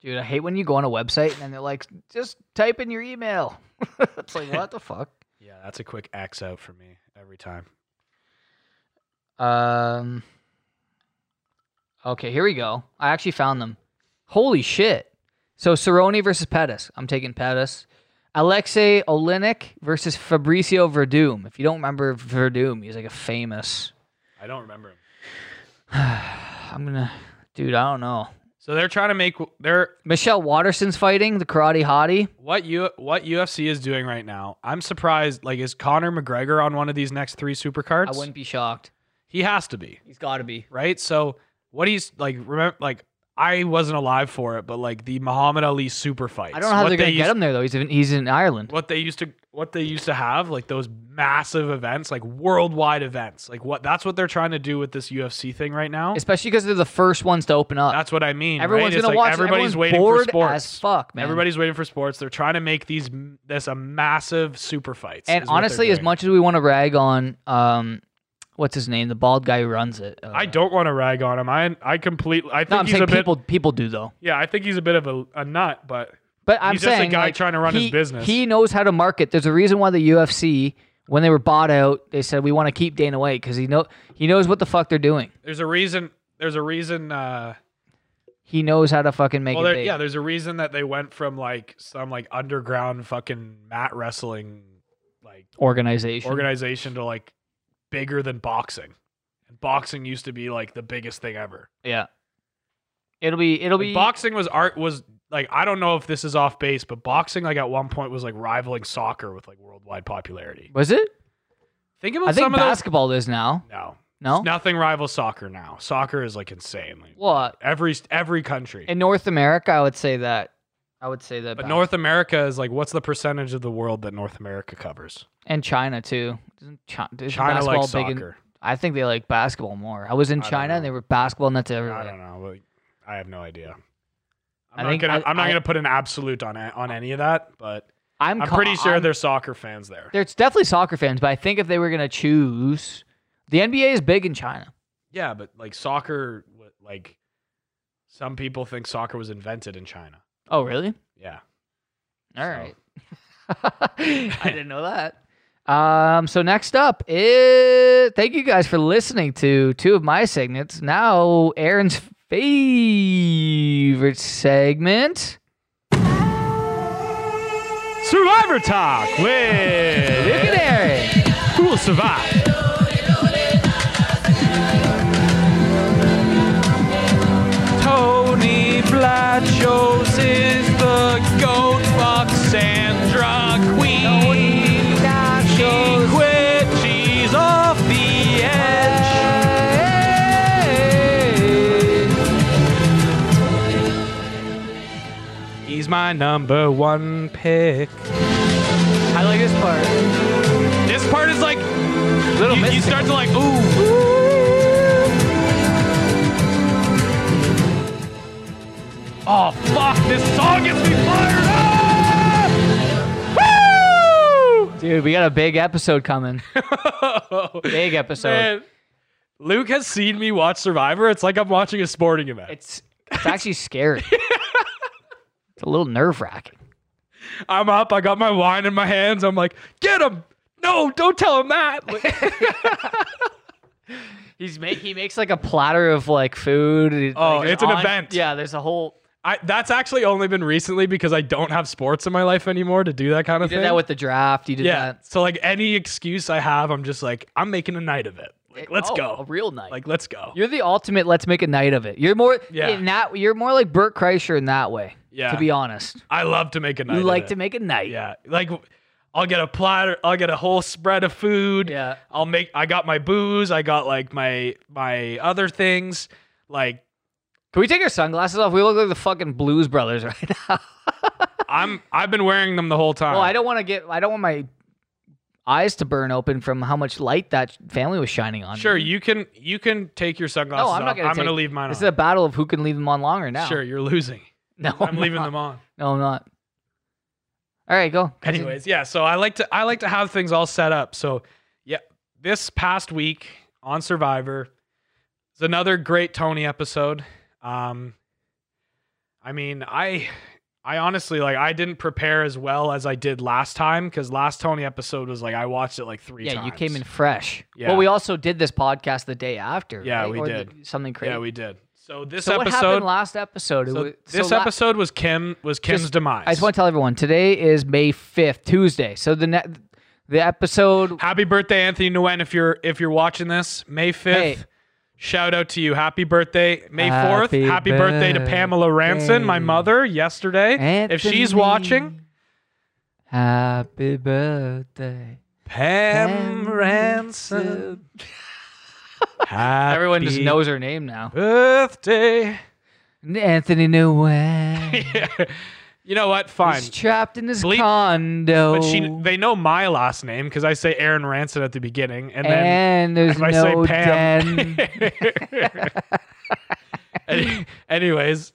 [SPEAKER 2] dude, I hate when you go on a website and then they're like, just type in your email. it's like, what the fuck?
[SPEAKER 1] Yeah, that's a quick X out for me every time.
[SPEAKER 2] Um. Okay, here we go. I actually found them. Holy shit! So Cerrone versus Pettis. I'm taking Pettis. Alexei Olenek versus Fabricio Verdum. If you don't remember Verdum, he's like a famous.
[SPEAKER 1] I don't remember him.
[SPEAKER 2] I'm gonna, dude. I don't know.
[SPEAKER 1] So they're trying to make they're
[SPEAKER 2] Michelle Watterson's fighting the karate hottie.
[SPEAKER 1] what you what UFC is doing right now. I'm surprised. Like, is Conor McGregor on one of these next three supercards?
[SPEAKER 2] I wouldn't be shocked.
[SPEAKER 1] He has to be,
[SPEAKER 2] He's got to be.
[SPEAKER 1] right? So what he's like, remember, like I wasn't alive for it, but like the Muhammad Ali super fights.
[SPEAKER 2] I don't know how
[SPEAKER 1] what
[SPEAKER 2] they're gonna
[SPEAKER 1] they used,
[SPEAKER 2] get him there though. He's in, he's in Ireland.
[SPEAKER 1] What they used to what they used to have, like those massive events, like worldwide events, like what that's what they're trying to do with this UFC thing right now.
[SPEAKER 2] Especially because they're the first ones to open up.
[SPEAKER 1] That's what I mean. right?
[SPEAKER 2] Everyone's
[SPEAKER 1] It's
[SPEAKER 2] gonna
[SPEAKER 1] like
[SPEAKER 2] watch it.
[SPEAKER 1] Everybody's
[SPEAKER 2] Everyone's
[SPEAKER 1] waiting for
[SPEAKER 2] bored
[SPEAKER 1] sports.
[SPEAKER 2] as fuck, man.
[SPEAKER 1] Everybody's waiting for sports. They're trying to make these this a massive super fights.
[SPEAKER 2] and
[SPEAKER 1] is what they're
[SPEAKER 2] honestly, as
[SPEAKER 1] doing.
[SPEAKER 2] much as we want to rag on, um, what's his name, the bald guy who runs it. Uh,
[SPEAKER 1] I don't want to rag on him. I I completely. I think
[SPEAKER 2] No, I'm
[SPEAKER 1] he's
[SPEAKER 2] saying
[SPEAKER 1] a bit.
[SPEAKER 2] people people do though.
[SPEAKER 1] yeah, I think he's a bit of a, a nut, but
[SPEAKER 2] But I'm
[SPEAKER 1] He's just a
[SPEAKER 2] saying
[SPEAKER 1] guy
[SPEAKER 2] like,
[SPEAKER 1] trying to run his
[SPEAKER 2] he-
[SPEAKER 1] business.
[SPEAKER 2] He knows how to market. There's a reason why the UFC, when they were bought out, they said we want to keep Dana White because he know he knows what the fuck they're doing.
[SPEAKER 1] there's a reason. There's a reason. Uh,
[SPEAKER 2] He knows how to fucking make
[SPEAKER 1] well,
[SPEAKER 2] it
[SPEAKER 1] there,
[SPEAKER 2] big.
[SPEAKER 1] yeah, there's a reason that they went from like some like underground fucking mat wrestling like
[SPEAKER 2] organization.
[SPEAKER 1] organization to like bigger than boxing. And boxing used to be like the biggest thing ever.
[SPEAKER 2] yeah. It'll be it'll
[SPEAKER 1] Like,
[SPEAKER 2] be
[SPEAKER 1] boxing was art was like I don't know if this is off base, but boxing like at one point was like rivaling soccer with like worldwide popularity.
[SPEAKER 2] Was it?
[SPEAKER 1] Think about
[SPEAKER 2] I think
[SPEAKER 1] some of those.
[SPEAKER 2] basketball is now.
[SPEAKER 1] No,
[SPEAKER 2] No.
[SPEAKER 1] nothing rivals soccer now. Soccer is like insane. Like,
[SPEAKER 2] Well,
[SPEAKER 1] every every country,
[SPEAKER 2] in North America, I would say that. I would say that.
[SPEAKER 1] but
[SPEAKER 2] bas-
[SPEAKER 1] North America is like what's the percentage of the world that North America covers?
[SPEAKER 2] and China too. Isn't China, isn't
[SPEAKER 1] China
[SPEAKER 2] basketball
[SPEAKER 1] likes
[SPEAKER 2] big in-
[SPEAKER 1] soccer.
[SPEAKER 2] I think they like basketball more. I was in
[SPEAKER 1] don't
[SPEAKER 2] China and
[SPEAKER 1] know.
[SPEAKER 2] they were basketball nuts
[SPEAKER 1] I don't
[SPEAKER 2] everywhere.
[SPEAKER 1] know. Like, I have no idea.
[SPEAKER 2] I
[SPEAKER 1] I'm not
[SPEAKER 2] think
[SPEAKER 1] gonna.
[SPEAKER 2] I-
[SPEAKER 1] I, am not
[SPEAKER 2] I-
[SPEAKER 1] gonna put an absolute on a- on any of that, but
[SPEAKER 2] I'm,
[SPEAKER 1] I'm
[SPEAKER 2] co-
[SPEAKER 1] pretty sure
[SPEAKER 2] I'm-
[SPEAKER 1] there's soccer fans there.
[SPEAKER 2] there's definitely soccer fans, but I think if they were gonna choose, the NBA is big in China.
[SPEAKER 1] Yeah, but like soccer, w- like some people think soccer was invented in China.
[SPEAKER 2] Oh really?
[SPEAKER 1] Yeah.
[SPEAKER 2] All
[SPEAKER 1] So-
[SPEAKER 2] right. I didn't know that. Um, so next up is thank you guys for listening to two of my segments. Now Aaron's favorite segment.
[SPEAKER 1] Survivor Talk with
[SPEAKER 2] Look at Aaron.
[SPEAKER 1] Who Will Survive. Tony Blatchos is the goat fuck Sandra Queen. She quit, she's off the edge. He's my number one pick.
[SPEAKER 2] I like this part.
[SPEAKER 1] This part is like
[SPEAKER 2] Little
[SPEAKER 1] you, you
[SPEAKER 2] Miss.
[SPEAKER 1] start to like ooh. Oh fuck! This song gets me fired up. Woo!
[SPEAKER 2] Dude, we got a big episode coming. Big episode.
[SPEAKER 1] Oh, Man, Luke has seen me watch Survivor. It's like I'm watching a sporting event.
[SPEAKER 2] It's it's actually scary. it's a little nerve wracking.
[SPEAKER 1] I'm up. I got my wine in my hands. I'm like, get him. No, don't tell him that. Like,
[SPEAKER 2] He's make he makes like a platter of like food. and,
[SPEAKER 1] Oh,
[SPEAKER 2] like, there's
[SPEAKER 1] it's an event.
[SPEAKER 2] Yeah, there's a whole.
[SPEAKER 1] I, that's actually only been recently because I don't have sports in my life anymore to do that kind
[SPEAKER 2] You
[SPEAKER 1] of
[SPEAKER 2] did
[SPEAKER 1] thing.
[SPEAKER 2] that with the draft. You did
[SPEAKER 1] yeah.
[SPEAKER 2] that.
[SPEAKER 1] So like any excuse I have, I'm just like, I'm making a night of it. Like, let's
[SPEAKER 2] Oh, A
[SPEAKER 1] go.
[SPEAKER 2] real night.
[SPEAKER 1] Like, let's go.
[SPEAKER 2] You're the ultimate. Let's make a night of it. You're more
[SPEAKER 1] Yeah.
[SPEAKER 2] in that. You're more like Burt Kreischer in that way.
[SPEAKER 1] Yeah.
[SPEAKER 2] To be honest,
[SPEAKER 1] I love to make a night.
[SPEAKER 2] you
[SPEAKER 1] of
[SPEAKER 2] like
[SPEAKER 1] it.
[SPEAKER 2] to make a night.
[SPEAKER 1] Yeah, like I'll get a platter. I'll get a whole spread of food.
[SPEAKER 2] Yeah.
[SPEAKER 1] I'll make. I got my booze. I got like my my other things. Like
[SPEAKER 2] Can we take our sunglasses off? We look like the fucking Blues Brothers right now.
[SPEAKER 1] I'm. I've been wearing them the whole time.
[SPEAKER 2] Well, I don't want to get. I don't want my eyes to burn open from how much light that family was shining on.
[SPEAKER 1] Sure, you can. You can take your sunglasses
[SPEAKER 2] No, Oh, I'm not
[SPEAKER 1] off.
[SPEAKER 2] gonna.
[SPEAKER 1] I'm gonna
[SPEAKER 2] take-
[SPEAKER 1] leave mine
[SPEAKER 2] This
[SPEAKER 1] on.
[SPEAKER 2] is a battle of who can leave them on longer now. Oh
[SPEAKER 1] Sure, you're losing.
[SPEAKER 2] No,
[SPEAKER 1] I'm leaving them on.
[SPEAKER 2] No, I'm not. All right, go.
[SPEAKER 1] Anyways, yeah. So I like to. I like to have things all set up. So yeah, this past week on Survivor, it's another great Tony episode. Um, I mean, I I honestly like I didn't prepare as well as I did last time because last Tony episode was like I watched it like three
[SPEAKER 2] Yeah,
[SPEAKER 1] times.
[SPEAKER 2] you came in fresh.
[SPEAKER 1] Yeah.
[SPEAKER 2] Well, we also did this podcast the day after.
[SPEAKER 1] Yeah,
[SPEAKER 2] right?
[SPEAKER 1] we
[SPEAKER 2] Or
[SPEAKER 1] did.
[SPEAKER 2] the- something crazy.
[SPEAKER 1] Yeah, we did. So this
[SPEAKER 2] so what
[SPEAKER 1] episode,
[SPEAKER 2] happened last episode? It
[SPEAKER 1] so
[SPEAKER 2] was- so
[SPEAKER 1] this
[SPEAKER 2] la-
[SPEAKER 1] episode was Kim was Kim's
[SPEAKER 2] Just-
[SPEAKER 1] demise.
[SPEAKER 2] I just want to tell everyone today is May fifth, Tuesday. So the ne- the episode.
[SPEAKER 1] Happy birthday, Anthony Nguyen. If you're if you're watching this, May fifth.
[SPEAKER 2] Hey.
[SPEAKER 1] Shout out to you. Happy birthday, May fourth.
[SPEAKER 2] Happy
[SPEAKER 1] Happy, birthday to Pamela Ranson, my mother, yesterday. If she's watching,
[SPEAKER 2] Happy birthday.
[SPEAKER 1] Pam,
[SPEAKER 2] Pam
[SPEAKER 1] Ranson. Happy
[SPEAKER 2] Everyone just knows her name now.
[SPEAKER 1] Birthday.
[SPEAKER 2] Anthony Nguyen.
[SPEAKER 1] You know what? Fine.
[SPEAKER 2] He's trapped in his
[SPEAKER 1] Bleep.
[SPEAKER 2] condo.
[SPEAKER 1] But she, they know my last name because I say Aaron Ranson at the beginning, and then
[SPEAKER 2] and there's
[SPEAKER 1] if I say
[SPEAKER 2] no
[SPEAKER 1] Pam-
[SPEAKER 2] den.
[SPEAKER 1] Any- anyways,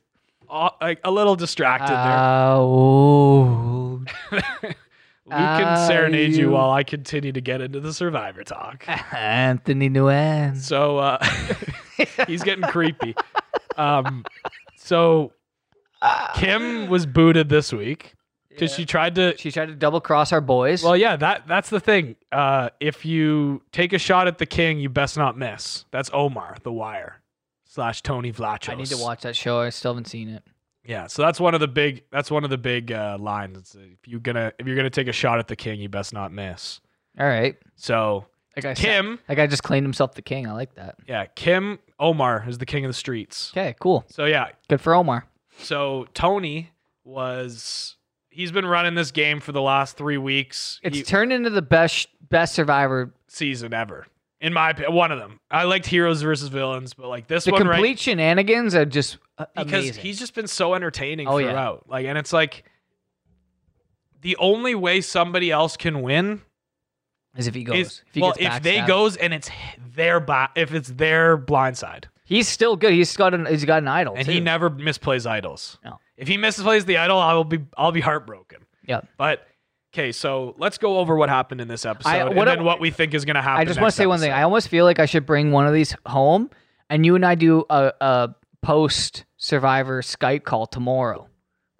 [SPEAKER 1] aw- like a little distracted
[SPEAKER 2] Ah.
[SPEAKER 1] there.
[SPEAKER 2] Ow.
[SPEAKER 1] Luke can
[SPEAKER 2] ah,
[SPEAKER 1] serenade you.
[SPEAKER 2] you-
[SPEAKER 1] while I continue to get into the survivor talk.
[SPEAKER 2] Anthony Nguyen.
[SPEAKER 1] So uh, he's getting creepy. Um, so Kim was booted this week because she tried to.
[SPEAKER 2] She tried to double cross our boys.
[SPEAKER 1] Well, yeah, that that's the thing. Uh, if you take a shot at the king, you best not miss. That's Omar, The Wire, slash Tony Vlachos.
[SPEAKER 2] I need to watch that show. I still haven't seen it.
[SPEAKER 1] Yeah, so that's one of the big that's one of the big uh, lines. It's, uh, if you're gonna if you're gonna take a shot at the king, you best not miss.
[SPEAKER 2] All right.
[SPEAKER 1] So
[SPEAKER 2] Like I said-
[SPEAKER 1] Kim,
[SPEAKER 2] That guy just claimed himself the king. I like that.
[SPEAKER 1] yeah, Kim Omar is the king of the streets.
[SPEAKER 2] Okay, cool.
[SPEAKER 1] So yeah,
[SPEAKER 2] Good for Omar.
[SPEAKER 1] so Tony was he's been running this game for the last three weeks
[SPEAKER 2] It's
[SPEAKER 1] he-
[SPEAKER 2] turned into the best best survivor.
[SPEAKER 1] season ever. In my opinion, one of them. I liked heroes versus villains, but like this
[SPEAKER 2] The
[SPEAKER 1] one
[SPEAKER 2] complete
[SPEAKER 1] right
[SPEAKER 2] shenanigans are just uh,
[SPEAKER 1] because
[SPEAKER 2] amazing.
[SPEAKER 1] he's just been so entertaining
[SPEAKER 2] Oh, yeah.
[SPEAKER 1] throughout. Like, and it's like the only way somebody else can win
[SPEAKER 2] As if he goes.
[SPEAKER 1] is
[SPEAKER 2] if he
[SPEAKER 1] well,
[SPEAKER 2] gets
[SPEAKER 1] if they
[SPEAKER 2] backstabbed.
[SPEAKER 1] goes and it's h- their bi- if it's their blind side,
[SPEAKER 2] he's still good. He's got an he's got an idol.
[SPEAKER 1] and
[SPEAKER 2] too.
[SPEAKER 1] he never misplays idols.
[SPEAKER 2] No.
[SPEAKER 1] If he misplays the idol, I will be I'll be heartbroken.
[SPEAKER 2] Yeah.
[SPEAKER 1] But okay, so let's go over what happened in this episode,
[SPEAKER 2] what
[SPEAKER 1] and
[SPEAKER 2] I-
[SPEAKER 1] then what we think is going to happen.
[SPEAKER 2] I just
[SPEAKER 1] want
[SPEAKER 2] want to say one thing. I almost feel like I should bring one of these home, and you and I do a, a post Survivor Skype call tomorrow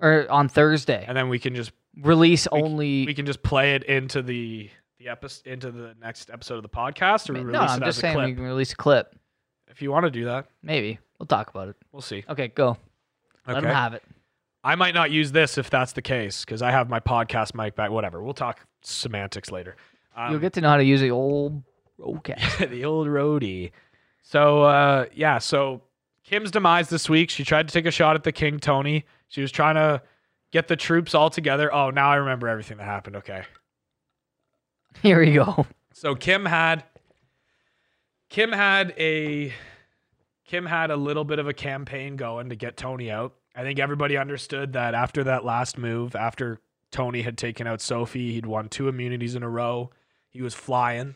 [SPEAKER 2] or on Thursday.
[SPEAKER 1] and then we can just
[SPEAKER 2] Release only.
[SPEAKER 1] we can just play it into the the episode into the next episode of the podcast, or we release
[SPEAKER 2] no, I'm
[SPEAKER 1] it
[SPEAKER 2] just
[SPEAKER 1] as
[SPEAKER 2] saying
[SPEAKER 1] a clip
[SPEAKER 2] we can release a clip.
[SPEAKER 1] if you want to do that.
[SPEAKER 2] Maybe we'll talk about it.
[SPEAKER 1] We'll see.
[SPEAKER 2] Okay, go. Let him
[SPEAKER 1] Okay.
[SPEAKER 2] have it.
[SPEAKER 1] I might not use this if that's the case because I have my podcast mic back. Whatever. We'll talk semantics later. Um,
[SPEAKER 2] You'll get to know how to use the old okay.
[SPEAKER 1] the old roadie. So uh, yeah, so Kim's demise this week. She tried to take a shot at the King Tony. She was trying to get the troops all together. Oh, now I remember everything that happened. Okay,
[SPEAKER 2] Here we go.
[SPEAKER 1] so Kim had Kim had a Kim had a little bit of a campaign going to get Tony out. I think everybody understood that after that last move, after Tony had taken out Sophie, he'd won two immunities in a row. He was flying.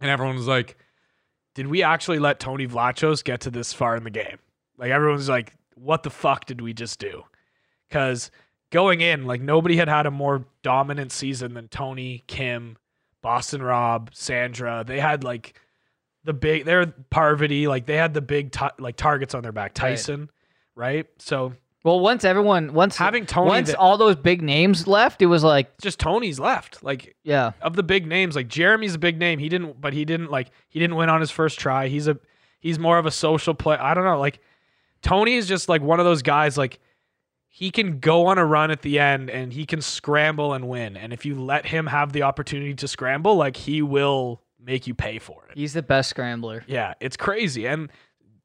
[SPEAKER 1] And everyone was like, did we actually let Tony Vlachos get to this far in the game? Like everyone's like, what the fuck did we just do? Cuz going in, like nobody had had a more dominant season than Tony, Kim, Boston Rob, Sandra. They had like the big they're Parvati, like they had the big ti- like targets on their back, Tyson, right? So
[SPEAKER 2] Well, once everyone, once
[SPEAKER 1] Having Tony
[SPEAKER 2] once
[SPEAKER 1] that-
[SPEAKER 2] all those big names left, it was like,
[SPEAKER 1] Just Tony's left. Like
[SPEAKER 2] yeah,
[SPEAKER 1] of the big names, like Jeremy's a big name. He didn't, but he didn't like he didn't win on his first try. He's a he's more of a social play. I don't know. Like Tony is just like one of those guys. Like he can go on a run at the end and he can scramble and win. And if you let him have the opportunity to scramble, like he will make you pay for it.
[SPEAKER 2] he's the best scrambler
[SPEAKER 1] Yeah, it's crazy. And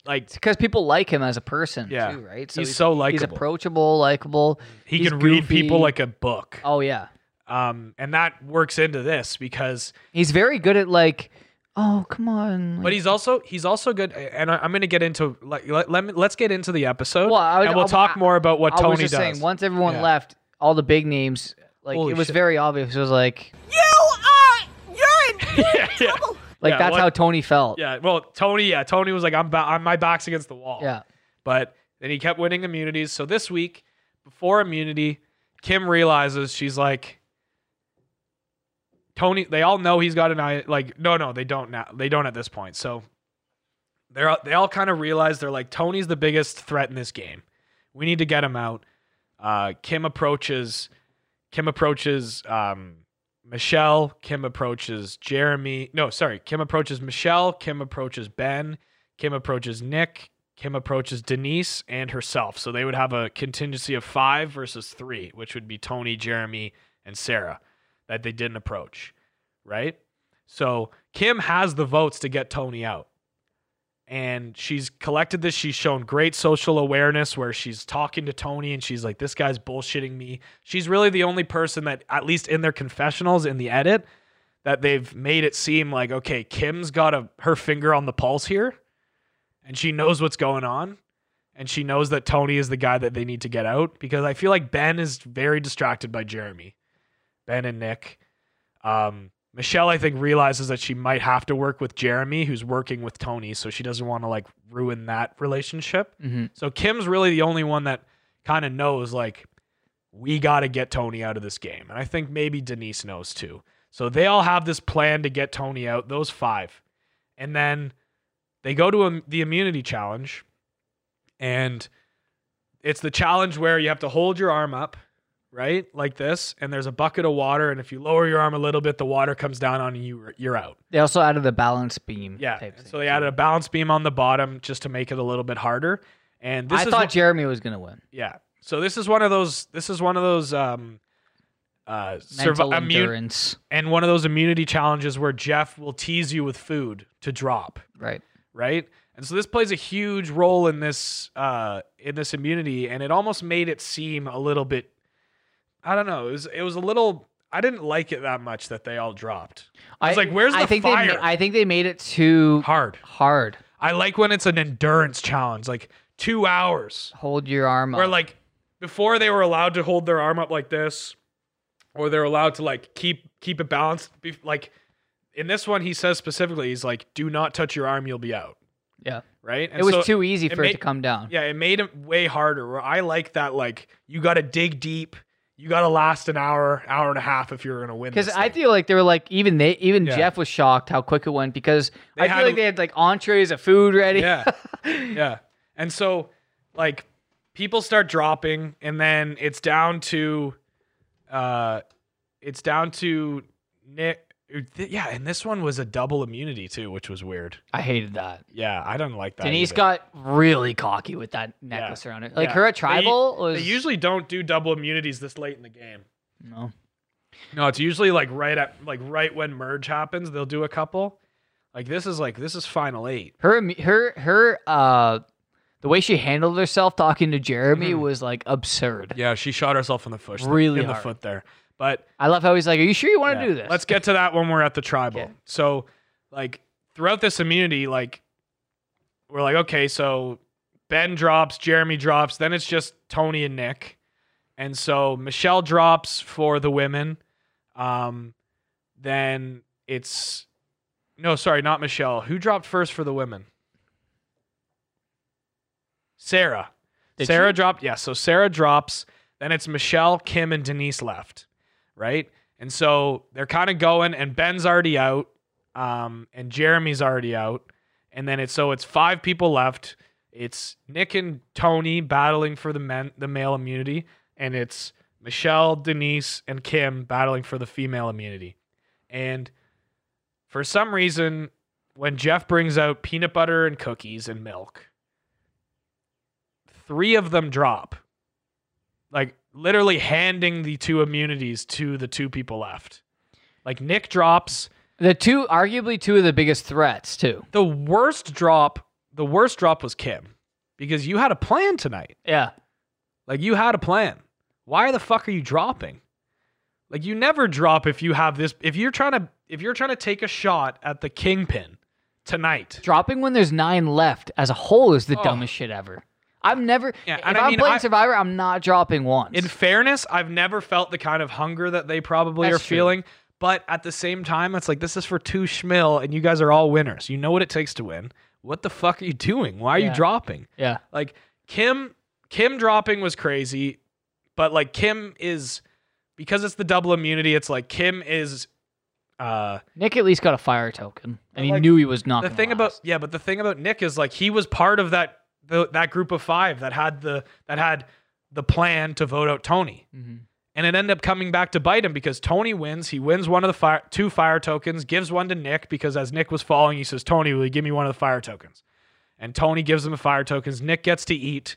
[SPEAKER 1] like
[SPEAKER 2] because people like him as a person,
[SPEAKER 1] Yeah.
[SPEAKER 2] too, right?
[SPEAKER 1] He's so
[SPEAKER 2] He's
[SPEAKER 1] likable.
[SPEAKER 2] approachable, likable.
[SPEAKER 1] he
[SPEAKER 2] he's
[SPEAKER 1] can read people
[SPEAKER 2] goofy.
[SPEAKER 1] like a book.
[SPEAKER 2] oh yeah,
[SPEAKER 1] Um, and that works into this because
[SPEAKER 2] he's very good at like, oh come on,
[SPEAKER 1] But
[SPEAKER 2] like,
[SPEAKER 1] he's also he's also good, and I, I'm going to get into like let, let me let's get into the episode,
[SPEAKER 2] Well, I was-
[SPEAKER 1] and we'll
[SPEAKER 2] I-
[SPEAKER 1] talk more about what
[SPEAKER 2] I
[SPEAKER 1] Tony
[SPEAKER 2] was just
[SPEAKER 1] does.
[SPEAKER 2] saying, once everyone
[SPEAKER 1] Yeah.
[SPEAKER 2] left, all the big names, like
[SPEAKER 1] Holy
[SPEAKER 2] it was
[SPEAKER 1] shit.
[SPEAKER 2] very obvious. It was like,
[SPEAKER 1] yeah, yeah.
[SPEAKER 2] like
[SPEAKER 1] Yeah,
[SPEAKER 2] that's
[SPEAKER 1] what-
[SPEAKER 2] how Tony felt.
[SPEAKER 1] yeah. Well, Tony, yeah, Tony was like, I'm, ba- I'm my back's against the wall.
[SPEAKER 2] yeah.
[SPEAKER 1] But then he kept winning immunities. So this week, before immunity, Kim realizes she's like, Tony. They all know he's got an eye. Like, no, no, they don't now. They don't at this point. So they're all- they all kind of realize they're like Tony's the biggest threat in this game. We need to get him out. Uh, Kim approaches. Kim approaches um, Michelle. Kim approaches Jeremy. No, sorry. Kim approaches Michelle. Kim approaches Ben. Kim approaches Nick. Kim approaches Denise and herself. So they would have a contingency of five versus three, which would be Tony, Jeremy, and Sarah that they didn't approach. Right? So Kim has the votes to get Tony out. And she's collected this. She's shown great social awareness where she's talking to Tony and she's like, this guy's bullshitting me. She's really the only person that, at least in their confessionals, in the edit, that they've made it seem like, okay, Kim's got a, her finger on the pulse here and she knows what's going on and she knows that Tony is the guy that they need to get out because I feel like Ben is very distracted by Jeremy. Ben and Nick. Um Michelle I think realizes that she might have to work with Jeremy who's working with Tony so she doesn't want to like ruin that relationship.
[SPEAKER 2] Mhm.
[SPEAKER 1] So Kim's really the only one that kind of knows like we got to get Tony out of this game. And I think maybe Denise knows too. So they all have this plan to get Tony out, those 5. And then they go to im- the immunity challenge and it's the challenge where you have to hold your arm up right like this and there's a bucket of water and if you lower your arm a little bit the water comes down on you you're out
[SPEAKER 2] They also added the balance beam.
[SPEAKER 1] yeah
[SPEAKER 2] type thing.
[SPEAKER 1] so they added a balance beam on the bottom just to make it a little bit harder and this
[SPEAKER 2] I
[SPEAKER 1] is
[SPEAKER 2] thought
[SPEAKER 1] what-
[SPEAKER 2] Jeremy was gonna win.
[SPEAKER 1] yeah so this is one of those this is one of those um uh survi-
[SPEAKER 2] Mental
[SPEAKER 1] immu-
[SPEAKER 2] endurance,
[SPEAKER 1] and one of those immunity challenges where jeff will tease you with food to drop
[SPEAKER 2] right?
[SPEAKER 1] right? And so this plays a huge role in this uh, in this immunity, and it almost made it seem a little bit. I don't know. It was it was a little. I didn't like it that much that they all dropped. I was like, "Where's the
[SPEAKER 2] I think They,
[SPEAKER 1] fire?"
[SPEAKER 2] ma- I think they made it too
[SPEAKER 1] Hard.
[SPEAKER 2] hard.
[SPEAKER 1] I like when it's an endurance challenge, like two hours,
[SPEAKER 2] Hold your arm
[SPEAKER 1] where
[SPEAKER 2] up.
[SPEAKER 1] like before they were allowed to hold their arm up like this, or they're allowed to like keep keep it balanced. Be- like in this one, he says specifically, he's like, "Do not touch your arm; you'll be out."
[SPEAKER 2] yeah,
[SPEAKER 1] Right? And
[SPEAKER 2] it was
[SPEAKER 1] so-
[SPEAKER 2] too easy
[SPEAKER 1] it
[SPEAKER 2] for it
[SPEAKER 1] ma-
[SPEAKER 2] to come down.
[SPEAKER 1] Yeah, it made it way harder. Where I like that, like you got to dig deep. You got to last an hour, hour and a half if you're gonna win.
[SPEAKER 2] Because
[SPEAKER 1] this
[SPEAKER 2] I
[SPEAKER 1] thing.
[SPEAKER 2] feel like they were like even they even
[SPEAKER 1] Yeah.
[SPEAKER 2] Jeff was shocked how quick it went because
[SPEAKER 1] They
[SPEAKER 2] I feel
[SPEAKER 1] had
[SPEAKER 2] like
[SPEAKER 1] a-
[SPEAKER 2] they had like entrees of food ready.
[SPEAKER 1] yeah, yeah. And so, like, people start dropping, and then it's down to, uh, it's down to Nick. Yeah, and this one was a double immunity too, which was weird.
[SPEAKER 2] I hated that.
[SPEAKER 1] Yeah, I don't like that.
[SPEAKER 2] Denise
[SPEAKER 1] either.
[SPEAKER 2] got really cocky with that necklace around it. Like
[SPEAKER 1] Yeah.
[SPEAKER 2] her at
[SPEAKER 1] They-
[SPEAKER 2] tribal was
[SPEAKER 1] They usually don't do double immunities this late in the game.
[SPEAKER 2] no.
[SPEAKER 1] No, it's usually like right at like right when merge happens, they'll do a couple. Like this is like this is final eight.
[SPEAKER 2] her imme- her her uh the way she handled herself talking to Jeremy
[SPEAKER 1] Mm-hmm.
[SPEAKER 2] was like absurd.
[SPEAKER 1] Yeah, she shot herself in the foot.
[SPEAKER 2] Really
[SPEAKER 1] in the
[SPEAKER 2] hard.
[SPEAKER 1] foot there. But
[SPEAKER 2] I love how he's like, "Are you sure you want to
[SPEAKER 1] yeah,
[SPEAKER 2] do this?"
[SPEAKER 1] let's get to that when we're at the tribal.
[SPEAKER 2] Okay.
[SPEAKER 1] So like throughout this immunity, like we're like, okay, so Ben drops, Jeremy drops, then it's just Tony and Nick. And so Michelle drops for the women. Um then it's no, sorry, not Michelle. Who dropped first for the women? Sarah.
[SPEAKER 2] Did
[SPEAKER 1] Sarah
[SPEAKER 2] she?
[SPEAKER 1] dropped. Yeah, so Sarah drops. Then it's Michelle, Kim, and Denise left, right? And so they're kind of going, and Ben's already out, um, and Jeremy's already out, and then it's so it's five people left. It's Nick and Tony battling for the men, the male immunity, and it's Michelle, Denise, and Kim battling for the female immunity. And for some reason, when Jeff brings out peanut butter and cookies and milk, three of them drop. Like literally handing the two immunities to the two people left. Like Nick drops
[SPEAKER 2] The two, arguably two of the biggest threats, too.
[SPEAKER 1] the worst drop. The worst drop was Kim because you had a plan tonight.
[SPEAKER 2] Yeah.
[SPEAKER 1] Like you had a plan. Why the fuck are you dropping? Like you never drop if you have this if you're trying to if you're trying to take a shot at the kingpin tonight.
[SPEAKER 2] Dropping when there's nine left as a whole is the dumbest shit ever. I'm never.
[SPEAKER 1] Oh. Yeah,
[SPEAKER 2] if
[SPEAKER 1] and I
[SPEAKER 2] I'm
[SPEAKER 1] mean,
[SPEAKER 2] playing
[SPEAKER 1] I-
[SPEAKER 2] Survivor, I'm not dropping once.
[SPEAKER 1] In fairness, I've never felt the kind of hunger that they probably
[SPEAKER 2] That's
[SPEAKER 1] are
[SPEAKER 2] true.
[SPEAKER 1] feeling. But at the same time, it's like this is for two schmil, and you guys are all winners. You know what it takes to win. What the fuck are you doing? Why are
[SPEAKER 2] Yeah.
[SPEAKER 1] you dropping?
[SPEAKER 2] yeah.
[SPEAKER 1] Like Kim, Kim dropping was crazy, but like Kim is because it's the double immunity. It's like Kim is. Uh,
[SPEAKER 2] Nick at least got a fire token, and he
[SPEAKER 1] like,
[SPEAKER 2] knew he was not.
[SPEAKER 1] the
[SPEAKER 2] gonna
[SPEAKER 1] thing about
[SPEAKER 2] last.
[SPEAKER 1] yeah, but the thing about Nick is like he was part of that the, that group of five that had the that had the plan to vote out Tony,
[SPEAKER 2] Mm-hmm.
[SPEAKER 1] and it ended up coming back to bite him because Tony wins. He wins one of the fire two fire tokens, gives one to Nick because as Nick was falling, he says, "Tony, will you give me one of the fire tokens?" And Tony gives him the fire tokens. Nick gets to eat.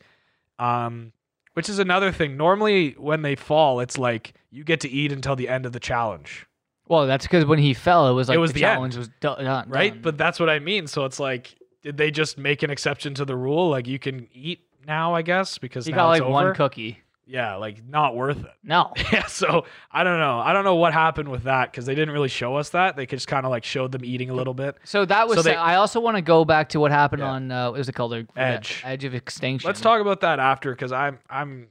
[SPEAKER 1] Um, which is another thing. Normally, when they fall, it's like you get to eat until the end of the challenge.
[SPEAKER 2] well, that's because when he fell, it was like
[SPEAKER 1] was
[SPEAKER 2] the
[SPEAKER 1] the end.
[SPEAKER 2] challenge was do- done.
[SPEAKER 1] right?
[SPEAKER 2] done.
[SPEAKER 1] But that's what I mean. So it's like, did they just make an exception to the rule? Like you can eat now, I guess, because
[SPEAKER 2] he
[SPEAKER 1] now
[SPEAKER 2] got
[SPEAKER 1] it's
[SPEAKER 2] like
[SPEAKER 1] over.
[SPEAKER 2] one cookie.
[SPEAKER 1] Yeah, like not worth it.
[SPEAKER 2] No,
[SPEAKER 1] Yeah, so I don't know. I don't know what happened with that because they didn't really show us that. They just kind of like showed them eating a little bit.
[SPEAKER 2] so that was.
[SPEAKER 1] So they-
[SPEAKER 2] sad. I also want to go back to what happened
[SPEAKER 1] Yeah.
[SPEAKER 2] on uh, what was it called? The-
[SPEAKER 1] Edge.
[SPEAKER 2] Edge of Extinction.
[SPEAKER 1] Let's talk about that after because I'm I'm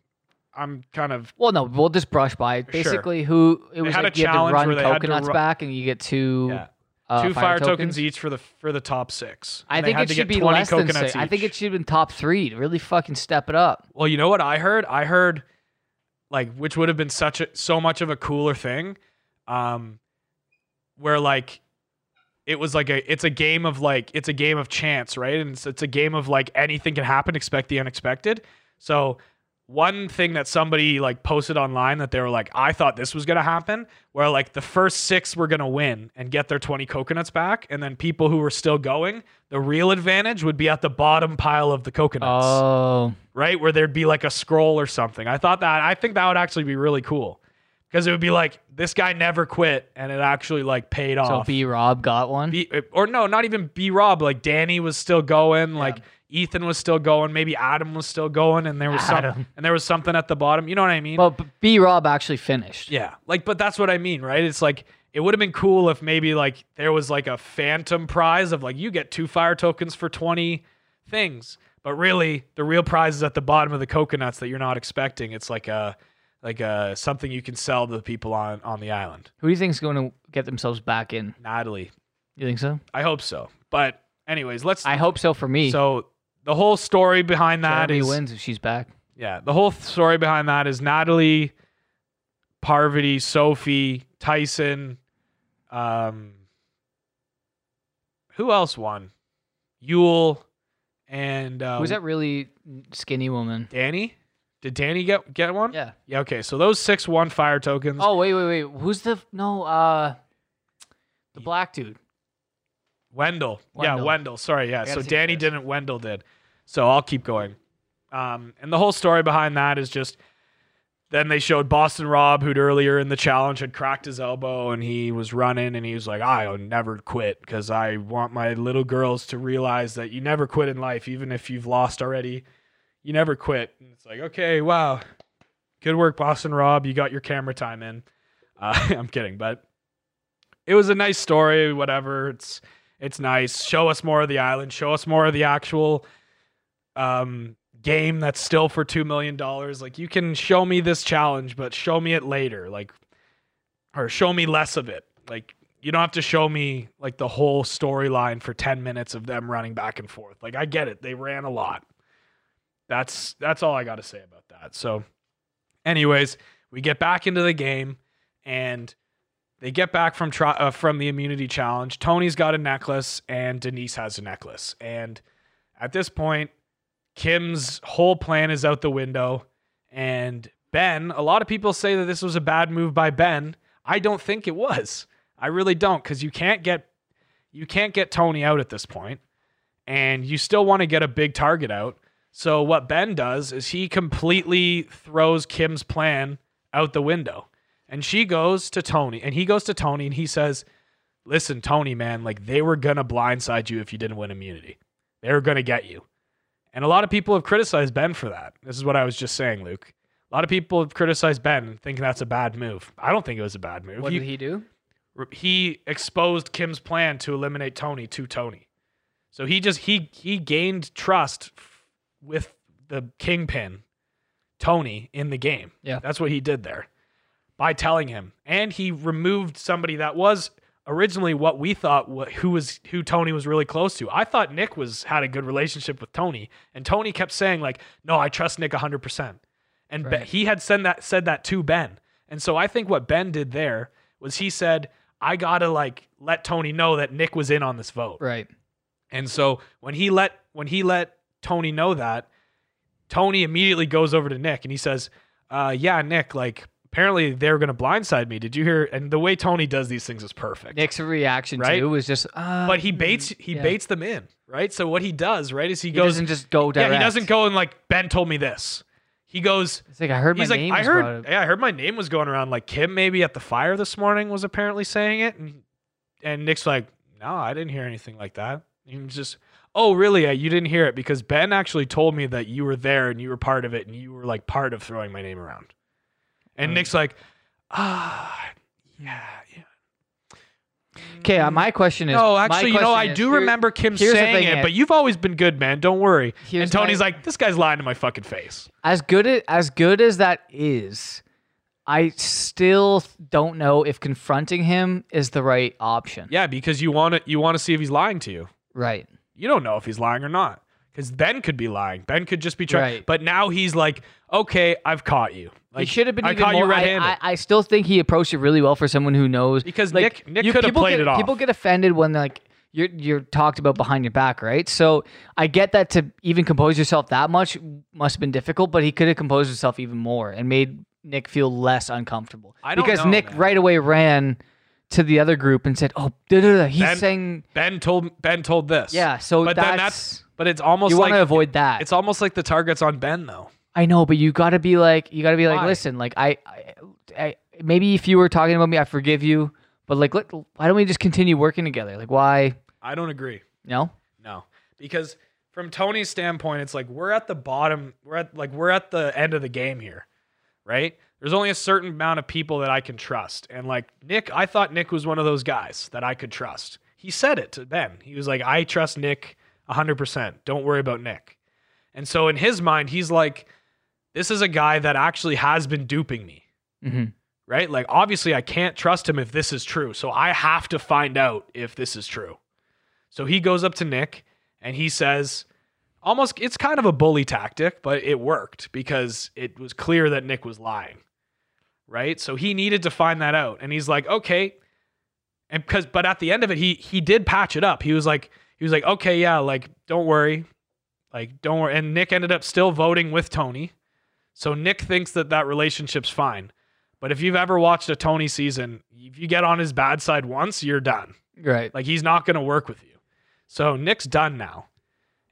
[SPEAKER 1] I'm kind of
[SPEAKER 2] Well, no, we'll just brush by it.
[SPEAKER 1] Sure.
[SPEAKER 2] Basically, who it was
[SPEAKER 1] had
[SPEAKER 2] like
[SPEAKER 1] a
[SPEAKER 2] you had to
[SPEAKER 1] challenge
[SPEAKER 2] run
[SPEAKER 1] where they had to
[SPEAKER 2] coconuts
[SPEAKER 1] ru-
[SPEAKER 2] back, and you get two
[SPEAKER 1] Yeah.
[SPEAKER 2] uh,
[SPEAKER 1] two fire, tokens. each for the for the top six.
[SPEAKER 2] I
[SPEAKER 1] And they
[SPEAKER 2] think
[SPEAKER 1] had
[SPEAKER 2] it
[SPEAKER 1] to
[SPEAKER 2] should
[SPEAKER 1] get
[SPEAKER 2] be
[SPEAKER 1] 20
[SPEAKER 2] less than
[SPEAKER 1] coconuts
[SPEAKER 2] six. I think
[SPEAKER 1] each.
[SPEAKER 2] it should have been top three to really fucking step it up.
[SPEAKER 1] Well, you know what I heard? I heard like which would have been such a so much of a cooler thing. Um where like it was like a it's a game of like it's a game of chance, right? And it's, it's a game of like anything can happen, expect the unexpected. So one thing that somebody like posted online that they were like, I thought this was gonna happen, where like the first six were gonna win and get their 20 coconuts back, and then people who were still going, the real advantage would be at the bottom pile of the coconuts
[SPEAKER 2] Oh,
[SPEAKER 1] right? Where there'd be like a scroll or something. I thought that I think that would actually be really cool because it would be like this guy never quit and it actually like paid
[SPEAKER 2] so
[SPEAKER 1] off.
[SPEAKER 2] B Rob got one.
[SPEAKER 1] B- or no, not even B Rob. Like Danny was still going. Like Ethan was still going. Maybe Adam was still going, and there was some,
[SPEAKER 2] Adam.
[SPEAKER 1] and there was something at the bottom. You know what I mean?
[SPEAKER 2] well, B Rob actually finished.
[SPEAKER 1] Yeah. Like, but that's what I mean, right? It's like it would have been cool if maybe like there was like a phantom prize of like you get two fire tokens for twenty things. But really the real prize is at the bottom of the coconuts that you're not expecting. It's like a like a something you can sell to the people on on the island.
[SPEAKER 2] Who do you think's going to get themselves back in?
[SPEAKER 1] Natalie.
[SPEAKER 2] You think so?
[SPEAKER 1] I hope so. But anyways, let's
[SPEAKER 2] I hope so for me.
[SPEAKER 1] so the whole story behind that
[SPEAKER 2] Jeremy
[SPEAKER 1] is
[SPEAKER 2] wins if she's back.
[SPEAKER 1] yeah, the whole th- story behind that is Natalie, Parvati, Sophie, Tyson, um, who else won? Yule and uh,
[SPEAKER 2] Who's that really skinny woman?
[SPEAKER 1] Danny? Did Danny get get one?
[SPEAKER 2] Yeah.
[SPEAKER 1] Yeah. Okay. So those six won fire tokens.
[SPEAKER 2] Oh wait, wait, wait. Who's the no? Uh, the black dude.
[SPEAKER 1] Wendell. Yeah,
[SPEAKER 2] Wendell.
[SPEAKER 1] Wendell. Sorry, yeah.
[SPEAKER 2] gotta
[SPEAKER 1] So
[SPEAKER 2] think of
[SPEAKER 1] Danny
[SPEAKER 2] this.
[SPEAKER 1] didn't, Wendell did. So I'll keep going. Um, and the whole story behind that is just then they showed Boston Rob, who'd earlier in the challenge had cracked his elbow and he was running and he was like, I'll never quit because I want my little girls to realize that you never quit in life, even if you've lost already. You never quit. And it's like, okay, wow. Good work, Boston Rob. You got your camera time in. Uh, I'm kidding, but it was a nice story, whatever. It's it's nice. Show us more of the island. Show us more of the actual um, game that's still for two million dollars. Like you can show me this challenge, but show me it later. Like or show me less of it. Like you don't have to show me like the whole storyline for ten minutes of them running back and forth. Like I get it. They ran a lot. That's that's all I gotta say about that. So anyways, we get back into the game and they get back from tri- uh, from the immunity challenge. Tony's got a necklace and Denise has a necklace. And at this point, Kim's whole plan is out the window. And Ben, a lot of people say that this was a bad move by Ben. I don't think it was. I really don't cuz you can't get you can't get Tony out at this point and you still want to get a big target out. So what Ben does is he completely throws Kim's plan out the window. And she goes to Tony and he goes to Tony and he says, "Listen, Tony, man, like they were going to blindside you if you didn't win immunity. They were going to get you." And a lot of people have criticized Ben for that. This is what I was just saying, Luke. A lot of people have criticized Ben thinking that's a bad move. I don't think it was a bad move.
[SPEAKER 2] What
[SPEAKER 1] You-
[SPEAKER 2] did he do?
[SPEAKER 1] he exposed Kim's plan to eliminate Tony to Tony. So he just he he gained trust f- with the kingpin Tony in the game.
[SPEAKER 2] Yeah.
[SPEAKER 1] That's what he did there by telling him. And he removed somebody that was originally what we thought wa- who was who Tony was really close to. I thought Nick was had a good relationship with Tony and Tony kept saying like, "No, I trust Nick 100%." And Ben- he had said that said that to Ben. And so I think what Ben did there was he said, "I got to like let Tony know that Nick was in on this vote."
[SPEAKER 2] Right.
[SPEAKER 1] And so when he let when he let Tony know that, Tony immediately goes over to Nick and he says, uh, "Yeah, Nick, like apparently they're gonna blindside me. Did you hear?" And the way Tony does these things is perfect.
[SPEAKER 2] Nick's reaction
[SPEAKER 1] Right?
[SPEAKER 2] to it was just, uh,
[SPEAKER 1] but he baits he
[SPEAKER 2] yeah.
[SPEAKER 1] baits them in, right? So what he does, right, is he,
[SPEAKER 2] he
[SPEAKER 1] goes
[SPEAKER 2] doesn't just go
[SPEAKER 1] yeah
[SPEAKER 2] direct.
[SPEAKER 1] he doesn't go and like Ben told me this. He goes.
[SPEAKER 2] It's like I heard
[SPEAKER 1] He's
[SPEAKER 2] my
[SPEAKER 1] like,
[SPEAKER 2] name.
[SPEAKER 1] I
[SPEAKER 2] was brought
[SPEAKER 1] heard,
[SPEAKER 2] up."
[SPEAKER 1] yeah, I heard my name was going around. Like Kim, maybe at the fire this morning, was apparently saying it, and and Nick's like, no, I didn't hear anything like that. He was just, oh, really? Yeah, you didn't hear it because Ben actually told me that you were there and you were part of it and you were like part of throwing my name around.
[SPEAKER 2] Mm.
[SPEAKER 1] And Nick's like, ah, yeah, yeah.
[SPEAKER 2] Okay, uh, my question is.
[SPEAKER 1] No,
[SPEAKER 2] my
[SPEAKER 1] actually, you know,
[SPEAKER 2] question
[SPEAKER 1] I
[SPEAKER 2] is-
[SPEAKER 1] do
[SPEAKER 2] here-
[SPEAKER 1] remember Kim
[SPEAKER 2] here's the
[SPEAKER 1] saying
[SPEAKER 2] thing
[SPEAKER 1] it,
[SPEAKER 2] is-
[SPEAKER 1] but you've always been good, man. Don't worry. And
[SPEAKER 2] Here's my-
[SPEAKER 1] Tony's like, this guy's lying to my fucking face.
[SPEAKER 2] as good as, as good as that is, I still don't know if confronting him is the right option.
[SPEAKER 1] Yeah, because you want to you want to see if he's lying to you.
[SPEAKER 2] Right.
[SPEAKER 1] you don't know if he's lying or not because Ben could be lying. Ben could just be trying.
[SPEAKER 2] Right.
[SPEAKER 1] But now he's like, okay, I've caught you. Like,
[SPEAKER 2] he should have been.
[SPEAKER 1] I
[SPEAKER 2] even
[SPEAKER 1] caught
[SPEAKER 2] more,
[SPEAKER 1] you
[SPEAKER 2] I-
[SPEAKER 1] red-handed.
[SPEAKER 2] I, I still think he approached it really well for someone who knows.
[SPEAKER 1] Because
[SPEAKER 2] like,
[SPEAKER 1] Nick- Nick
[SPEAKER 2] you-
[SPEAKER 1] could have
[SPEAKER 2] people
[SPEAKER 1] played
[SPEAKER 2] get-
[SPEAKER 1] it off.
[SPEAKER 2] People get offended when like you're you're talked about behind your back, right? So I get that to even compose yourself that much must have been difficult, but he could have composed himself even more and made Nick feel less uncomfortable.
[SPEAKER 1] I don't
[SPEAKER 2] because
[SPEAKER 1] know,
[SPEAKER 2] Nick
[SPEAKER 1] man.
[SPEAKER 2] right away ran to the other group and said, "Oh, duh, duh, duh, he's
[SPEAKER 1] Ben-
[SPEAKER 2] saying
[SPEAKER 1] ben told Ben told this.
[SPEAKER 2] yeah." So
[SPEAKER 1] but
[SPEAKER 2] that's,
[SPEAKER 1] then that's but it's almost
[SPEAKER 2] you
[SPEAKER 1] like
[SPEAKER 2] want to avoid that.
[SPEAKER 1] it's almost like the target's on Ben though.
[SPEAKER 2] I know, but you got to be like, you got to be like,
[SPEAKER 1] Why?
[SPEAKER 2] listen, like I, I, I, maybe if you were talking about me, I forgive you, but like, let, why don't we just continue working together? Like, why?
[SPEAKER 1] I don't agree.
[SPEAKER 2] No,
[SPEAKER 1] No, because from Tony's standpoint, it's like we're at the bottom. We're at like we're at the end of the game here, right? There's only a certain amount of people that I can trust, and like Nick, I thought Nick was one of those guys that I could trust. He said it to Ben. He was like, "I trust Nick 100%. Don't worry about Nick." And so in his mind, he's like, "This is a guy that actually has been duping me."
[SPEAKER 2] Mhm.
[SPEAKER 1] Right? Like obviously I can't trust him if this is true. So I have to find out if this is true. So he goes up to Nick and he says, almost, it's kind of a bully tactic, but it worked because it was clear that Nick was lying. Right. So he needed to find that out. And he's like, okay. And because, but at the end of it, he, he did patch it up. He was like, he was like, okay, yeah, like, don't worry. Like, don't worry. And Nick ended up still voting with Tony. So Nick thinks that that relationship's fine. But if you've ever watched a Tony season, if you get on his bad side once, you're done.
[SPEAKER 2] right.
[SPEAKER 1] Like he's not going to work with you. So Nick's done now.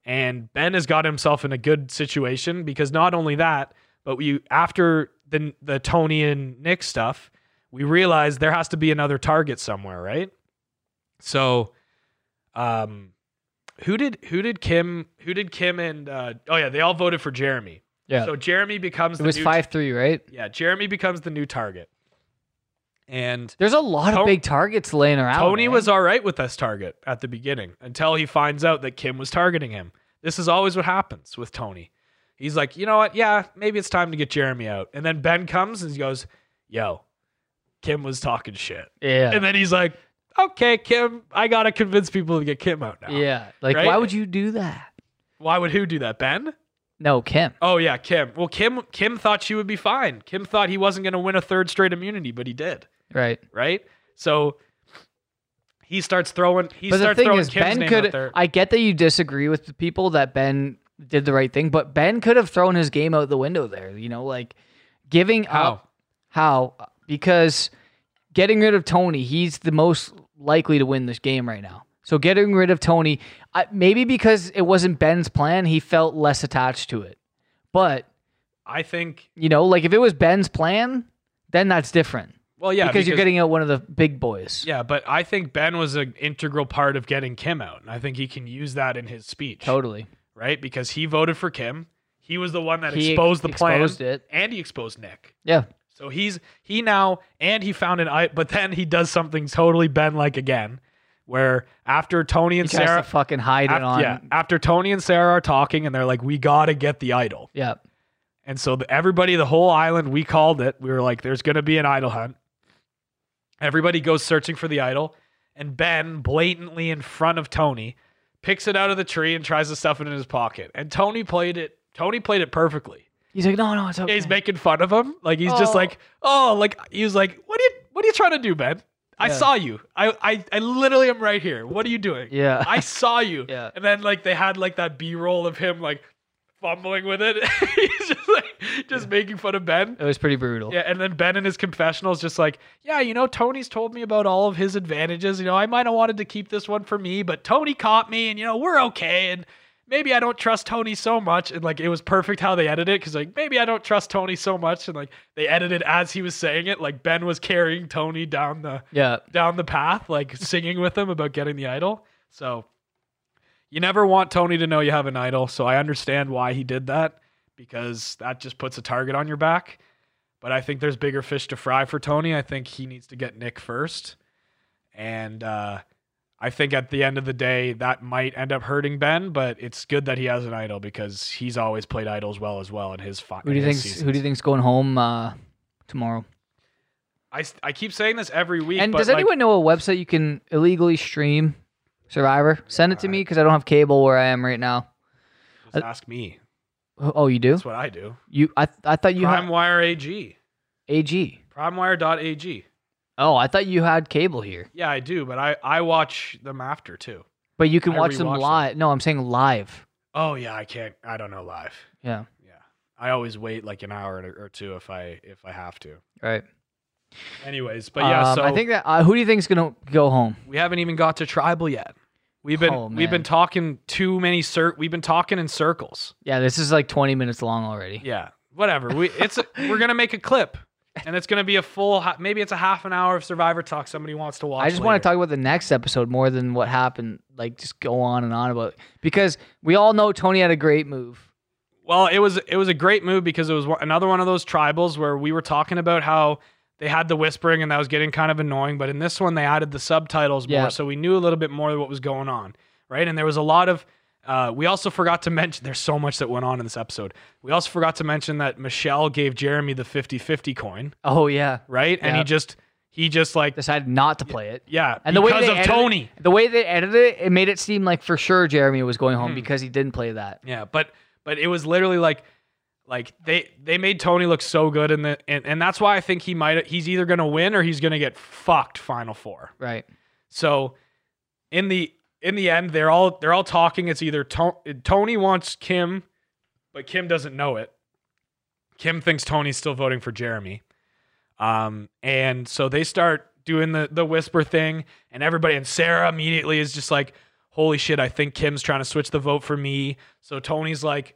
[SPEAKER 1] And Ben has got himself in a good situation because not only that, but we after the the Tony and Nick stuff, we realized there has to be another target somewhere, right? So um who did who did Kim who did Kim and uh oh yeah, they all voted for Jeremy.
[SPEAKER 2] Yeah.
[SPEAKER 1] So Jeremy becomes
[SPEAKER 2] it
[SPEAKER 1] the
[SPEAKER 2] was
[SPEAKER 1] new
[SPEAKER 2] five three, right?
[SPEAKER 1] Yeah, Jeremy becomes the new target. And
[SPEAKER 2] There's a lot
[SPEAKER 1] Tony-
[SPEAKER 2] of big targets laying around.
[SPEAKER 1] Tony
[SPEAKER 2] man.
[SPEAKER 1] was all right with this target at the beginning until he finds out that Kim was targeting him. This is always what happens with Tony. He's like, you know what? Yeah, maybe it's time to get Jeremy out. And then Ben comes and he goes, yo, Kim was talking shit.
[SPEAKER 2] yeah,
[SPEAKER 1] And then he's like, okay, Kim, I got to convince people to get Kim out now.
[SPEAKER 2] yeah. Like,
[SPEAKER 1] right?
[SPEAKER 2] why would you do that?
[SPEAKER 1] Why would who do that? Ben?
[SPEAKER 2] No, Kim.
[SPEAKER 1] Oh, yeah, Kim. Well, Kim, Kim thought she would be fine. Kim thought he wasn't going to win a third straight immunity, but he did,
[SPEAKER 2] Right.
[SPEAKER 1] right? So he starts throwing, he
[SPEAKER 2] but the
[SPEAKER 1] starts
[SPEAKER 2] thing
[SPEAKER 1] throwing
[SPEAKER 2] is,
[SPEAKER 1] Kim's
[SPEAKER 2] Ben
[SPEAKER 1] name out
[SPEAKER 2] could.
[SPEAKER 1] there.
[SPEAKER 2] I get that you disagree with the people that Ben did the right thing. But Ben could have thrown his game out the window there. You know, like giving up how because getting rid of Tony, he's the most likely to win this game right now. So getting rid of Tony, I, maybe because it wasn't Ben's plan, he felt less attached to it. But
[SPEAKER 1] I think.
[SPEAKER 2] you know, like if it was Ben's plan, then that's different
[SPEAKER 1] Well, yeah,
[SPEAKER 2] because, you're getting out one of the big boys.
[SPEAKER 1] Yeah, but I think Ben was an integral part of getting Kim out, and I think he can use that in his speech,
[SPEAKER 2] Totally.
[SPEAKER 1] right? Because he voted for Kim. He was the one that
[SPEAKER 2] He
[SPEAKER 1] exposed the plan,
[SPEAKER 2] exposed it.
[SPEAKER 1] and he exposed Nick.
[SPEAKER 2] Yeah.
[SPEAKER 1] So he's he now, and he found an I. But then he does something totally Ben like again, where after Tony and
[SPEAKER 2] He tries to
[SPEAKER 1] Sarah,
[SPEAKER 2] fucking hide it
[SPEAKER 1] af-
[SPEAKER 2] on.
[SPEAKER 1] yeah, after Tony and Sarah are talking, and they're like, "We gotta get the idol,"
[SPEAKER 2] Yeah.
[SPEAKER 1] and so the, everybody, the whole island, we called it. We were like, "There's gonna be an idol hunt." Everybody goes searching for the idol, and Ben, blatantly in front of Tony, picks it out of the tree and tries to stuff it in his pocket. And Tony played it. Tony played it perfectly.
[SPEAKER 2] He's like, no, no, it's okay.
[SPEAKER 1] He's making fun of him. Like he's just
[SPEAKER 2] Oh.
[SPEAKER 1] like, oh, like he was like, what are you, what are you trying to do, Ben? I
[SPEAKER 2] Yeah.
[SPEAKER 1] saw you. I, I, I literally am right here. What are you doing?
[SPEAKER 2] Yeah.
[SPEAKER 1] I saw you.
[SPEAKER 2] Yeah.
[SPEAKER 1] And then like they had like that B roll of him like fumbling with it. he's just like just making fun of Ben.
[SPEAKER 2] it was pretty brutal.
[SPEAKER 1] Yeah, and then Ben in his confessionals just like, yeah, you know, Tony's told me about all of his advantages. You know, I might have wanted to keep this one for me, but Tony caught me, and you know, we're okay. And maybe I don't trust Tony so much. And like, it was perfect how they edited it because like maybe I don't trust Tony so much. And like they edited as he was saying it, like Ben was carrying Tony down the
[SPEAKER 2] Yeah.
[SPEAKER 1] down the path, like singing with him about getting the idol. So you never want Tony to know you have an idol. So I understand why he did that because that just puts a target on your back. But I think there's bigger fish to fry for Tony. I think he needs to get Nick first. And uh, I think at the end of the day, that might end up hurting Ben, but it's good that he has an idol because he's always played idols well as well in his five.
[SPEAKER 2] Who do you think's Who do you think's going home uh, tomorrow?
[SPEAKER 1] I, s- I keep saying this every week.
[SPEAKER 2] And
[SPEAKER 1] but
[SPEAKER 2] does
[SPEAKER 1] like,
[SPEAKER 2] anyone know a website you can illegally stream Survivor? Send it to me because I don't have cable where I am right now.
[SPEAKER 1] just ask me?
[SPEAKER 2] Oh, oh, you do?
[SPEAKER 1] That's what I do.
[SPEAKER 2] You? I I thought you had
[SPEAKER 1] PrimeWire AG.
[SPEAKER 2] AG.
[SPEAKER 1] PrimeWire.ag.
[SPEAKER 2] Oh, I thought you had cable here,
[SPEAKER 1] Yeah, I do, but I, I watch them after too.
[SPEAKER 2] but you can
[SPEAKER 1] I
[SPEAKER 2] watch them
[SPEAKER 1] rewatched them.
[SPEAKER 2] live. No, I'm saying live.
[SPEAKER 1] Oh yeah, I can't. I don't know live.
[SPEAKER 2] Yeah.
[SPEAKER 1] I always wait like an hour or or two if I if I have to.
[SPEAKER 2] Right.
[SPEAKER 1] Anyways, but yeah,
[SPEAKER 2] Um,
[SPEAKER 1] so
[SPEAKER 2] I think that uh, who do you think's gonna go home?
[SPEAKER 1] we haven't even got to tribal yet. We've been
[SPEAKER 2] Oh,
[SPEAKER 1] we've been
[SPEAKER 2] man.
[SPEAKER 1] talking too many cir- we've been talking in circles.
[SPEAKER 2] Yeah, this is like 20 minutes long already.
[SPEAKER 1] Yeah, whatever. We it's a, we're gonna make a clip, and it's gonna be a full ha- maybe it's a half an hour of Survivor talk. Somebody wants to watch.
[SPEAKER 2] I just want to
[SPEAKER 1] later.
[SPEAKER 2] talk about the next episode more than what happened. Like, just go on and on about because we all know Tony had a great move.
[SPEAKER 1] Well, it was it was a great move because it was one- another one of those tribals where we were talking about how they had the whispering and that was getting kind of annoying, but in this one they added the subtitles more,
[SPEAKER 2] Yeah.
[SPEAKER 1] so we knew a little bit more of what was going on, right? And there was a lot of. Uh, we also forgot to mention there's so much that went on in this episode. We also forgot to mention that Michelle gave Jeremy the 50-50 coin,
[SPEAKER 2] Oh yeah,
[SPEAKER 1] right? And
[SPEAKER 2] Yeah.
[SPEAKER 1] he just he just like
[SPEAKER 2] decided not to play it.
[SPEAKER 1] yeah,
[SPEAKER 2] And the way
[SPEAKER 1] because
[SPEAKER 2] they
[SPEAKER 1] of
[SPEAKER 2] edited-
[SPEAKER 1] Tony.
[SPEAKER 2] the way they edited it, it made it seem like for sure Jeremy was going
[SPEAKER 1] Hmm.
[SPEAKER 2] home because he didn't play that.
[SPEAKER 1] Yeah, but but it was literally like like they they made Tony look so good in the and, and that's why I think he might he's either gonna win or he's gonna get fucked final four.
[SPEAKER 2] Right.
[SPEAKER 1] So in the in the end they're all they're all talking. It's either to- Tony wants Kim, but Kim doesn't know it. Kim thinks Tony's still voting for Jeremy. Um and so they start doing the the whisper thing and everybody and Sarah immediately is just like holy shit, I think Kim's trying to switch the vote for me. So Tony's like,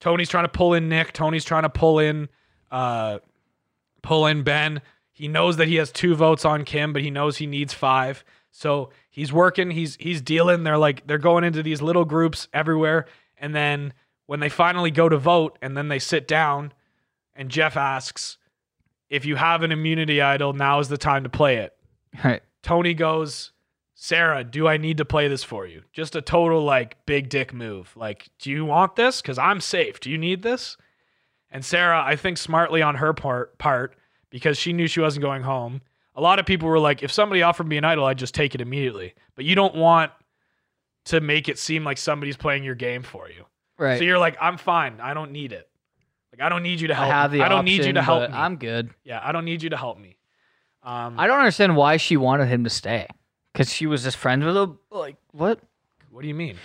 [SPEAKER 1] Tony's trying to pull in Nick. Tony's trying to pull in, uh, pull in Ben. He knows that he has two votes on Kim, but he knows he needs five. So he's working. He's he's dealing. They're like they're going into these little groups everywhere, and then when they finally go to vote, and then they sit down, and Jeff asks, "If you have an immunity idol, now is the time to play it."
[SPEAKER 2] Right.
[SPEAKER 1] Tony goes, Sarah, do I need to play this for you? Just a total like big dick move. Like, do you want this? Because I'm safe. Do you need this? And Sarah, I think smartly on her part, part because she knew she wasn't going home. A lot of people were like, if somebody offered me an idol, I'd just take it immediately. But you don't want to make it seem like somebody's playing your game for you.
[SPEAKER 2] Right.
[SPEAKER 1] So you're like, I'm fine. I don't need it. Like, I don't need you to
[SPEAKER 2] I
[SPEAKER 1] help.
[SPEAKER 2] have
[SPEAKER 1] me.
[SPEAKER 2] the
[SPEAKER 1] I don't need you
[SPEAKER 2] option,
[SPEAKER 1] to help
[SPEAKER 2] but
[SPEAKER 1] me.
[SPEAKER 2] I'm good.
[SPEAKER 1] yeah, I don't need you to help me. Um,
[SPEAKER 2] I don't understand why she wanted him to stay because she was just friends with him. Like what?
[SPEAKER 1] what do you mean?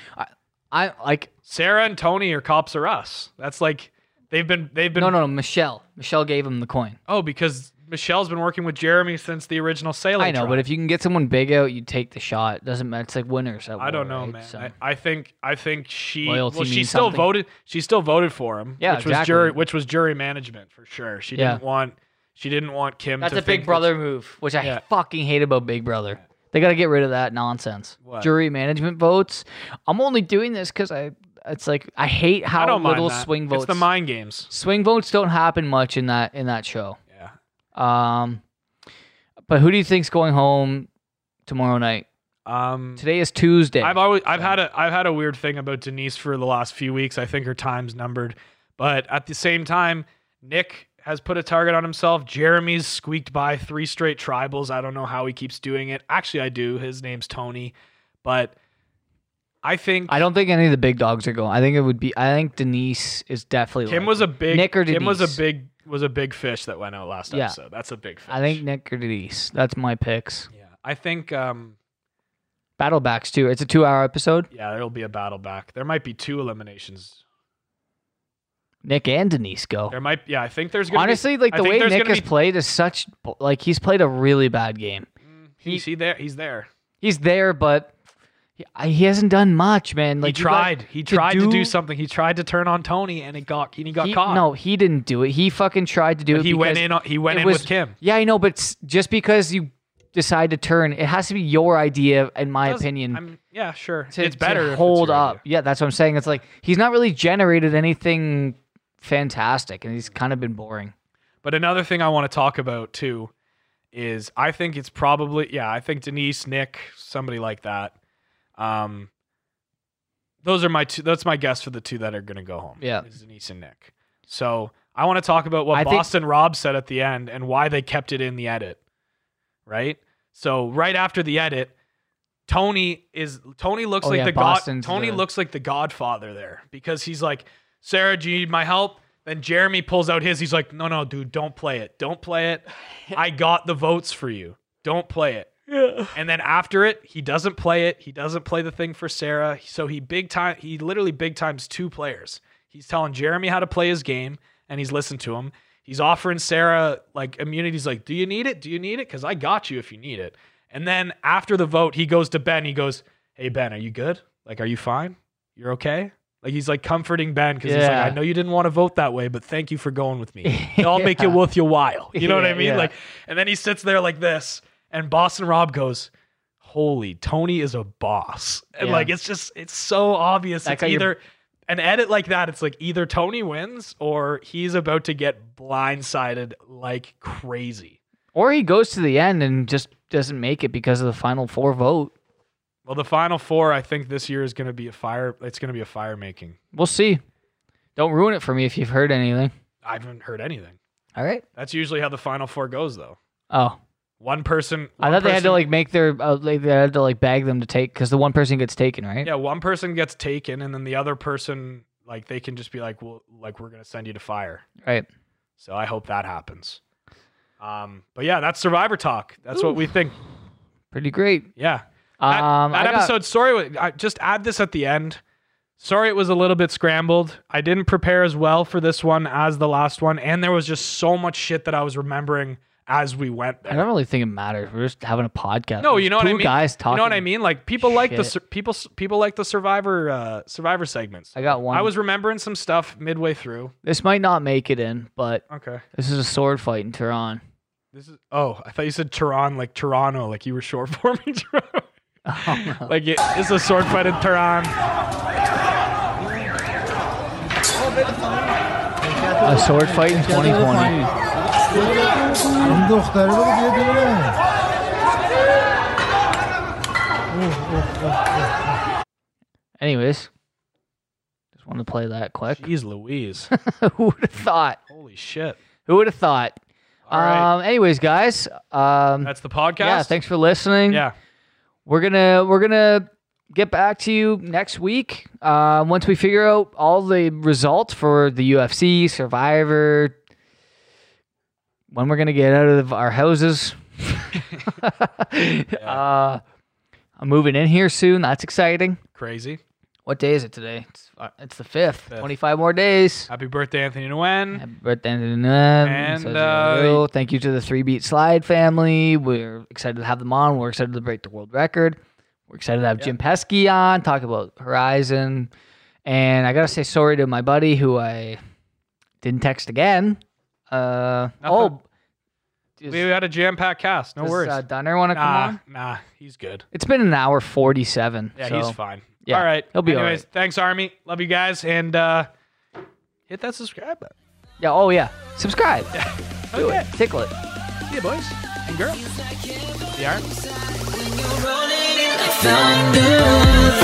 [SPEAKER 2] I like
[SPEAKER 1] Sarah and Tony are cops or us. That's like they've been they've been
[SPEAKER 2] no, no, no. Michelle. Michelle gave him the coin.
[SPEAKER 1] oh because Michelle's been working with Jeremy since the original Salem.
[SPEAKER 2] I know,
[SPEAKER 1] trial.
[SPEAKER 2] but if you can get someone big out, you take the shot. Doesn't matter. It's like winners. At
[SPEAKER 1] I don't know, man. I, I think I think she
[SPEAKER 2] Loyalty
[SPEAKER 1] well, she
[SPEAKER 2] means
[SPEAKER 1] still
[SPEAKER 2] something.
[SPEAKER 1] voted she still voted for him.
[SPEAKER 2] Yeah,
[SPEAKER 1] which was
[SPEAKER 2] exactly.
[SPEAKER 1] jury which was jury management for sure. She
[SPEAKER 2] Yeah.
[SPEAKER 1] didn't want she didn't want Kim.
[SPEAKER 2] That's
[SPEAKER 1] to
[SPEAKER 2] a Big
[SPEAKER 1] think that-
[SPEAKER 2] Brother move, which I
[SPEAKER 1] Yeah.
[SPEAKER 2] fucking hate about Big Brother. They got to get rid of that nonsense. Jury management votes. I'm only doing this because I. It's like I hate how
[SPEAKER 1] I don't mind
[SPEAKER 2] little
[SPEAKER 1] that.
[SPEAKER 2] swing votes.
[SPEAKER 1] It's the mind games.
[SPEAKER 2] swing votes don't happen much in that in that show. Yeah. Um, but who do you think's going home tomorrow night?
[SPEAKER 1] Um,
[SPEAKER 2] Today is Tuesday.
[SPEAKER 1] I've always I've had a I've had a weird thing about Denise for the last few weeks. I think her time's numbered, but at the same time, Nick has put a target on himself. Jeremy's squeaked by three straight tribals. I don't know how he keeps doing it. Actually, I do. His name's Tony, but I think
[SPEAKER 2] I don't think any of the big dogs are going. I think it would be. I think Denise is definitely.
[SPEAKER 1] Kim
[SPEAKER 2] likely.
[SPEAKER 1] was a big
[SPEAKER 2] Nick or
[SPEAKER 1] Kim was a
[SPEAKER 2] Denise?
[SPEAKER 1] big was a big fish that went out last
[SPEAKER 2] Yeah.
[SPEAKER 1] episode. That's a big fish.
[SPEAKER 2] I think Nick or Denise. That's my picks.
[SPEAKER 1] Yeah, I think um
[SPEAKER 2] Battlebacks too. It's a two-hour episode.
[SPEAKER 1] yeah there'll be a battle back. There might be two eliminations.
[SPEAKER 2] Nick and Denise go.
[SPEAKER 1] There might yeah I think there's gonna be-
[SPEAKER 2] Honestly, like
[SPEAKER 1] I
[SPEAKER 2] the
[SPEAKER 1] think
[SPEAKER 2] way
[SPEAKER 1] there's
[SPEAKER 2] Nick
[SPEAKER 1] gonna
[SPEAKER 2] has
[SPEAKER 1] be-
[SPEAKER 2] played is such. Like he's played a really bad game.
[SPEAKER 1] he's he there he's there.
[SPEAKER 2] He's there, but he, I- he hasn't done much, man. Like
[SPEAKER 1] he
[SPEAKER 2] you got
[SPEAKER 1] tried. He tried to do, something. He tried to turn on Tony, and it got and he got
[SPEAKER 2] he-
[SPEAKER 1] caught.
[SPEAKER 2] No, he didn't do it. He fucking tried to do it.
[SPEAKER 1] he went
[SPEAKER 2] because
[SPEAKER 1] in. on- He went
[SPEAKER 2] it
[SPEAKER 1] in
[SPEAKER 2] was-
[SPEAKER 1] with Kim.
[SPEAKER 2] Yeah, I know, but s- just because you decide to turn, it has to be your idea, in my
[SPEAKER 1] Does-
[SPEAKER 2] opinion.
[SPEAKER 1] I'm- yeah, sure.
[SPEAKER 2] to,
[SPEAKER 1] it's
[SPEAKER 2] to
[SPEAKER 1] better. if it's
[SPEAKER 2] hold
[SPEAKER 1] your
[SPEAKER 2] up.
[SPEAKER 1] idea.
[SPEAKER 2] Yeah, that's what I'm saying. It's like he's not really generated anything fantastic, and he's kind of been boring.
[SPEAKER 1] But another thing I want to talk about too is I think it's probably yeah. I think Denise, Nick, somebody like that. Um, those are my two. That's my guess for the two that are going to go home.
[SPEAKER 2] Yeah.
[SPEAKER 1] is Denise and Nick. So I want to talk about what
[SPEAKER 2] I think-
[SPEAKER 1] Boston Rob said at the end and why they kept it in the edit. Right. So right after the edit, Tony is Tony looks
[SPEAKER 2] Oh,
[SPEAKER 1] like
[SPEAKER 2] yeah,
[SPEAKER 1] the
[SPEAKER 2] Boston's
[SPEAKER 1] god. Tony
[SPEAKER 2] the-
[SPEAKER 1] looks like the Godfather there because he's like, Sarah, do you need my help? Then Jeremy pulls out his. He's like, No, no, dude, don't play it. Don't play it. I got the votes for you. Don't play it. And then after it, he doesn't play it. He doesn't play the thing for Sarah. So he big time. He literally big times two players. He's telling Jeremy how to play his game, and he's listened to him. He's offering Sarah like immunities. Like, do you need it? Do you need it? Because I got you if you need it. And then after the vote, he goes to Ben. He goes, "Hey Ben, are you good? Like, are you fine? You're okay." Like he's like comforting Ben because he's
[SPEAKER 2] Yeah.
[SPEAKER 1] like, "I know you didn't want to vote that way, but thank you for going with me. I'll make it worth your while." You know what I
[SPEAKER 2] Yeah,
[SPEAKER 1] mean?
[SPEAKER 2] yeah.
[SPEAKER 1] Like, and then he sits there like this, and Boston Rob goes, "Holy, Tony is a boss!" And
[SPEAKER 2] Yeah.
[SPEAKER 1] like, it's just it's so obvious.
[SPEAKER 2] That
[SPEAKER 1] It's
[SPEAKER 2] guy you're-
[SPEAKER 1] either an edit like that. It's like either Tony wins or he's about to get blindsided like crazy.
[SPEAKER 2] Or he goes to the end and just doesn't make it because of the final four vote.
[SPEAKER 1] Well, the final four, I think this year is going to be a fire. It's going to be a fire making.
[SPEAKER 2] We'll see. Don't ruin it for me if you've heard anything.
[SPEAKER 1] I haven't heard anything.
[SPEAKER 2] All right.
[SPEAKER 1] That's usually how the final four goes, though.
[SPEAKER 2] Oh,
[SPEAKER 1] One person.
[SPEAKER 2] I
[SPEAKER 1] one
[SPEAKER 2] thought they had to
[SPEAKER 1] person-
[SPEAKER 2] like make their uh, like, they had to like bag them to take because the one person gets taken, right?
[SPEAKER 1] Yeah, one person gets taken, and then the other person, like, they can just be like, "Well, like, we're gonna send you to fire."
[SPEAKER 2] Right.
[SPEAKER 1] So I hope that happens. Um, but yeah, that's Survivor talk. That's what we think.
[SPEAKER 2] Pretty great.
[SPEAKER 1] Yeah, that,
[SPEAKER 2] Um,
[SPEAKER 1] that
[SPEAKER 2] I got-
[SPEAKER 1] episode. Sorry, wa- I, just add this at the end. Sorry, it was a little bit scrambled. I didn't prepare as well for this one as the last one, and there was just so much shit that I was remembering as we went
[SPEAKER 2] I
[SPEAKER 1] there.
[SPEAKER 2] don't really think it matters. We're just having a podcast.
[SPEAKER 1] No,
[SPEAKER 2] We're
[SPEAKER 1] you
[SPEAKER 2] just
[SPEAKER 1] know what
[SPEAKER 2] two
[SPEAKER 1] I mean.
[SPEAKER 2] Guys talking.
[SPEAKER 1] You know what I mean? Like people like the
[SPEAKER 2] shit.
[SPEAKER 1] sur- people s- people like the Survivor uh, Survivor segments.
[SPEAKER 2] I got one.
[SPEAKER 1] I was remembering some stuff midway through.
[SPEAKER 2] This might not make it in, but
[SPEAKER 1] Okay.
[SPEAKER 2] this is a sword fight in Tehran.
[SPEAKER 1] This is oh, I thought you said Tehran like Toronto, like you were short for me, Toronto.
[SPEAKER 2] Oh,
[SPEAKER 1] Like it, it's a sword fight in Tehran.
[SPEAKER 2] A sword fight in 2020.
[SPEAKER 5] این دختره رو بگو بیا بیرون.
[SPEAKER 2] Anyways, just wanted to play that quick.
[SPEAKER 1] Jeez Louise.
[SPEAKER 2] Who would have thought?
[SPEAKER 1] Holy shit.
[SPEAKER 2] Who would have thought?
[SPEAKER 1] right.
[SPEAKER 2] Um. Anyways, guys. Um.
[SPEAKER 1] That's the podcast.
[SPEAKER 2] yeah. Thanks for listening.
[SPEAKER 1] Yeah.
[SPEAKER 2] we're gonna we're gonna get back to you next week uh, once we figure out all the results for the UFC Survivor. When we're gonna get out of our houses. uh, I'm moving in here soon. That's exciting.
[SPEAKER 1] Crazy.
[SPEAKER 2] What day is it today? It's, uh, it's the fifth. Twenty-five more days.
[SPEAKER 1] Happy birthday, Anthony Nguyen.
[SPEAKER 2] Happy birthday, and
[SPEAKER 1] And, uh,
[SPEAKER 2] thank you to the Three Beat Slide family. We're excited to have them on. We're excited to break the world record. We're excited to have Jim Pesky on, talk about Horizon. And I gotta say sorry to my buddy who I didn't text again. Uh, oh, does,
[SPEAKER 1] We had a jam-packed cast. No
[SPEAKER 2] does,
[SPEAKER 1] worries.
[SPEAKER 2] uh, Dunner want to come
[SPEAKER 1] nah,
[SPEAKER 2] on?
[SPEAKER 1] nah, he's good.
[SPEAKER 2] It's been an hour forty-seven.
[SPEAKER 1] Yeah,
[SPEAKER 2] so.
[SPEAKER 1] he's fine.
[SPEAKER 2] yeah,
[SPEAKER 1] all right.
[SPEAKER 2] he'll be all
[SPEAKER 1] Anyways, thanks, Army. Love you guys, and uh, hit that subscribe button.
[SPEAKER 2] Yeah. Oh yeah. Subscribe. Do it. Tickle it.
[SPEAKER 1] See you, boys and girls. See you, Army.
[SPEAKER 5] Thunder.